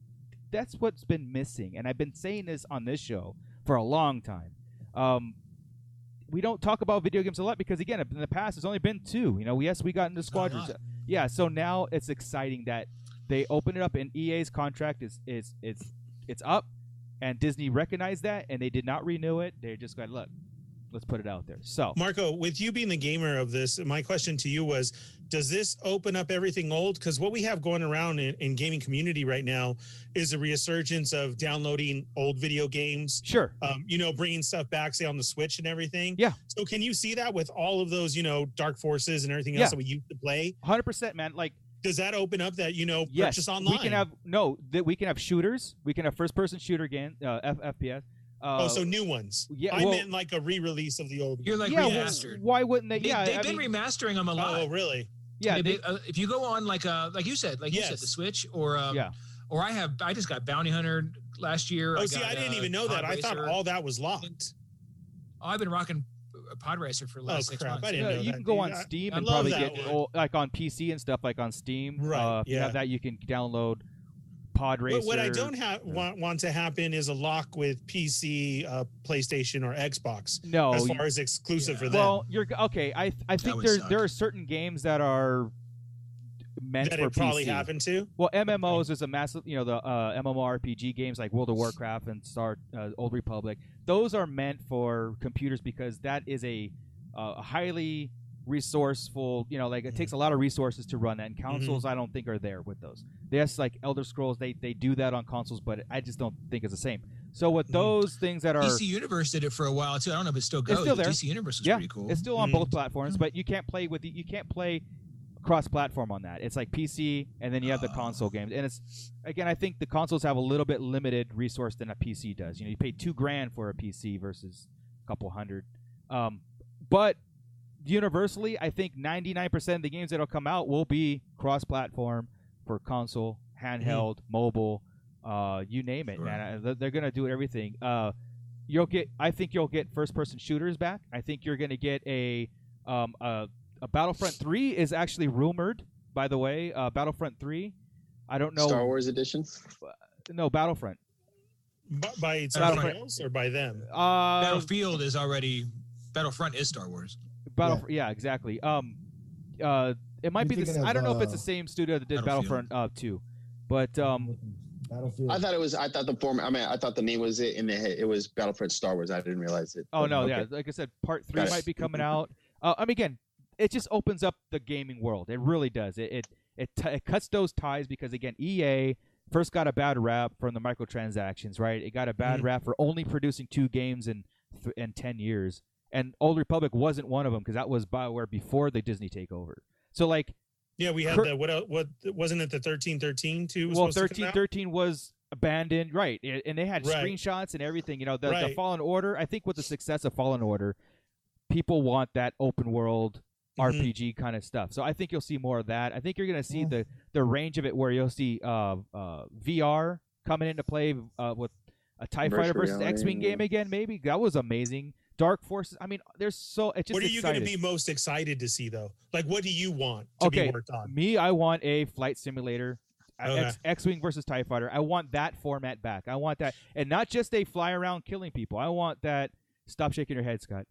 S8: that's what's been missing and I've been saying this on this show for a long time. Um, we don't talk about video games a lot because again in the past it's only been two you know yes we got into squadrons
S10: lot.
S8: yeah so now it's exciting that they open it up and ea's contract is is it's it's up and disney recognized that and they did not renew it they just got look let's put it out there so
S4: Marco, with you being the gamer of this, my question to you was Does this open up everything old? Because what we have going around in, in gaming community right now is a resurgence of downloading old video games,
S8: sure
S4: um, you know, bringing stuff back, say on the Switch and everything.
S8: Yeah.
S4: So can you see that with all of those, you know, Dark Forces and everything else
S8: Yeah.
S4: that we used to play?
S8: 100% man like
S4: Does that open up that, you know,
S8: yes
S4: purchase online?
S8: we can have no that we can have shooters we can have first person shooter game uh, F- fps uh,
S4: oh, so new ones.
S8: yeah,
S4: I
S8: well-
S4: meant like a re release of the old.
S10: You're like
S8: yeah, well,
S10: remastered.
S8: why wouldn't they
S10: They,
S8: yeah
S10: have
S8: I
S10: been
S8: mean,
S10: remastering them a lot.
S4: oh, really?
S8: Yeah,
S10: Maybe,
S8: they-
S10: uh, if you go on like uh like you said, like you said,
S4: Yes.
S10: the Switch or um,
S8: Yeah.
S10: or I have I just got Bounty Hunter last year.
S4: Oh, see,
S10: got,
S4: I didn't
S10: uh,
S4: even know that. I thought
S10: Podracer.
S4: all that was locked.
S10: Oh, I've been rocking uh, Pod Racer for the
S4: Oh,
S10: last six
S4: crap.
S10: months.
S4: I didn't
S8: Yeah,
S4: know
S8: you
S4: that,
S8: can go
S4: dude.
S8: on
S4: I-
S8: Steam
S4: I
S8: and
S4: love
S8: probably
S4: that
S8: get
S4: one.
S8: old, like on PC and stuff like on Steam.
S4: Right,
S8: Uh, if you have
S4: yeah.
S8: that you can download Pod Racer.
S4: What, what I don't ha-
S8: Yeah.
S4: want want to happen is a lock with PC, uh, PlayStation, or Xbox
S8: No.
S4: as
S8: Oh, you-
S4: far as exclusive
S10: Yeah.
S4: for them.
S8: well, you're okay. I I think
S10: would
S8: there
S10: suck.
S8: there are certain games that are meant
S4: that
S8: for
S4: it probably
S8: PC.
S4: happened to.
S8: Well, MMOs is a massive, you know, the uh, MMORPG games like World of Warcraft and Star uh, Old Republic. Those are meant for computers because that is a uh, highly resourceful, you know, like it takes a lot of resources to run that. And consoles, I don't think are there with those. Yes, like Elder Scrolls, they they do that on consoles, but I just don't think it's the same. So with
S4: Mhm.
S8: those things that are
S10: DC Universe did it for a while too. I don't know if it still goes.
S8: still
S10: but
S8: there.
S10: DC Universe was
S8: Yeah,
S10: pretty cool.
S8: It's still on
S4: Mm.
S8: both platforms, but you can't play with you can't play cross-platform on that. It's like PC, and then you have the
S10: Oh.
S8: console games. And it's again, I think the consoles have a little bit limited resource than a PC does. You know, you pay two grand for a PC versus a couple hundred. Um, but universally, I think 99% of the games that'll come out will be cross-platform for console, handheld, mobile, uh, you name it,
S10: Mm-hmm. Sure.
S8: man. I- they're- They're gonna do everything. Uh, you'll get. I think you'll get first-person shooters back. I think you're gonna get a um, a, a Battlefront Three is actually rumored. By the way, uh, Battlefront Three. I don't know.
S9: Star Wars edition.
S8: No, Battlefront.
S4: B- by
S10: Battlefront.
S4: somebody else or by them?
S8: Uh,
S10: Battlefield is already Battlefront is Star Wars.
S8: Battlefront. Yeah. exactly. Um, uh, it might
S11: I'm
S8: be the. s-
S11: thinking
S8: I don't
S11: of,
S8: know if it's the
S11: uh,
S8: same studio that did
S10: Battlefield.
S8: Battlefront uh, Two, but um,
S11: Battlefield.
S9: I thought it was. I thought the form. I mean, I thought the name was it, and the, it was Battlefront Star Wars. I didn't realize it.
S8: Oh no,
S9: Okay.
S8: yeah. Like I said, part three
S9: Got it. Mm-hmm.
S8: might be coming out. Uh, I mean, again, it just opens up the gaming world. It really does. It it it, t- it cuts those ties because again, EA first got a bad rap from the microtransactions, right? It got a bad
S4: Mhm.
S9: Mm-hmm.
S8: rap for only producing two games in th- in ten years, and Old Republic wasn't one of them because that was Bioware before the Disney takeover. So like,
S4: Yeah, we had
S8: Cur-
S4: the what? el- What wasn't it? The thirteen thirteen too. Was
S8: well,
S4: supposed to come
S8: thirteen
S4: out?
S8: thirteen was abandoned, right? And and they had
S4: Right.
S8: screenshots and everything. You know, the, the
S4: Right.
S8: Fallen Order. I think with the success of Fallen Order, people want that open world
S4: Mhm.
S8: RPG kind of stuff. So I think you'll see more of that. I think you're going to see the the range of it where you'll see uh, uh, VR coming into play uh, with a Tie
S9: Virtual
S8: Fighter versus
S9: reality,
S8: X Wing game
S9: yeah.
S8: again. Maybe that was amazing. Dark Forces. I mean, there's so it's just
S4: What are you going to
S8: exciting.
S4: be most excited to see though? Like, what do you want to
S8: Okay.
S4: be worked on?
S8: Me, I want a flight simulator. uh,
S4: Okay.
S8: X, X-wing versus Tie Fighter. I want that format back. I want that, and not just a fly around killing people. I want that. Stop shaking your head, Scott.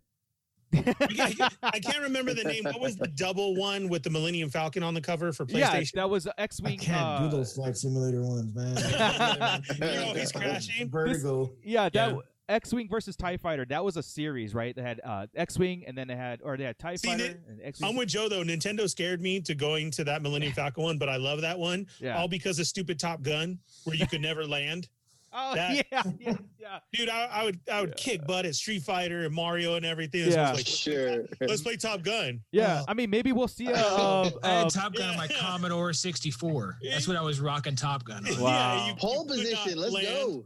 S4: I I can't remember the name. What was the double one with the Millennium Falcon on the cover for
S8: yeah,
S4: PlayStation?
S8: that was
S11: I
S8: X-wing.
S11: can't
S8: uh,
S11: do those flight simulator ones, man.
S4: you know, he's crashing.
S11: Vertigo.
S8: yeah, that
S10: Yeah.
S8: X-wing versus Tie Fighter. That was a series, right? They had uh, X-wing, and then they had, or they had Tie
S4: See,
S8: Fighter
S4: they-
S8: and X-wing.
S4: I'm with Joe though. Nintendo scared me to going to that Millennium Falcon one, but I love that one.
S8: yeah.
S4: All because of stupid Top Gun, where you could never land.
S8: oh,
S4: that-
S8: yeah, yeah, yeah.
S4: Dude, I, I would I would kick butt at Street Fighter and Mario and everything. This
S8: Yeah.
S4: was like,
S9: Sure.
S4: Let's play Top Gun.
S8: Yeah, I mean, maybe we'll see a. uh,
S10: I
S8: uh,
S10: had Top Gun on my
S4: yeah.
S10: Commodore 64. That's what I was rocking Top Gun on.
S8: Wow.
S9: Pole
S4: could not
S9: position. Let's
S4: land,
S9: go.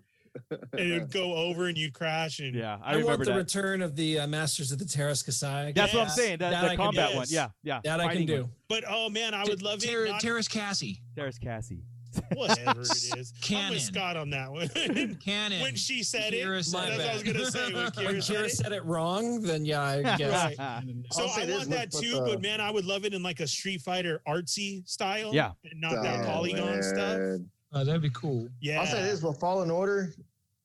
S4: And it would go over and you'd crash. And
S8: yeah, I,
S5: I, want
S8: remember
S5: the
S8: that.
S5: return of the uh, Masters of the Terras Kasai.
S8: That's what I'm
S4: Yes,
S8: saying. That,
S5: that
S8: the
S5: I can do.
S8: combat one.
S4: Yes.
S8: Yeah, yeah.
S5: That I can
S8: fighting
S5: do.
S8: one.
S4: But oh man, I would love
S10: Ter-
S4: it. Not,
S10: Terrace Cassie.
S8: There's Cassie.
S4: whatever it is. I'm
S10: Cannon.
S4: with Scott on that one.
S10: Cannon.
S4: when she said it,
S10: Kira said
S5: My
S4: that's what I was
S10: bad.
S4: gonna say. When Kira,
S5: When
S4: said
S5: Kira
S4: it.
S5: said it wrong, then yeah, I guess.
S4: So
S9: I'll say
S4: I
S9: this,
S4: want
S9: look
S4: that
S9: what
S4: too,
S9: the-
S4: but man, I would love it in like a Street Fighter artsy style.
S8: Yeah.
S4: and not that
S9: Oh,
S4: polygon stuff.
S9: man.
S10: Oh, that'd be cool.
S4: Yeah,
S11: I'll say this: with Fallen Order,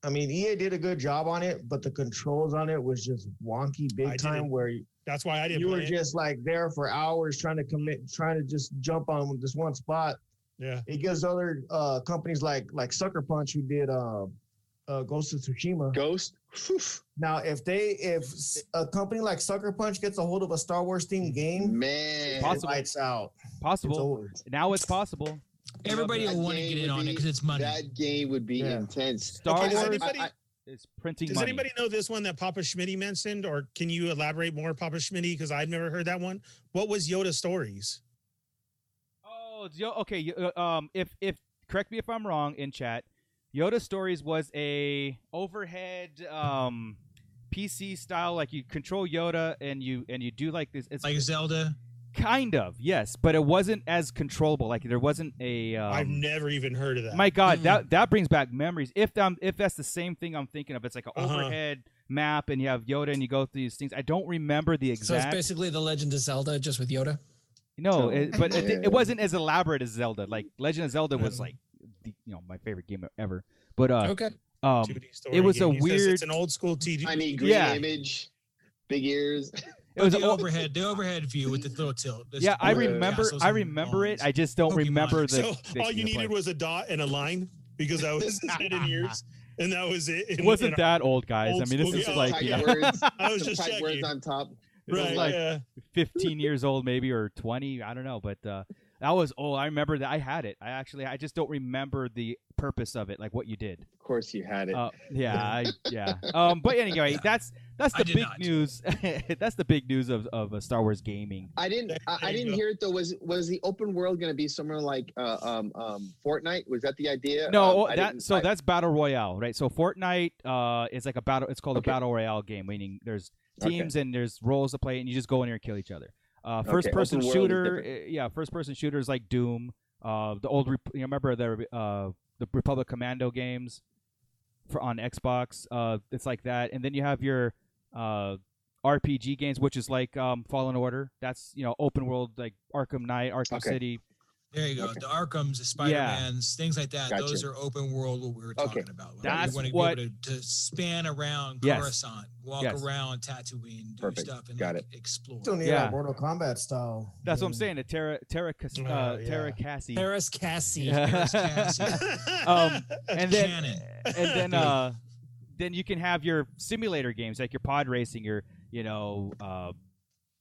S11: I mean, EA did a good job on it, but the controls on it was just wonky, big
S4: I
S11: time.
S4: didn't-
S11: Where you
S4: that's why I didn't.
S11: you were
S4: play it.
S11: just like there for hours trying to commit, trying to just jump on this one spot.
S4: Yeah,
S11: It gives other uh, companies like like Sucker Punch, who did uh, uh, Ghost of Tsushima.
S9: Ghost. Phew.
S11: Now, if they if s- a company like Sucker Punch gets a hold of a Star Wars themed game,
S9: Man.
S11: it
S8: Possible.
S11: lights out. It's
S8: Possible.
S11: over.
S8: Now it's possible.
S10: Everybody
S9: That
S10: will want to
S9: game
S10: get in
S9: would
S10: on it
S9: be-
S10: because it's money.
S9: That game would be
S11: Yeah.
S9: intense.
S8: Star
S4: Okay,
S9: I-
S4: does
S9: I-
S8: Wars
S4: anybody-
S9: I-
S8: is printing
S4: does
S8: money.
S4: anybody know this one that Papa Schmitty mentioned, or can you elaborate more, Papa Schmitty? Because I'd never heard that one. What was Yoda stories?
S8: Oh, it's Yo- okay. you- uh, Um, if if correct me if I'm wrong in chat. Yoda Stories was a overhead um, PC style, like you control Yoda and you and you do like this. It's
S10: Like Zelda.
S8: Kind of, yes, but it wasn't as controllable. Like there wasn't a. Um,
S4: I've never even heard of that.
S8: My God, that that brings back memories. If um, if that's the same thing I'm thinking of, it's like an
S4: Uh-huh.
S8: overhead map, and you have Yoda, and you go through these things. I don't remember the
S5: So it's
S8: exact.
S5: basically the Legend of Zelda just with Yoda.
S8: no, it, but it,
S9: Yeah.
S8: it wasn't as elaborate as Zelda. Like Legend of Zelda was like, the, you know, my favorite game ever. But uh,
S5: okay.
S8: um,
S4: 2D story
S8: it was
S4: game.
S8: a
S4: He says
S8: weird.
S4: It's an old school TD.
S9: Tiny green
S8: Yeah.
S9: image, big ears.
S8: It was
S10: the
S8: an old-
S10: overhead, the overhead view with the little tilt. This-
S8: Yeah, I
S9: Yeah.
S8: remember.
S10: castles
S8: I
S10: and
S8: remember it.
S10: bones.
S8: I just don't
S10: Pokemon.
S8: remember the.
S4: so
S8: the-
S4: all you
S8: the
S4: needed
S8: play.
S4: was a dot and a line because I was head and ears, and that was it.
S8: It
S4: in-
S8: wasn't
S4: in-
S8: that old, guys.
S4: old
S8: I mean, this
S4: school-
S8: is
S4: yeah,
S8: like
S9: Tight
S8: you know,
S9: words,
S4: I was
S9: some
S4: just
S9: tight words
S4: checking.
S9: on top.
S8: was
S4: Right.
S8: like-
S4: yeah.
S8: 15 years old, maybe or 20. I don't know, but uh, that was. Oh, I remember that. I had it. I actually. I just don't remember the purpose of it, like what you did.
S9: Of course, you had it.
S8: Uh, yeah, I, yeah. Um, but anyway, that's that's
S10: I
S8: the
S10: did
S8: big
S10: not.
S8: news. that's the big news of of uh, Star Wars gaming.
S9: I didn't. I,
S4: There
S9: I
S4: you
S9: didn't
S4: go.
S9: hear it though. Was was the open world going to be somewhere like uh, um, um, Fortnite? Was that the idea?
S8: No, oh,
S9: Um, I
S8: that
S9: didn't-
S8: so
S9: I-
S8: that's battle royale, right? So Fortnite uh, is like a battle. It's called
S9: Okay.
S8: a battle royale game, meaning there's
S9: Okay.
S8: teams and there's roles to play, and you just go in there and kill each other. Uh,
S9: Okay,
S8: first person
S9: open world is
S8: shooter, uh, yeah, first person shooter is like Doom. Uh, the old, Rep- you remember the uh, the Republic Commando games for on Xbox. Uh, it's like that, and then you have your uh, RPG games, which is like um, Fallen Order. That's you know open world like Arkham Knight, Arkham
S9: Okay.
S8: City,
S10: There you go. The Arkham's, the Spider Mans, things like that.
S9: Gotcha.
S10: Those are open world. What we were
S9: Okay.
S10: talking about. Like,
S8: That's
S10: you wanna be
S8: what-
S10: able to, to span around
S8: Yes.
S10: Coruscant, walk
S8: Yes.
S10: around Tatooine, do
S9: Perfect.
S10: stuff, and
S9: Got
S10: like, explore.
S11: Still need
S8: Yeah.
S11: like Mortal Kombat style.
S8: That's what I'm
S11: Mm.
S8: saying. The Terra Terra Cas- uh,
S4: Oh,
S8: Terra
S4: yeah.
S8: Cassie.
S5: Paris Cassie.
S10: Paris Cassie.
S8: Um, and then
S10: Canon.
S8: and then uh, then you can have your simulator games like your pod racing, your you know uh,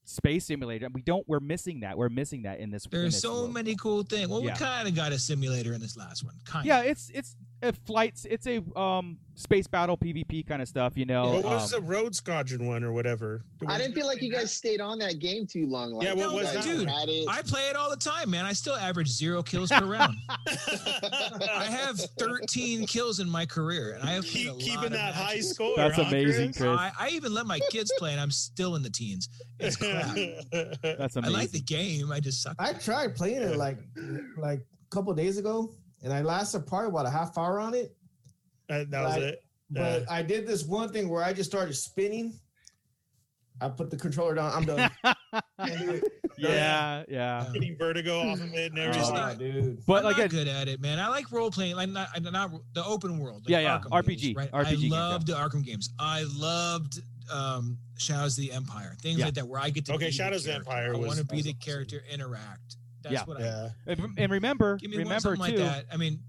S8: space simulator. We don't. We're missing that. We're missing that in this. in
S10: There's
S8: this
S10: so
S8: world.
S10: many cool things. Well,
S8: Yeah.
S10: we kind of got a simulator in this last one. Kind
S8: Yeah, it's it's a flights. It's a um space battle PvP kind of stuff. You know.
S4: what was
S8: um,
S4: the Road Squadron one or whatever?
S9: I didn't feel like you guys stayed on that game too long. Like,
S4: Yeah, what
S9: you
S4: was
S9: guys
S4: that? Dude,
S9: had it.
S10: I play it all the time, man. I still average zero kills per round. I have 13 kills in my career, and I have played a
S4: Keep,
S10: lot
S4: keeping
S10: of
S4: that high
S10: matches.
S4: score.
S8: That's
S4: huh,
S8: amazing,
S4: Chris?
S8: Chris.
S10: I, I even let my kids play, and I'm still in the teens. It's crap.
S8: That's
S10: I
S8: amazing.
S10: like the game. I just suck.
S11: I tried playing it like like a couple days ago, and I lasted probably about a half hour on it.
S4: Uh, that was
S11: Like,
S4: it.
S11: But
S4: Yeah.
S11: I did this one thing where I just started spinning. I put the controller down. I'm done.
S8: yeah, yeah.
S4: Getting vertigo off of it and
S10: Just
S4: everything.
S10: not-
S11: dude.
S8: But
S10: I'm
S8: like
S10: not
S8: a-
S10: good at it, man. I like role playing, like not, not- not the open world. like
S8: Yeah, yeah,
S10: Arkham
S8: RPG,
S10: games, right?
S8: RPG games,
S10: I loved the Arkham games. I loved um, Shadows of the Empire, things
S8: Yeah.
S10: like that, where I get to.
S4: Okay,
S10: be the
S4: Shadows of the
S10: character.
S4: Empire
S10: I
S4: was-
S10: want to be
S4: was
S10: the
S4: awesome.
S10: character, interact. That's
S8: Yeah.
S10: what I.
S4: Yeah.
S8: And and remember,
S10: Give me one
S8: remember
S10: something
S8: too.
S10: like that. I mean,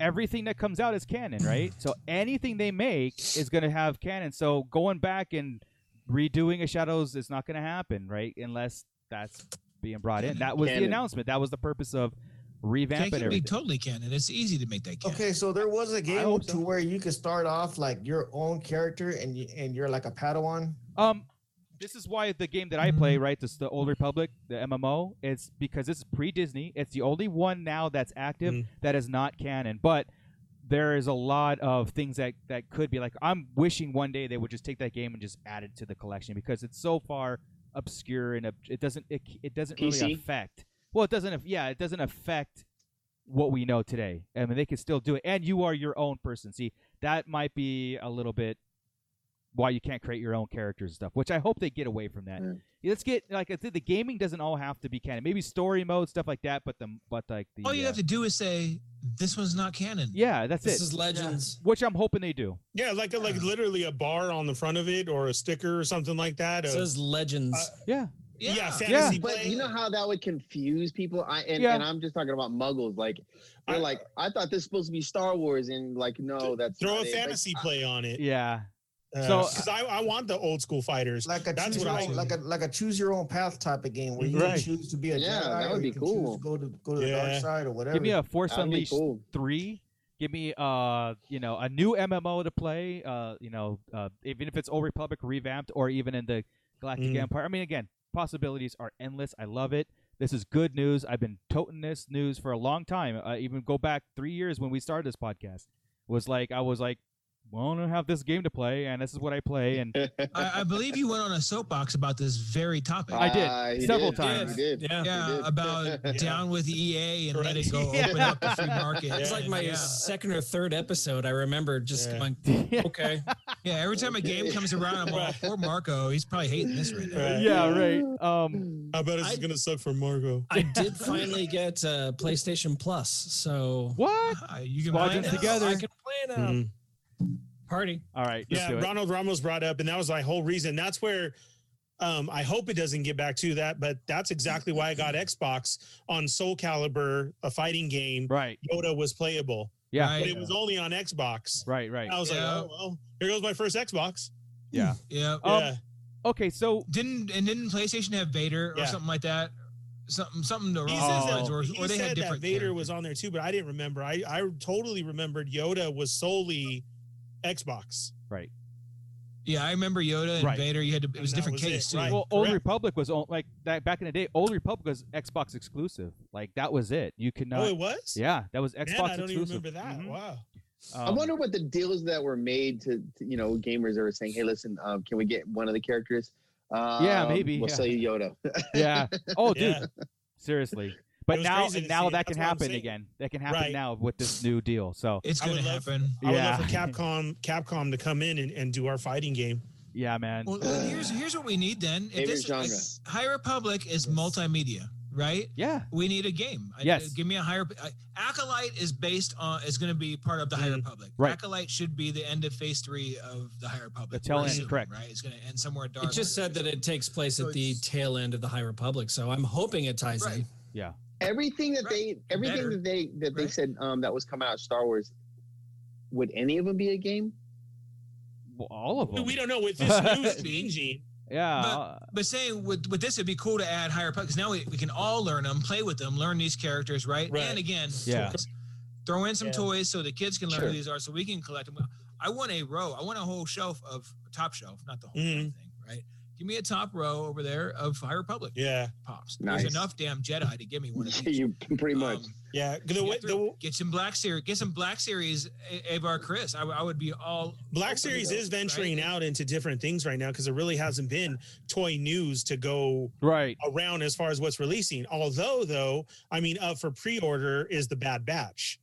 S8: everything that comes out is canon, right? so anything they make is going to have canon. So going back and redoing a Shadows is not going to happen, right? Unless that's being brought in. That was the
S9: Canon.
S8: announcement. That was the purpose of
S10: it
S8: revamping
S10: can be
S8: everything.
S10: totally canon. It's easy to make that canon.
S11: Okay, so there was a game
S8: hope so.
S11: to where you could start off like your own character, and you, and you're like a Padawan.
S8: Um, this is why the game that I play, right, this the Old Republic, the MMO, it's because it's pre Disney. It's the only one now that's active
S4: Mm.
S8: that is not canon, but there is a lot of things that that could be like. I'm wishing one day they would just take that game and just add it to the collection because it's so far obscure and ob- it doesn't it, it doesn't really
S9: PC?
S8: affect. Well, it doesn't. af- Yeah, it doesn't affect what we know today. I mean, they can still do it, and you are your own person. See, that might be a little bit why you can't create your own characters and stuff, which I hope they get away from that.
S9: Yeah.
S8: Yeah, Let's get like I said, the gaming doesn't all have to be canon. Maybe story mode stuff like that, but the but like the
S5: Oh,
S10: All you
S8: uh,
S10: have to do is say this one's not canon.
S8: yeah, that's
S5: This
S8: it.
S5: is Legends.
S8: which I'm hoping they do.
S4: Yeah, like a, like literally a bar on the front of it or a sticker or something like that.
S5: It
S4: of-
S10: Uh,
S5: says Legends.
S8: Yeah,
S4: yeah,
S8: Yeah.
S4: fantasy
S9: But
S4: play.
S9: you know how that would confuse people. I and,
S8: Yeah.
S9: and I'm just talking about muggles. Like they're
S4: I-
S9: like, I thought this was supposed to be Star Wars, and like, no, that's
S4: throw
S9: not
S4: a
S9: it. Like,
S4: fantasy play on it.
S8: yeah.
S4: Uh,
S8: So-
S4: because I, I want the old school fighters.
S11: Like a
S4: That's
S11: choose
S4: what
S11: your
S4: I
S11: own,
S4: do.
S11: like a like a choose your own path type of game where you
S8: Right.
S11: can choose to be a
S9: Yeah,
S11: Jedi,
S9: that
S11: or
S9: would be
S11: you can
S9: cool.
S11: choose to go to go to the
S4: Yeah.
S11: dark side or whatever.
S8: Give me a Force
S9: That'd be
S8: Unleashed
S9: cool.
S8: three. Give me uh you know a new MMO to play. Uh you know uh, even if it's Old Republic revamped or even in the Galactic
S4: Mm.
S8: Empire. I mean again, possibilities are endless. I love it. This is good news. I've been toting this news for a long time. Uh, even go back three years when we started this podcast was like I was like want to have this game to play, and this is what I play. And
S10: I, I believe you went on a soapbox about this very topic.
S8: I did, Ah, he several did. times.
S9: He did.
S10: Yeah,
S9: He did.
S10: about
S9: Yeah.
S10: down with EA and let
S5: Right.
S10: it go open
S5: Yeah.
S10: up the free market.
S5: It's like my
S10: yeah.
S5: second or third episode. I remember just
S4: Yeah.
S5: going, okay,
S10: Yeah, every time a game
S9: Okay.
S10: comes around, I'm all poor Marco. He's probably hating this right now.
S4: Right.
S8: yeah, right. Um,
S4: I bet it's
S5: I-
S4: gonna suck for Margot.
S5: I did finally get uh, PlayStation Plus, so
S8: what?
S10: Uh, you can
S8: Squadrons
S10: find
S5: Now
S10: it.
S8: together. Hmm.
S5: I can play now.
S4: Mhm.
S5: Party.
S8: All right, let's
S4: yeah,
S8: do it.
S4: Ronald Ramos brought up, and that was my whole reason. That's where um, I hope it doesn't get back to that, but that's exactly why I got Xbox on Soul Calibur, a fighting game.
S8: right,
S4: Yoda was playable,
S8: yeah,
S10: Right.
S4: but it was only on Xbox.
S8: right, right.
S4: I was
S10: Yeah.
S4: like,
S10: Oh,
S4: oh well, here goes my first Xbox.
S8: Yeah.
S10: Yeah.
S8: Um,
S4: yeah,
S8: Okay, so
S10: Didn't and didn't PlayStation have Vader or
S4: Yeah.
S10: something like that? Something something to
S4: he
S10: Ronald
S4: says that,
S10: Rhodes, or,
S4: he
S10: or they
S4: said
S10: had
S4: that
S10: different
S4: Vader
S10: characters.
S4: was on there too, but I didn't remember. I I totally remembered Yoda was solely Xbox.
S8: right.
S10: Yeah, I remember Yoda and
S8: Right.
S10: Vader. You had to. It was a
S4: And that
S10: different
S4: was
S10: case
S4: it,
S10: too.
S4: right.
S8: Well, Old
S4: correct.
S8: Republic was on- like that back in the day. Old Republic was Xbox exclusive. Like that was it. You could not.
S4: Oh, it was.
S8: yeah, that was
S4: Man,
S8: Xbox
S4: I don't even
S8: exclusive.
S4: remember that.
S10: Mm-hmm.
S8: Mhm.
S4: Wow.
S9: I
S8: Um,
S9: wonder what the deals that were made to, to, you know gamers that were saying, "Hey, listen, um, can we get one of the characters?" Um,
S8: Yeah, maybe,
S9: we'll
S8: yeah.
S9: sell you Yoda.
S8: Yeah. Oh, dude,
S4: Yeah.
S8: seriously. But
S4: was
S8: now,
S4: crazy
S8: and
S4: to
S8: now
S4: see.
S8: that
S4: That's
S8: can
S4: what I'm
S8: happen
S4: saying.
S8: again. That can happen
S4: Right.
S8: now with this new deal. So
S10: It's
S4: I
S10: gonna
S4: would love-
S10: happen.
S4: I would love for
S8: Yeah.
S4: Capcom, Capcom to come in and, and do our fighting game.
S8: yeah, man.
S10: Well, well, here's here's what we need then.
S9: Every
S10: If this
S9: genre.
S10: is- High Republic is multimedia, right?
S8: yeah.
S10: We need a game. I-
S8: Yes.
S10: give me a higher. I, Acolyte is based on is going to be part of the High
S4: Mhm.
S10: Republic.
S8: Right.
S10: Acolyte should be the end of Phase Three of the High Republic.
S8: The tail
S10: we're
S8: end,
S10: assuming,
S8: correct.
S10: Right. It's going to end somewhere dark.
S5: It just said that it takes place
S10: So
S5: at the
S10: it's-
S5: tail end of the High Republic, so I'm hoping it ties
S10: Right.
S5: in.
S9: everything that
S10: Right.
S9: they everything
S10: Better.
S9: that they that they
S10: Right.
S9: said um, that was coming out of Star Wars. Would any of them be a game?
S8: Well, all of
S4: We-
S8: them.
S4: We don't know with this news changing.
S8: yeah.
S10: But-
S8: uh,
S10: But saying with with this, it'd be cool to add High Republic. 'cause Now we, we can all learn them, play with them, learn these characters, right?
S4: Right.
S10: And again,
S8: Yeah.
S10: toys. Throw in some
S4: Yeah.
S10: toys so the kids can learn
S9: Sure.
S10: who these are, so we can collect them. I want a row. I want a whole shelf of top shelf, not the whole
S4: Mhm.
S10: thing, right? Give me a top row over there of High Republic.
S4: Yeah,
S10: pops.
S9: Nice.
S10: There's enough damn Jedi to give me one of these.
S9: you pretty much.
S10: Um,
S4: yeah. The, way
S10: get,
S4: the
S10: through- get some Black Series. Get some Black Series. A- Avar Chris. I, w- I would be all.
S4: Black Series is venturing out into different things right now because there really hasn't been toy news to go
S8: right.
S4: around as far as what's releasing. Although, though, I mean, up for pre-order is the Bad Batch,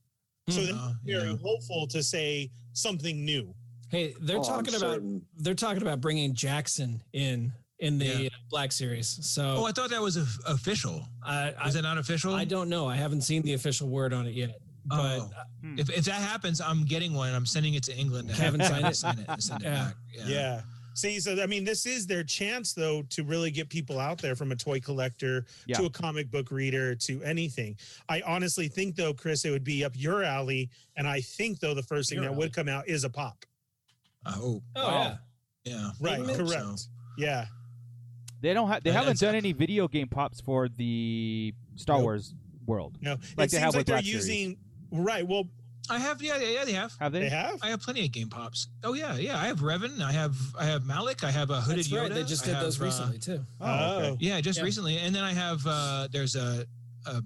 S4: so
S5: Hmm.
S4: they're
S10: Uh,
S4: very
S10: yeah.
S4: hopeful to say something new.
S5: Hey, they're
S9: Oh, I'm
S5: talking about
S9: certain.
S5: they're talking about bringing Jackson in in the
S10: Yeah.
S5: uh, Black Series.
S10: Oh,
S5: So
S10: I thought that was of- official.
S5: I, I,
S10: Is it not official?
S5: I don't know. I haven't seen the official word on it yet, but
S10: Oh.
S4: Hmm.
S10: If, if that happens, I'm getting one. I'm sending it to England. to have
S5: Haven't
S10: them
S5: signed it.
S10: sign it and send it
S5: Yeah.
S10: back.
S4: Yeah. See, so I mean, this is their chance though to really get people out there from a toy collector
S8: Yeah.
S4: to a comic book reader to anything. I honestly think though, Chris, it would be up your alley, and I think though the first thing
S10: Your
S4: that would come out is a pop.
S10: I hope.
S5: oh yeah,
S10: Yeah.
S4: Right,
S10: I hope
S4: correct.
S10: so.
S4: Yeah,
S8: They don't have. They
S10: Uh,
S8: haven't
S10: it's-
S8: done any video game pops for the Star
S4: Nope.
S8: Wars world.
S4: no,
S8: Like
S4: it
S8: they
S4: seems
S8: have
S4: like
S8: with
S4: they're
S8: Black Series.
S4: using right. Well,
S10: I have. Yeah, yeah, yeah. They have.
S8: Have they?
S4: they have.
S10: I have plenty of game pops. Oh yeah, yeah. I have Revan. I have I have Malik. I have a hooded
S5: that's right.
S10: Yoda.
S5: They just
S10: I
S5: did
S10: have,
S5: those
S10: uh,
S5: recently too.
S8: Oh, okay.
S10: Yeah, just
S5: Yeah.
S10: recently. And then I have uh there's a, a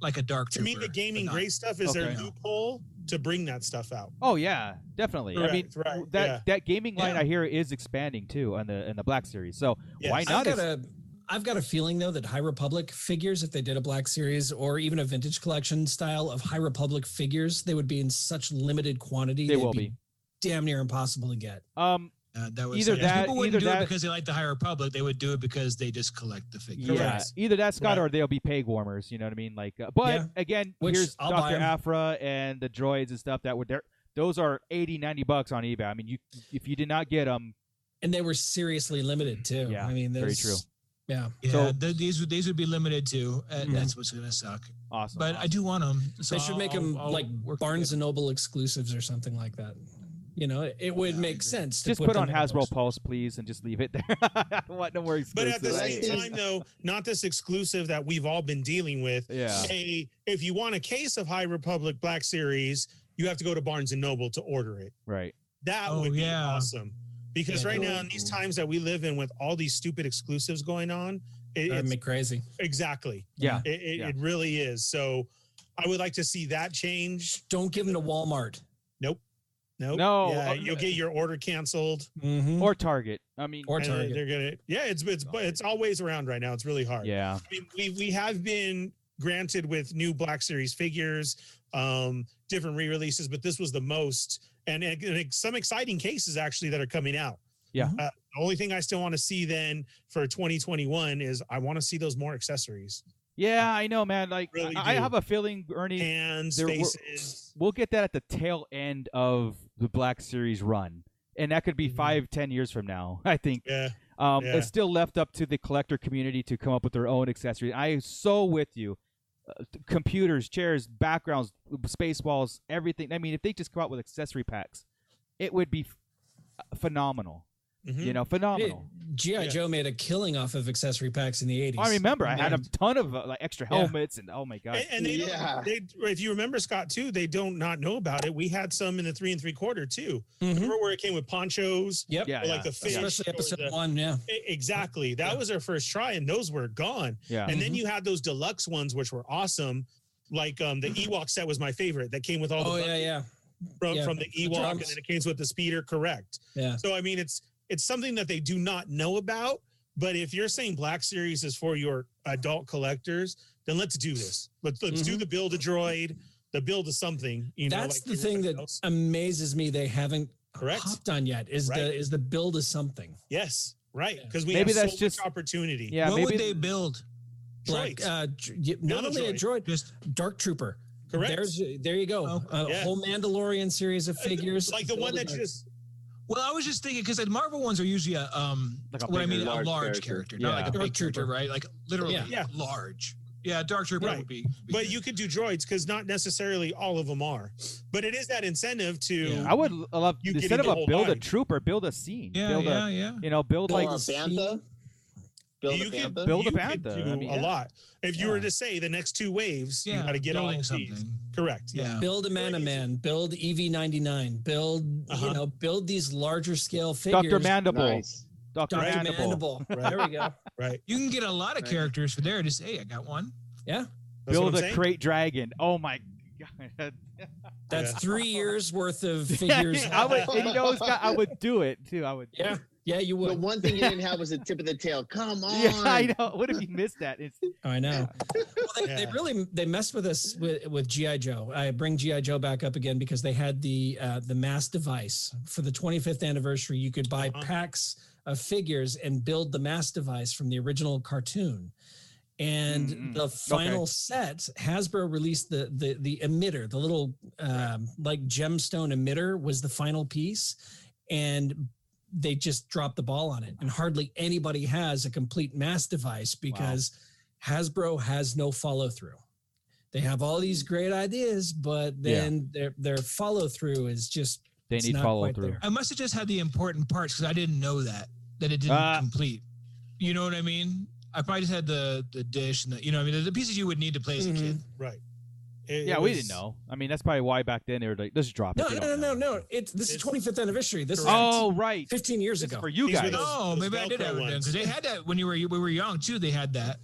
S10: like a dark
S4: to me, the
S10: Trooper,
S4: gaming
S10: but not-
S4: gray stuff is their
S8: Okay.
S4: loophole to bring that stuff out.
S8: Oh yeah, definitely. I mean,
S4: Correct, right,
S8: that
S4: yeah.
S8: that gaming line
S10: Yeah.
S8: I hear is expanding too on the in the Black Series. So
S4: Yes.
S8: why
S4: I've
S8: not?
S5: I've got
S8: It's-
S5: a I've got a feeling though that High Republic figures, if they did a Black Series or even a vintage collection style of High Republic figures, they would be in such limited quantity.
S8: They
S5: they'd
S8: will be.
S5: damn near impossible to get.
S8: um,
S10: Uh, that was
S8: Either
S10: something-
S8: that-
S10: people wouldn't
S8: either
S10: do
S8: that-
S10: it because they like the High Republic. They would do it because they just collect the figures.
S8: yeah,
S4: Correct.
S8: either that Scott
S4: Right.
S8: or they'll be peg warmers. You know what I mean? Like, uh, but
S5: Yeah.
S8: again,
S5: Which,
S8: here's
S5: I'll buy
S8: Doctor
S5: 'em.
S8: Afra and the droids and stuff that were there. Those are 80, 90 bucks on eBay. I mean, you if you did not get them,
S5: And they were seriously limited too.
S8: Yeah,
S5: I mean,
S8: very
S5: there's-
S8: true.
S5: Yeah.
S10: Yeah,
S8: So-
S10: th- these would these would be limited to. Uh,
S5: Mhm.
S10: That's what's gonna suck.
S8: awesome.
S10: But I do want them. So
S5: they should
S10: I'll-
S5: make them
S10: I'll- I'll
S5: like
S10: work
S5: Barnes
S10: together.
S5: and Noble exclusives or something like that. You know, it, it would
S10: Yeah, I
S5: make
S10: agree.
S5: sense. To
S8: just put, on
S5: them in a
S8: Hasbro
S5: box.
S8: Pulse, please, and just leave it there. I don't want no more
S4: But
S8: exclusive.
S4: at the same
S9: Exclusive.
S4: time, though, not this exclusive that we've all been dealing with.
S8: yeah,
S4: Say, if you want a case of High Republic Black Series, you have to go to Barnes and Noble to order it.
S8: right.
S4: That
S10: Oh,
S4: would be
S10: yeah.
S4: awesome. Because
S5: Yeah,
S4: right
S5: that
S4: now,
S5: would
S4: in
S5: be
S4: these
S5: cool.
S4: times that we live in with all these stupid exclusives going on, it,
S5: That'd
S4: it's
S5: me crazy.
S4: exactly.
S8: Yeah.
S4: It, it,
S8: Yeah.
S4: it really is. So I would like to see that change.
S5: Don't give them to Walmart.
S4: Nope. Nope.
S8: No.
S4: Yeah,
S8: Uh,
S4: you'll get your order canceled.
S8: or Target. I mean,
S10: Or
S4: and
S10: Target.
S4: They're gonna. Yeah, it's it's but it's always around right now. It's really hard.
S8: yeah,
S4: I mean, we we have been granted with new Black Series figures, um, different re-releases, but this was the most, and, and, and some exciting cases actually that are coming out.
S8: Yeah.
S4: Uh, the only thing I still want to see then for 2021 is I want to see those more accessories,
S8: yeah, I know, man. Like,
S4: Really
S8: I, I
S4: do.
S8: have a feeling, Ernie,
S4: hands,
S8: there were-
S4: faces.
S8: we'll get that at the tail end of the Black Series run, and that could be five, ten years from now. I think
S4: Yeah.
S8: um,
S4: Yeah.
S8: it's still left up to the collector community to come up with their own accessories. I am so with you. Uh, th- computers, chairs, backgrounds, space walls, everything. I mean, if they just come out with accessory packs, it would be f- uh, phenomenal.
S4: Mhm.
S8: You know, phenomenal.
S10: GI
S4: Yeah.
S10: Joe made a killing off of accessory packs in the eighties.
S8: I remember I had a
S10: And-
S8: ton of uh, like extra
S10: Yeah.
S8: helmets and oh my god.
S4: And, and they, don't-
S9: Yeah.
S4: they, if you remember Scott too, they don't not know about it. We had some in the three and three quarter too.
S8: Mm-hmm.
S10: Mhm.
S4: Remember where it came with ponchos?
S10: Yep.
S8: yeah,
S4: or like
S8: yeah.
S4: the fish,
S10: Especially
S4: or
S10: episode
S4: the-
S10: one. Yeah.
S4: E- Exactly. That was our first try, and those were gone.
S8: yeah.
S4: And then you had those deluxe ones, which were awesome. Like um, the
S8: Mm-hmm.
S4: Ewok set was my favorite. That came with all the
S10: Oh
S4: buttons
S10: yeah, yeah,
S4: from,
S10: yeah,
S4: from the
S10: the
S4: Ewok, and
S10: drums.
S4: then it came with the speeder. Correct.
S10: yeah.
S4: So I mean, it's it's something that they do not know about. But if you're saying Black Series is for your adult collectors, then let's do this. Let's let's do
S10: Mhm.
S4: the build a droid, the build a something. You know,
S10: That's
S4: like
S10: the thing that
S4: everybody else.
S10: amazes me. They haven't
S4: correct.
S10: hopped on yet. Is
S4: Right.
S10: the is the build of something?
S4: Yes, right. Because we
S8: Maybe
S4: have
S8: that's
S4: so
S8: just-
S4: much opportunity.
S8: yeah,
S5: what
S8: maybe
S5: would they build?
S10: Like
S4: Droids.
S10: uh, dr- y- not
S4: Build a
S10: only a droid,
S5: Just
S10: Dark Trooper.
S4: correct.
S10: There's there you go.
S5: Oh,
S10: a
S4: yeah.
S10: whole Mandalorian series of
S4: Uh,
S10: figures.
S4: like the one
S10: Build a
S4: that
S10: Dark-
S4: just
S5: well, I was just thinking because the Marvel ones are usually a um,
S8: Like a
S5: what I
S8: bigger,
S5: mean a
S9: large
S5: large
S9: character.
S5: character,
S8: Yeah.
S5: not like a
S10: Dark
S5: big character,
S10: Trooper.
S5: right? Like literally
S10: Yeah.
S4: Yeah.
S5: large. Yeah, Dark Trooper
S4: Right.
S5: would be. be
S4: But
S5: good.
S4: you could do droids because not necessarily all of them are. But it is that incentive to.
S10: Yeah.
S8: I would l- uh, love
S4: You
S8: instead
S4: getting
S8: of
S4: the
S8: a
S4: whole
S8: build a
S4: line.
S8: trooper, build a scene.
S5: yeah,
S8: build
S5: yeah,
S8: a
S5: yeah.
S8: you know, build like
S9: Build a bantha. Build
S4: you
S9: a
S4: could
S9: bantha.
S8: build a
S4: you could
S8: Bantha.
S4: do
S8: I mean,
S4: a
S8: yeah.
S4: lot. If you were
S8: Yeah.
S4: to say the next two waves, you got to get all
S5: building
S4: of
S5: something.
S4: these. Correct. Yeah.
S5: Yeah. oh,
S10: build a man a man, build EV ninety nine, build
S4: Uh-huh.
S10: you know, build these larger scale figures.
S8: Dr. Mandible.
S9: Nice.
S8: Dr.
S10: Dr.
S8: Mandible.
S10: Mandible.
S4: Right.
S10: There we go.
S4: Right.
S5: You can get a lot of
S9: Right.
S5: characters for there. Just hey, I got one.
S4: That's what
S8: Build
S4: I'm
S8: a
S4: saying.
S8: crate dragon. Oh my god.
S10: That's
S4: Yeah.
S10: three years worth of figures.
S8: I would and you know, it's got- I would do it too. I would
S10: yeah, yeah, you
S9: The
S10: would.
S9: one thing you didn't have was the tip of the tail. Come on.
S8: Yeah, I know. What if you missed that? It's
S10: I know. Well, they, they
S4: Yeah.
S10: really they messed with us with, with GI Joe. I bring GI Joe back up again because they had the uh, the mass device for the 25th anniversary. You could buy
S4: Uh-huh.
S10: packs of figures and build the mass device from the original cartoon. And
S8: Mm, mm.
S10: the final set, Hasbro released the the the emitter, the little um, like gemstone emitter was the final piece, and they just dropped the ball on it. And hardly anybody has a complete mass device because Hasbro has no follow through. They have all these great ideas, but
S8: Yeah.
S10: then their their follow through is just
S8: they
S10: It's
S8: need
S10: not
S8: follow
S10: quite
S8: through.
S10: there.
S5: I must have just had the important parts because I didn't know that that it didn't
S8: Ah.
S5: complete. You know what I mean? I probably just had the the dish and the you know what I mean the, the pieces you would need to play as a kid.
S10: Mm-hmm.
S4: Right. It-
S8: Yeah,
S4: it
S8: we
S4: was-
S8: didn't know. I mean, that's probably why back then they were like, "Let's just drop it."
S10: no
S8: They
S10: no no
S8: don't
S10: no
S8: know.
S10: no. It's this is
S4: It's-
S10: 25th anniversary. This is
S8: Oh right,
S10: 15 years
S8: This is
S10: ago.
S8: for you
S4: These were
S8: guys.
S4: those-
S5: Oh,
S4: those
S5: maybe I did
S4: Velcro
S5: have it then
S4: ones.
S5: because they had that when you were we were young too. They had that,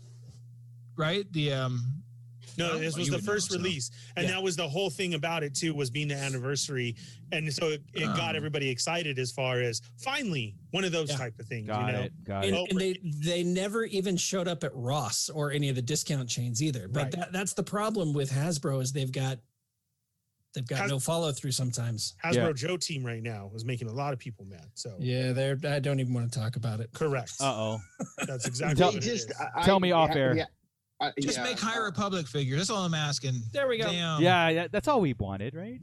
S5: right? The um,
S4: No,
S5: Well,
S4: this
S5: you
S4: was the
S5: would know,
S4: first
S5: so.
S4: release, and
S10: Yeah.
S4: that was the whole thing about it too was being the anniversary, and so it, it got
S5: Um.
S4: everybody excited as far as finally one of those
S10: Yeah.
S4: type of things.
S8: Got
S4: you know?
S8: it. Got
S10: and,
S8: it.
S4: Oh,
S10: and they they never even showed up at Ross or any of the discount chains either. But
S4: Right.
S10: that, that's the problem with Hasbro is they've got they've got
S4: Has-
S10: no follow through sometimes.
S4: Hasbro
S8: Yeah.
S4: Joe team right now is making a lot of people mad. So
S10: Yeah, they're I don't even want to talk about it.
S4: correct.
S8: Uh oh.
S4: That's exactly
S8: Tell- uh,
S4: what
S9: They
S4: it
S9: just,
S4: is.
S9: I-
S8: Tell me
S9: I-
S8: off
S9: yeah,
S8: air.
S9: Yeah, I-
S5: just
S9: yeah.
S5: make High Republic figures. That's all I'm asking.
S10: There we go.
S5: Damn.
S8: Yeah, that- that's all we wanted, right?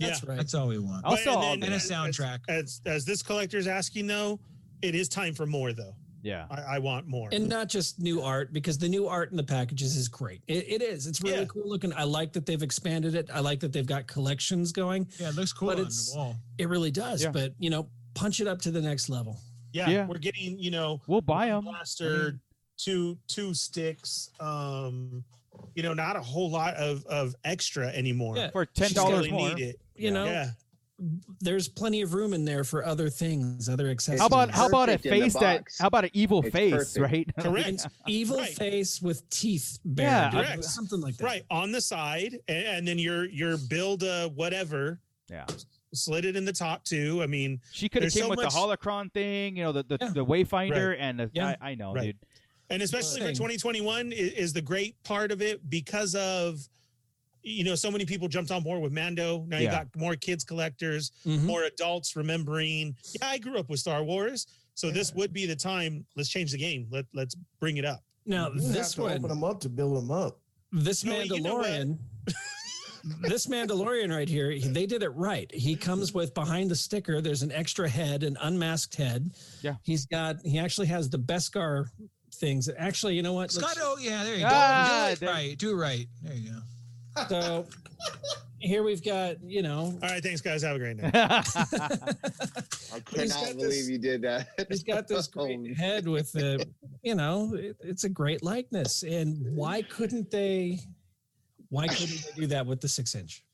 S10: That's right.
S5: that's all we want.
S8: I'll
S4: But-
S8: sell
S4: and
S8: all
S4: then-
S5: and a
S8: that.
S4: as-
S5: soundtrack.
S4: As, as this collector's asking though, it is time for more though.
S8: Yeah.
S4: I, I want more.
S10: and not just new art because the new art in the packages is great. It, it is. It's really
S4: Yeah.
S10: cool looking. I like that they've expanded it. I like that they've got collections going.
S5: Yeah, it looks cool
S10: But
S5: on the
S10: it's-
S5: wall.
S10: It really does.
S8: Yeah.
S10: But you know, punch it up to the next level.
S4: yeah,
S8: Yeah.
S4: we're getting you know
S8: We'll buy them.
S4: blaster, two two sticks. Um, you know, not a whole lot of of extra anymore.
S10: Yeah.
S8: for ten
S4: She's
S8: dollars
S4: really
S8: more.
S4: Need it.
S10: You know,
S4: Yeah,
S10: there's plenty of room in there for other things, other accessories.
S8: How about how about a
S9: perfect in the
S8: face that?
S9: box.
S8: How about an evil
S9: It's
S8: face,
S9: perfect.
S8: right?
S4: correct.
S10: an evil
S4: Right.
S10: face with teeth
S8: Yeah,
S10: buried, or
S4: Correct.
S10: something like that.
S4: right on the side and, and then your your build uh whatever
S8: Yeah.
S4: slid it in the top two. I mean,
S8: She could have
S4: There's
S8: came
S4: so
S8: with
S4: much-
S8: the holocron thing, you know, the the,
S10: Yeah.
S8: the wayfinder,
S4: Right.
S8: and the,
S10: Yeah.
S8: I, I know,
S4: Right.
S8: dude.
S4: and especially for
S10: Thing.
S4: 2021 is, is the great part of it because of you know so many people jumped on board with Mando. Now you
S8: Yeah.
S4: got more kids collectors,
S10: Mhm.
S4: more adults remembering. Yeah, I grew up with Star Wars, so this would be the time. Let's change the game. Let let's bring it up.
S10: Now
S5: You have
S10: this
S5: to open
S10: one,
S5: them up to build them up.
S10: this
S4: No, you know what?
S10: Mandalorian, this Mandalorian right here, he- they did it right. He comes with behind the sticker. There's an extra head, an unmasked head.
S8: Yeah.
S10: he's got. He actually has the Beskar things. Actually, you know what?
S12: Scott,
S10: Let's-
S12: oh yeah, there you
S8: Ah,
S12: go. Do
S8: there-
S12: it right. Do it right. There you go.
S10: So here we've got you know.
S4: All right, thanks guys. Have a great night.
S9: I
S10: he's
S9: cannot
S10: got
S9: believe
S10: this-
S9: you did that.
S10: He's got this
S9: Oh,
S10: great head with the, you know, it, it's a great likeness. And why couldn't they? Why couldn't they do that with the six inch?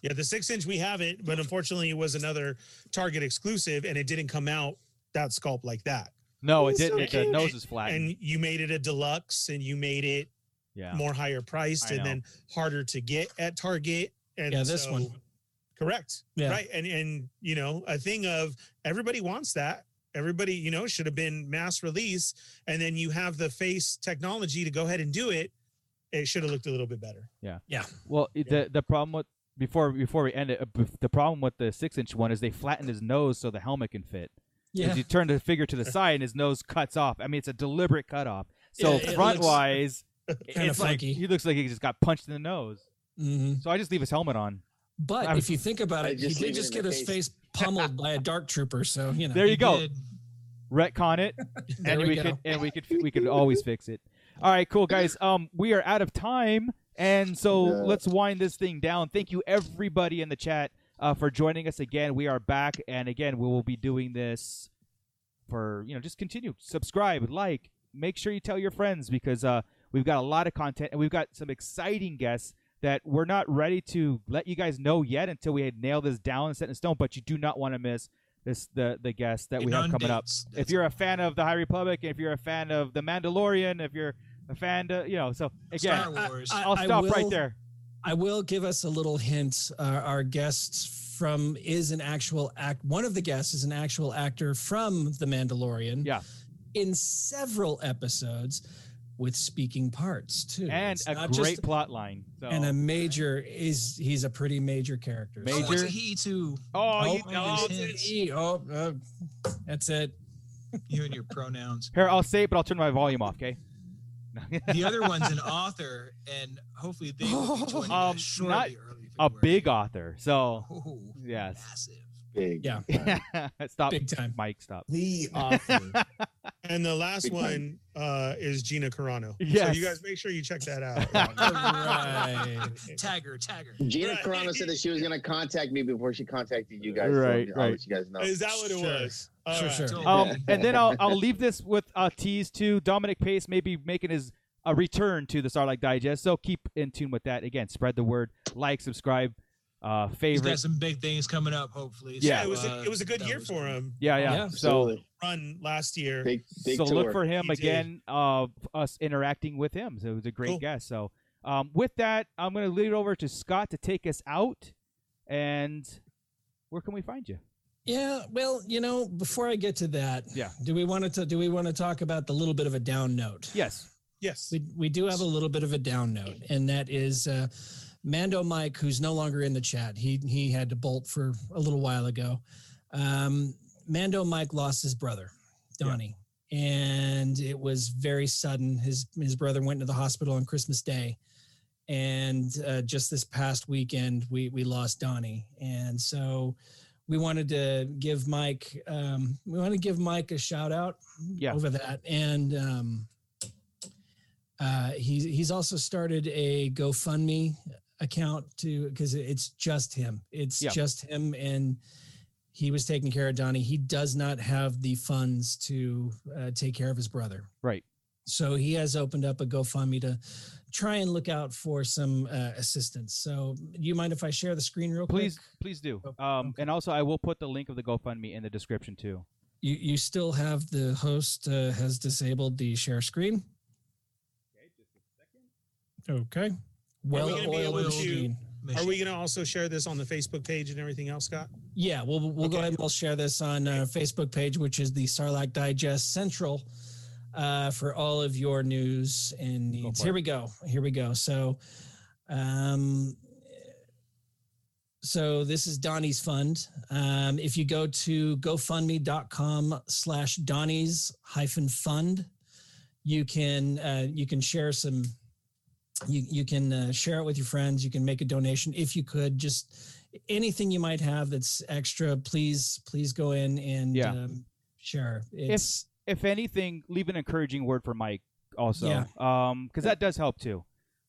S4: Yeah, the six inch we have it, but unfortunately it was another Target exclusive, and it didn't come out that sculpt like that.
S8: no, it
S4: He's so
S8: didn't. the
S4: cute.
S8: nose is flat.
S4: And you made it a deluxe, and you made it
S8: yeah.
S4: more higher priced
S8: I
S4: and then harder to get at Target. And
S10: Yeah, this
S4: so-
S10: one.
S4: Correct.
S10: Yeah.
S4: Right. And and you know, a thing of everybody wants that. Everybody, you know, should have been mass release. And then you have the face technology to go ahead and do it. It should have looked a little bit better.
S8: Well, it- the the problem with before before we end it, uh, bef- the problem with the six inch one is they flattened his nose so the helmet can fit. 'Cause
S10: Yeah,
S8: you turn the figure to the side and his nose cuts off. I mean, it's a deliberate cut off. So
S10: Yeah, it
S8: front
S10: looks
S8: wise, it's like
S10: funky.
S8: he looks like he just got punched in the nose.
S10: Mhm.
S8: So I just leave his helmet on.
S10: but
S8: I'm-
S10: if you think about
S9: I
S10: it,
S9: just
S10: he
S9: leave
S10: did
S9: it
S10: just
S9: in
S10: get
S9: the
S10: his
S9: case.
S10: face pummeled by a dark trooper. So you know,
S8: There you
S12: He
S8: go.
S12: did.
S8: Retcon it.
S10: there
S8: and we,
S10: we, go.
S8: could and we could we could always fix it. All right, cool guys. Um, we are out of time, and so
S9: Yeah.
S8: let's wind this thing down. Thank you everybody in the chat uh, for joining us again. We are back, and again we will be doing this for you know just continue subscribe, like, make sure you tell your friends because uh, we've got a lot of content and we've got some exciting guests that we're not ready to let you guys know yet until we nail this down and set in stone. But you do not want to miss this the the guests that we have coming up
S12: Inundates.
S8: if you're a fan of the High Republic, if you're a fan of the Mandalorian, if you're a fan, of, you know. So again,
S12: Star Wars.
S10: I-
S8: I'll stop right
S10: will-
S8: there.
S10: I will give us a little hint. Uh, our guests from is an actual act. One of the guests is an actual actor from The Mandalorian.
S8: Yeah.
S10: in several episodes with speaking parts too.
S8: And
S10: It's
S8: a
S10: not
S8: great Oh,
S10: just-
S8: plot line. So.
S10: and a major is he's a pretty major character.
S12: oh,
S8: Major-
S12: it's a he too.
S8: oh, you,
S12: Oh,
S8: oh,
S12: it
S10: it's
S12: is.
S10: an E. Oh, uh, that's it.
S12: You and your pronouns.
S8: here I'll say it, but I'll turn my volume off. Okay.
S12: The other one's an author, and hopefully they will be joining
S8: Um,
S12: us shortly. early
S8: A
S12: February.
S8: big author. So
S12: Oh,
S8: yes.
S12: massive.
S9: big.
S10: Yeah,
S8: stop.
S10: big time.
S8: Mike, stop.
S5: The offer.
S4: And the last
S9: Big
S4: one
S9: time.
S4: uh, is Gina Carano. So
S8: Yes.
S4: you guys make sure you check that
S10: All
S4: out.
S10: right.
S12: Tagger, Tagger.
S9: Gina
S4: Right.
S9: Carano said that she was going to contact me before she contacted you guys.
S8: Right,
S9: I'll
S8: right.
S9: let you guys know.
S4: is that what it
S10: Sure.
S4: was?
S10: Sure,
S4: Alright.
S10: sure.
S12: Totally.
S8: Um, and then I'll, I'll leave this with a tease to Dominic Pace maybe making his a return to the Starlight Digest. So keep in tune with that. Again, spread the word, like, subscribe, uh,
S12: He's
S8: favorite.
S12: got some big things coming up, hopefully.
S8: Yeah.
S4: Yeah, it was
S12: uh,
S4: a, it was a good
S12: that
S4: year
S12: was
S4: for
S12: good.
S4: him.
S8: Yeah, yeah.
S10: Yeah.
S8: So
S9: Absolutely.
S4: Run last year.
S9: big, big
S8: so
S9: tour.
S8: look for him
S4: He did.
S8: again. Uh, us interacting with him. So it was a great
S4: Cool.
S8: guest. So um, with that, I'm going to lead it over to Scott to take us out. And where can we find you?
S10: Yeah, well, you know, before I get to that,
S8: Yeah.
S10: do we want to do we want to talk about the little bit of a down note?
S8: Yes.
S4: Yes.
S10: We, we do have a little bit of a down note, and that is uh, Mando Mike, who's no longer in the chat. He he had to bolt for a little while ago. Um, Mando Mike lost his brother, Donnie, and it was very sudden. His his brother went into the hospital on Christmas Day, and uh, just this past weekend we we lost Donnie, and so. We wanted to give Mike. Um, we want to give Mike a shout out
S8: Yeah.
S10: over that, and um, uh, he's he's also started a GoFundMe account to because it's just him. It's
S8: Yeah.
S10: just him, and he was taking care of Donnie. He does not have the funds to uh, take care of his brother.
S8: Right.
S10: So he has opened up a GoFundMe to try and look out for some uh, assistance. So you mind if I share the screen real
S8: Please,
S10: quick?
S8: please do.
S10: Oh,
S8: Um,
S10: okay.
S8: and also, I will put the link of the GoFundMe in the description too.
S10: You you still have the host uh, has disabled the share screen. Okay.
S4: Are we
S10: Well
S4: gonna be
S10: oiled
S4: able to-
S10: machine.
S4: Are we going to also share this on the Facebook page and everything else, Scott?
S5: Yeah, we'll we'll
S4: Okay.
S5: go ahead and we'll share this on our Facebook page, which is the Sarlacc Digest Central, uh, for all of your news and needs.
S8: for
S5: Here
S8: it.
S5: we go. Here we go. So, um, so this is Donnie's fund. Um, if you go to GoFundMe.com/slash Donnie's hyphen fund, you can uh, you can share some. You you can uh, share it with your friends. You can make a donation if you could. Just anything you might have that's extra, please, please go in and
S8: Yeah.
S5: um, share. It's
S8: if anything, leave an encouraging word for Mike also,
S5: Yeah.
S8: um, because that does help too.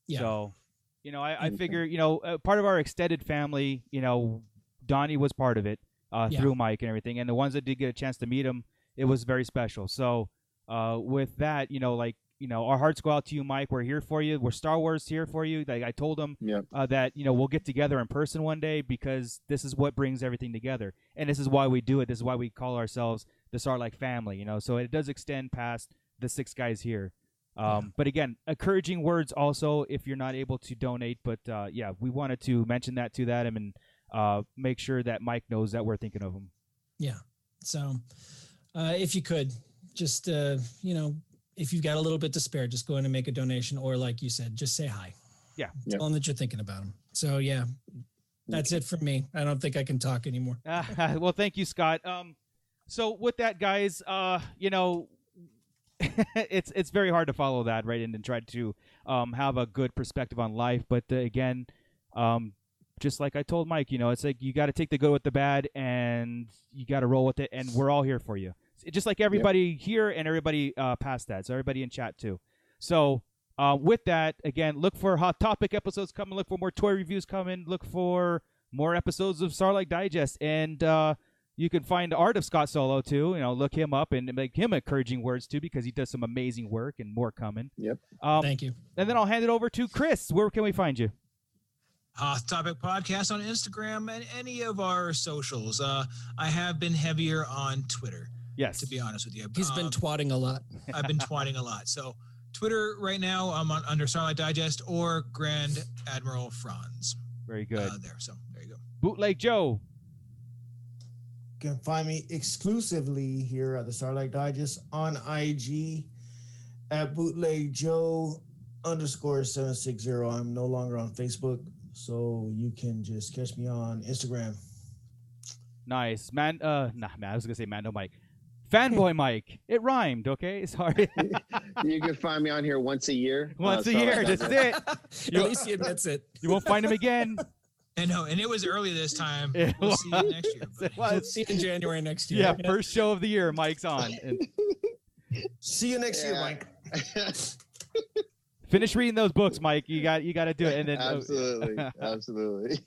S5: Yeah.
S8: So, you know, I, I
S5: Okay.
S8: figure, you know, uh, part of our extended family, you know, Donnie was part of it uh,
S5: Yeah.
S8: through Mike and everything, and the ones that did get a chance to meet him, it was very special. So, uh, with that, you know, like, you know, our hearts go out to you, Mike. We're here for you. We're Star Wars here for you. Like I told him,
S9: Yep.
S8: uh, that you know we'll get together in person one day because this is what brings everything together, and this is why we do it. This is why we call ourselves the Sarlacc family. You know, so it does extend past the six guys here. Um, But again, encouraging words also if you're not able to donate. But uh, yeah, we wanted to mention that to that and uh, make sure that Mike knows that we're thinking of him.
S5: yeah. So uh, if you could, just uh, you know, if you've got a little bit to spare, just go in and make a donation, or like you said, just say hi.
S8: Yeah.
S9: Yeah.
S5: Tell them that you're thinking about them. So yeah, that's it for me. I don't think I can talk anymore.
S8: Ah, well, thank you, Scott. Um, so with that, guys, uh, you know, it's it's very hard to follow that, right, and, and try to um, have a good perspective on life. But uh, again, um, just like I told Mike, you know, it's like you got to take the good with the bad, and you got to roll with it. And we're all here for you, It's just like everybody here and everybody uh, past that. So everybody in chat too. So. Uh, with that, again, look for hot topic episodes coming. Look for more toy reviews coming. Look for more episodes of Sarlacc Digest, and uh, you can find the art of Scott Solo too. You know, look him up and make him encouraging words too, because he does some amazing work and more coming.
S9: Yep.
S8: Um,
S5: Thank you.
S8: and then I'll hand it over to Chris. Where can we find you?
S10: Hot Topic Podcast on Instagram and any of our socials. Uh, I have been heavier on Twitter,
S8: Yes.
S10: to be honest with you.
S5: He's been
S10: Um,
S5: twatting a lot.
S10: I've been twatting a lot. So Twitter right now, I'm on under Starlight Digest or Grand Admiral Franz.
S8: Very good.
S10: Uh, there, so there you go.
S8: Bootleg Joe.
S11: You can find me exclusively here at the Starlight Digest on IG at bootleg Joe underscore 760. I'm no longer on Facebook, so you can just catch me on Instagram.
S8: Nice. Man, uh, nah, man, I was going to say Mando Mike. Fanboy Mike. It rhymed, okay? Sorry.
S9: you can find me on here once a year.
S8: Once
S9: Uh,
S8: a
S9: Starlight
S8: year. That's
S9: Digest.
S8: it.
S5: At least he admits it.
S8: You won't find him again.
S10: And no, and it was early this time.
S8: It
S10: we'll see you next year.
S8: It
S10: buddy.
S5: We'll
S8: was.
S5: see you in January next year.
S8: Yeah, first show of the year. Mike's on. And
S11: See you next year,
S9: Yeah.
S11: Mike.
S8: finish reading those books, Mike. You got you got to do it. And then uh,
S9: absolutely, absolutely.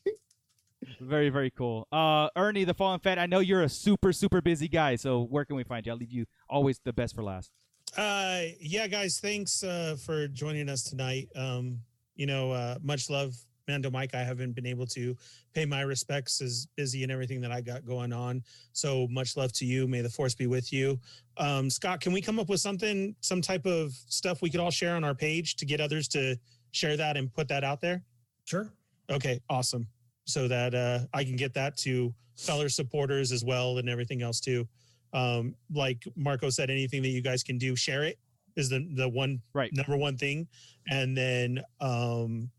S8: Very, very cool. Uh, Ernie, the Fallen Fat, I know you're a super, super busy guy. So where can we find you? I'll leave you always the best for last.
S4: Uh, yeah, guys, thanks uh, for joining us tonight. Um, you know, uh, much love, Mando Mike. I haven't been able to pay my respects as busy and everything that I got going on. So much love to you. May the force be with you. Um, Scott, can we come up with something, some type of stuff we could all share on our page to get others to share that and put that out there?
S5: Sure.
S4: Okay, awesome. So that uh, I can get that to fellow supporters as well and everything else too. Um, like Marco said, anything that you guys can do, share it is the the one
S8: Right.
S4: number one thing. And then um,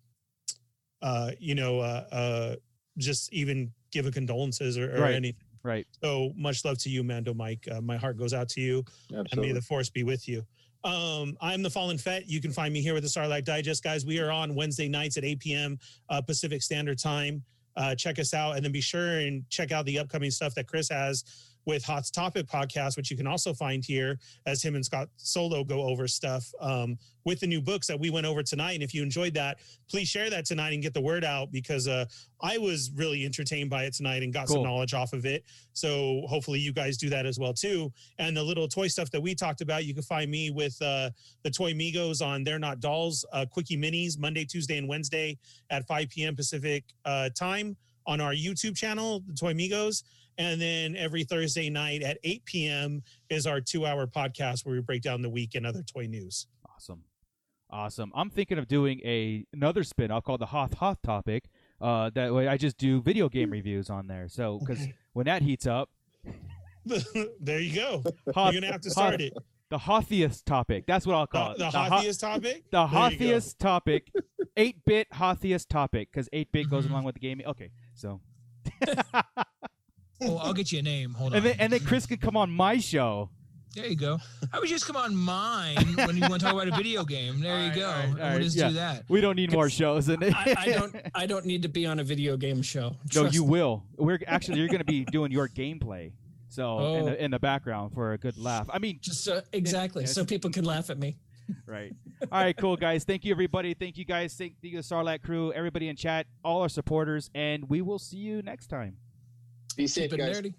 S4: uh, you know, uh, uh, just even give a condolences or, or
S8: Right.
S4: anything.
S8: Right.
S4: So much love to you, Mando Mike. Uh, my heart goes out to you and may
S9: Absolutely.
S4: the force be with you. Um, I'm the Fallen Fett. You can find me here with the Starlight Digest, guys. We are on Wednesday nights at 8 p.m. Uh, Pacific Standard Time. Uh, check us out, and then be sure and check out the upcoming stuff that Chris has with Hot's Topic podcast, which you can also find here as him and Scott Solo go over stuff um, with the new books that we went over tonight. And if you enjoyed that, please share that tonight and get the word out because uh, I was really entertained by it tonight and got
S8: Cool.
S4: some knowledge off of it. So hopefully you guys do that as well too. And the little toy stuff that we talked about, you can find me with uh, the Toy Migos on They're Not Dolls, uh, Quickie Minis, Monday, Tuesday, and Wednesday at 5 p.m. Pacific uh, time on our YouTube channel, the Toy Migos. And then every Thursday night at 8 p.m. is our two hour podcast where we break down the week and other toy news.
S8: Awesome. Awesome. I'm thinking of doing a another spin. I'll call the Hoth Hoth topic Uh, that way, I just do video game reviews on there. So because when that heats up,
S4: there you go.
S8: Hoth-
S4: You're gonna have to start
S8: Hoth-
S4: it.
S8: The hothiest topic. That's what I'll call
S4: The-
S8: it.
S4: the
S8: ho-
S4: hothiest topic?
S8: The
S4: There you go.
S8: hothiest topic. Eight bit hothiest topic because eight bit
S4: Mm-hmm.
S8: goes along with the game. Okay, so
S10: Oh, I'll get you a name. Hold on.
S8: and then and then Chris could come on my show.
S10: There you go. I would just come on mine when you want to talk about a video game. There you go.
S8: All right,
S10: we'll just
S8: yeah.
S10: do that.
S8: We don't need more shows. And
S5: I, I don't. I don't need to be on a video game show.
S8: No,
S5: Trust
S8: you
S5: me.
S8: will. We're actually you're going to be doing your gameplay. So in
S4: Oh.
S8: the in the background for a good laugh. I mean,
S5: Just so, exactly, so people can laugh at me.
S8: right. All right, cool guys. Thank you everybody. Thank you guys. Thank the Sarlat crew, everybody in chat, all our supporters, and we will see you next time.
S9: Be safe,
S5: Keep it
S9: guys.
S5: nerdy.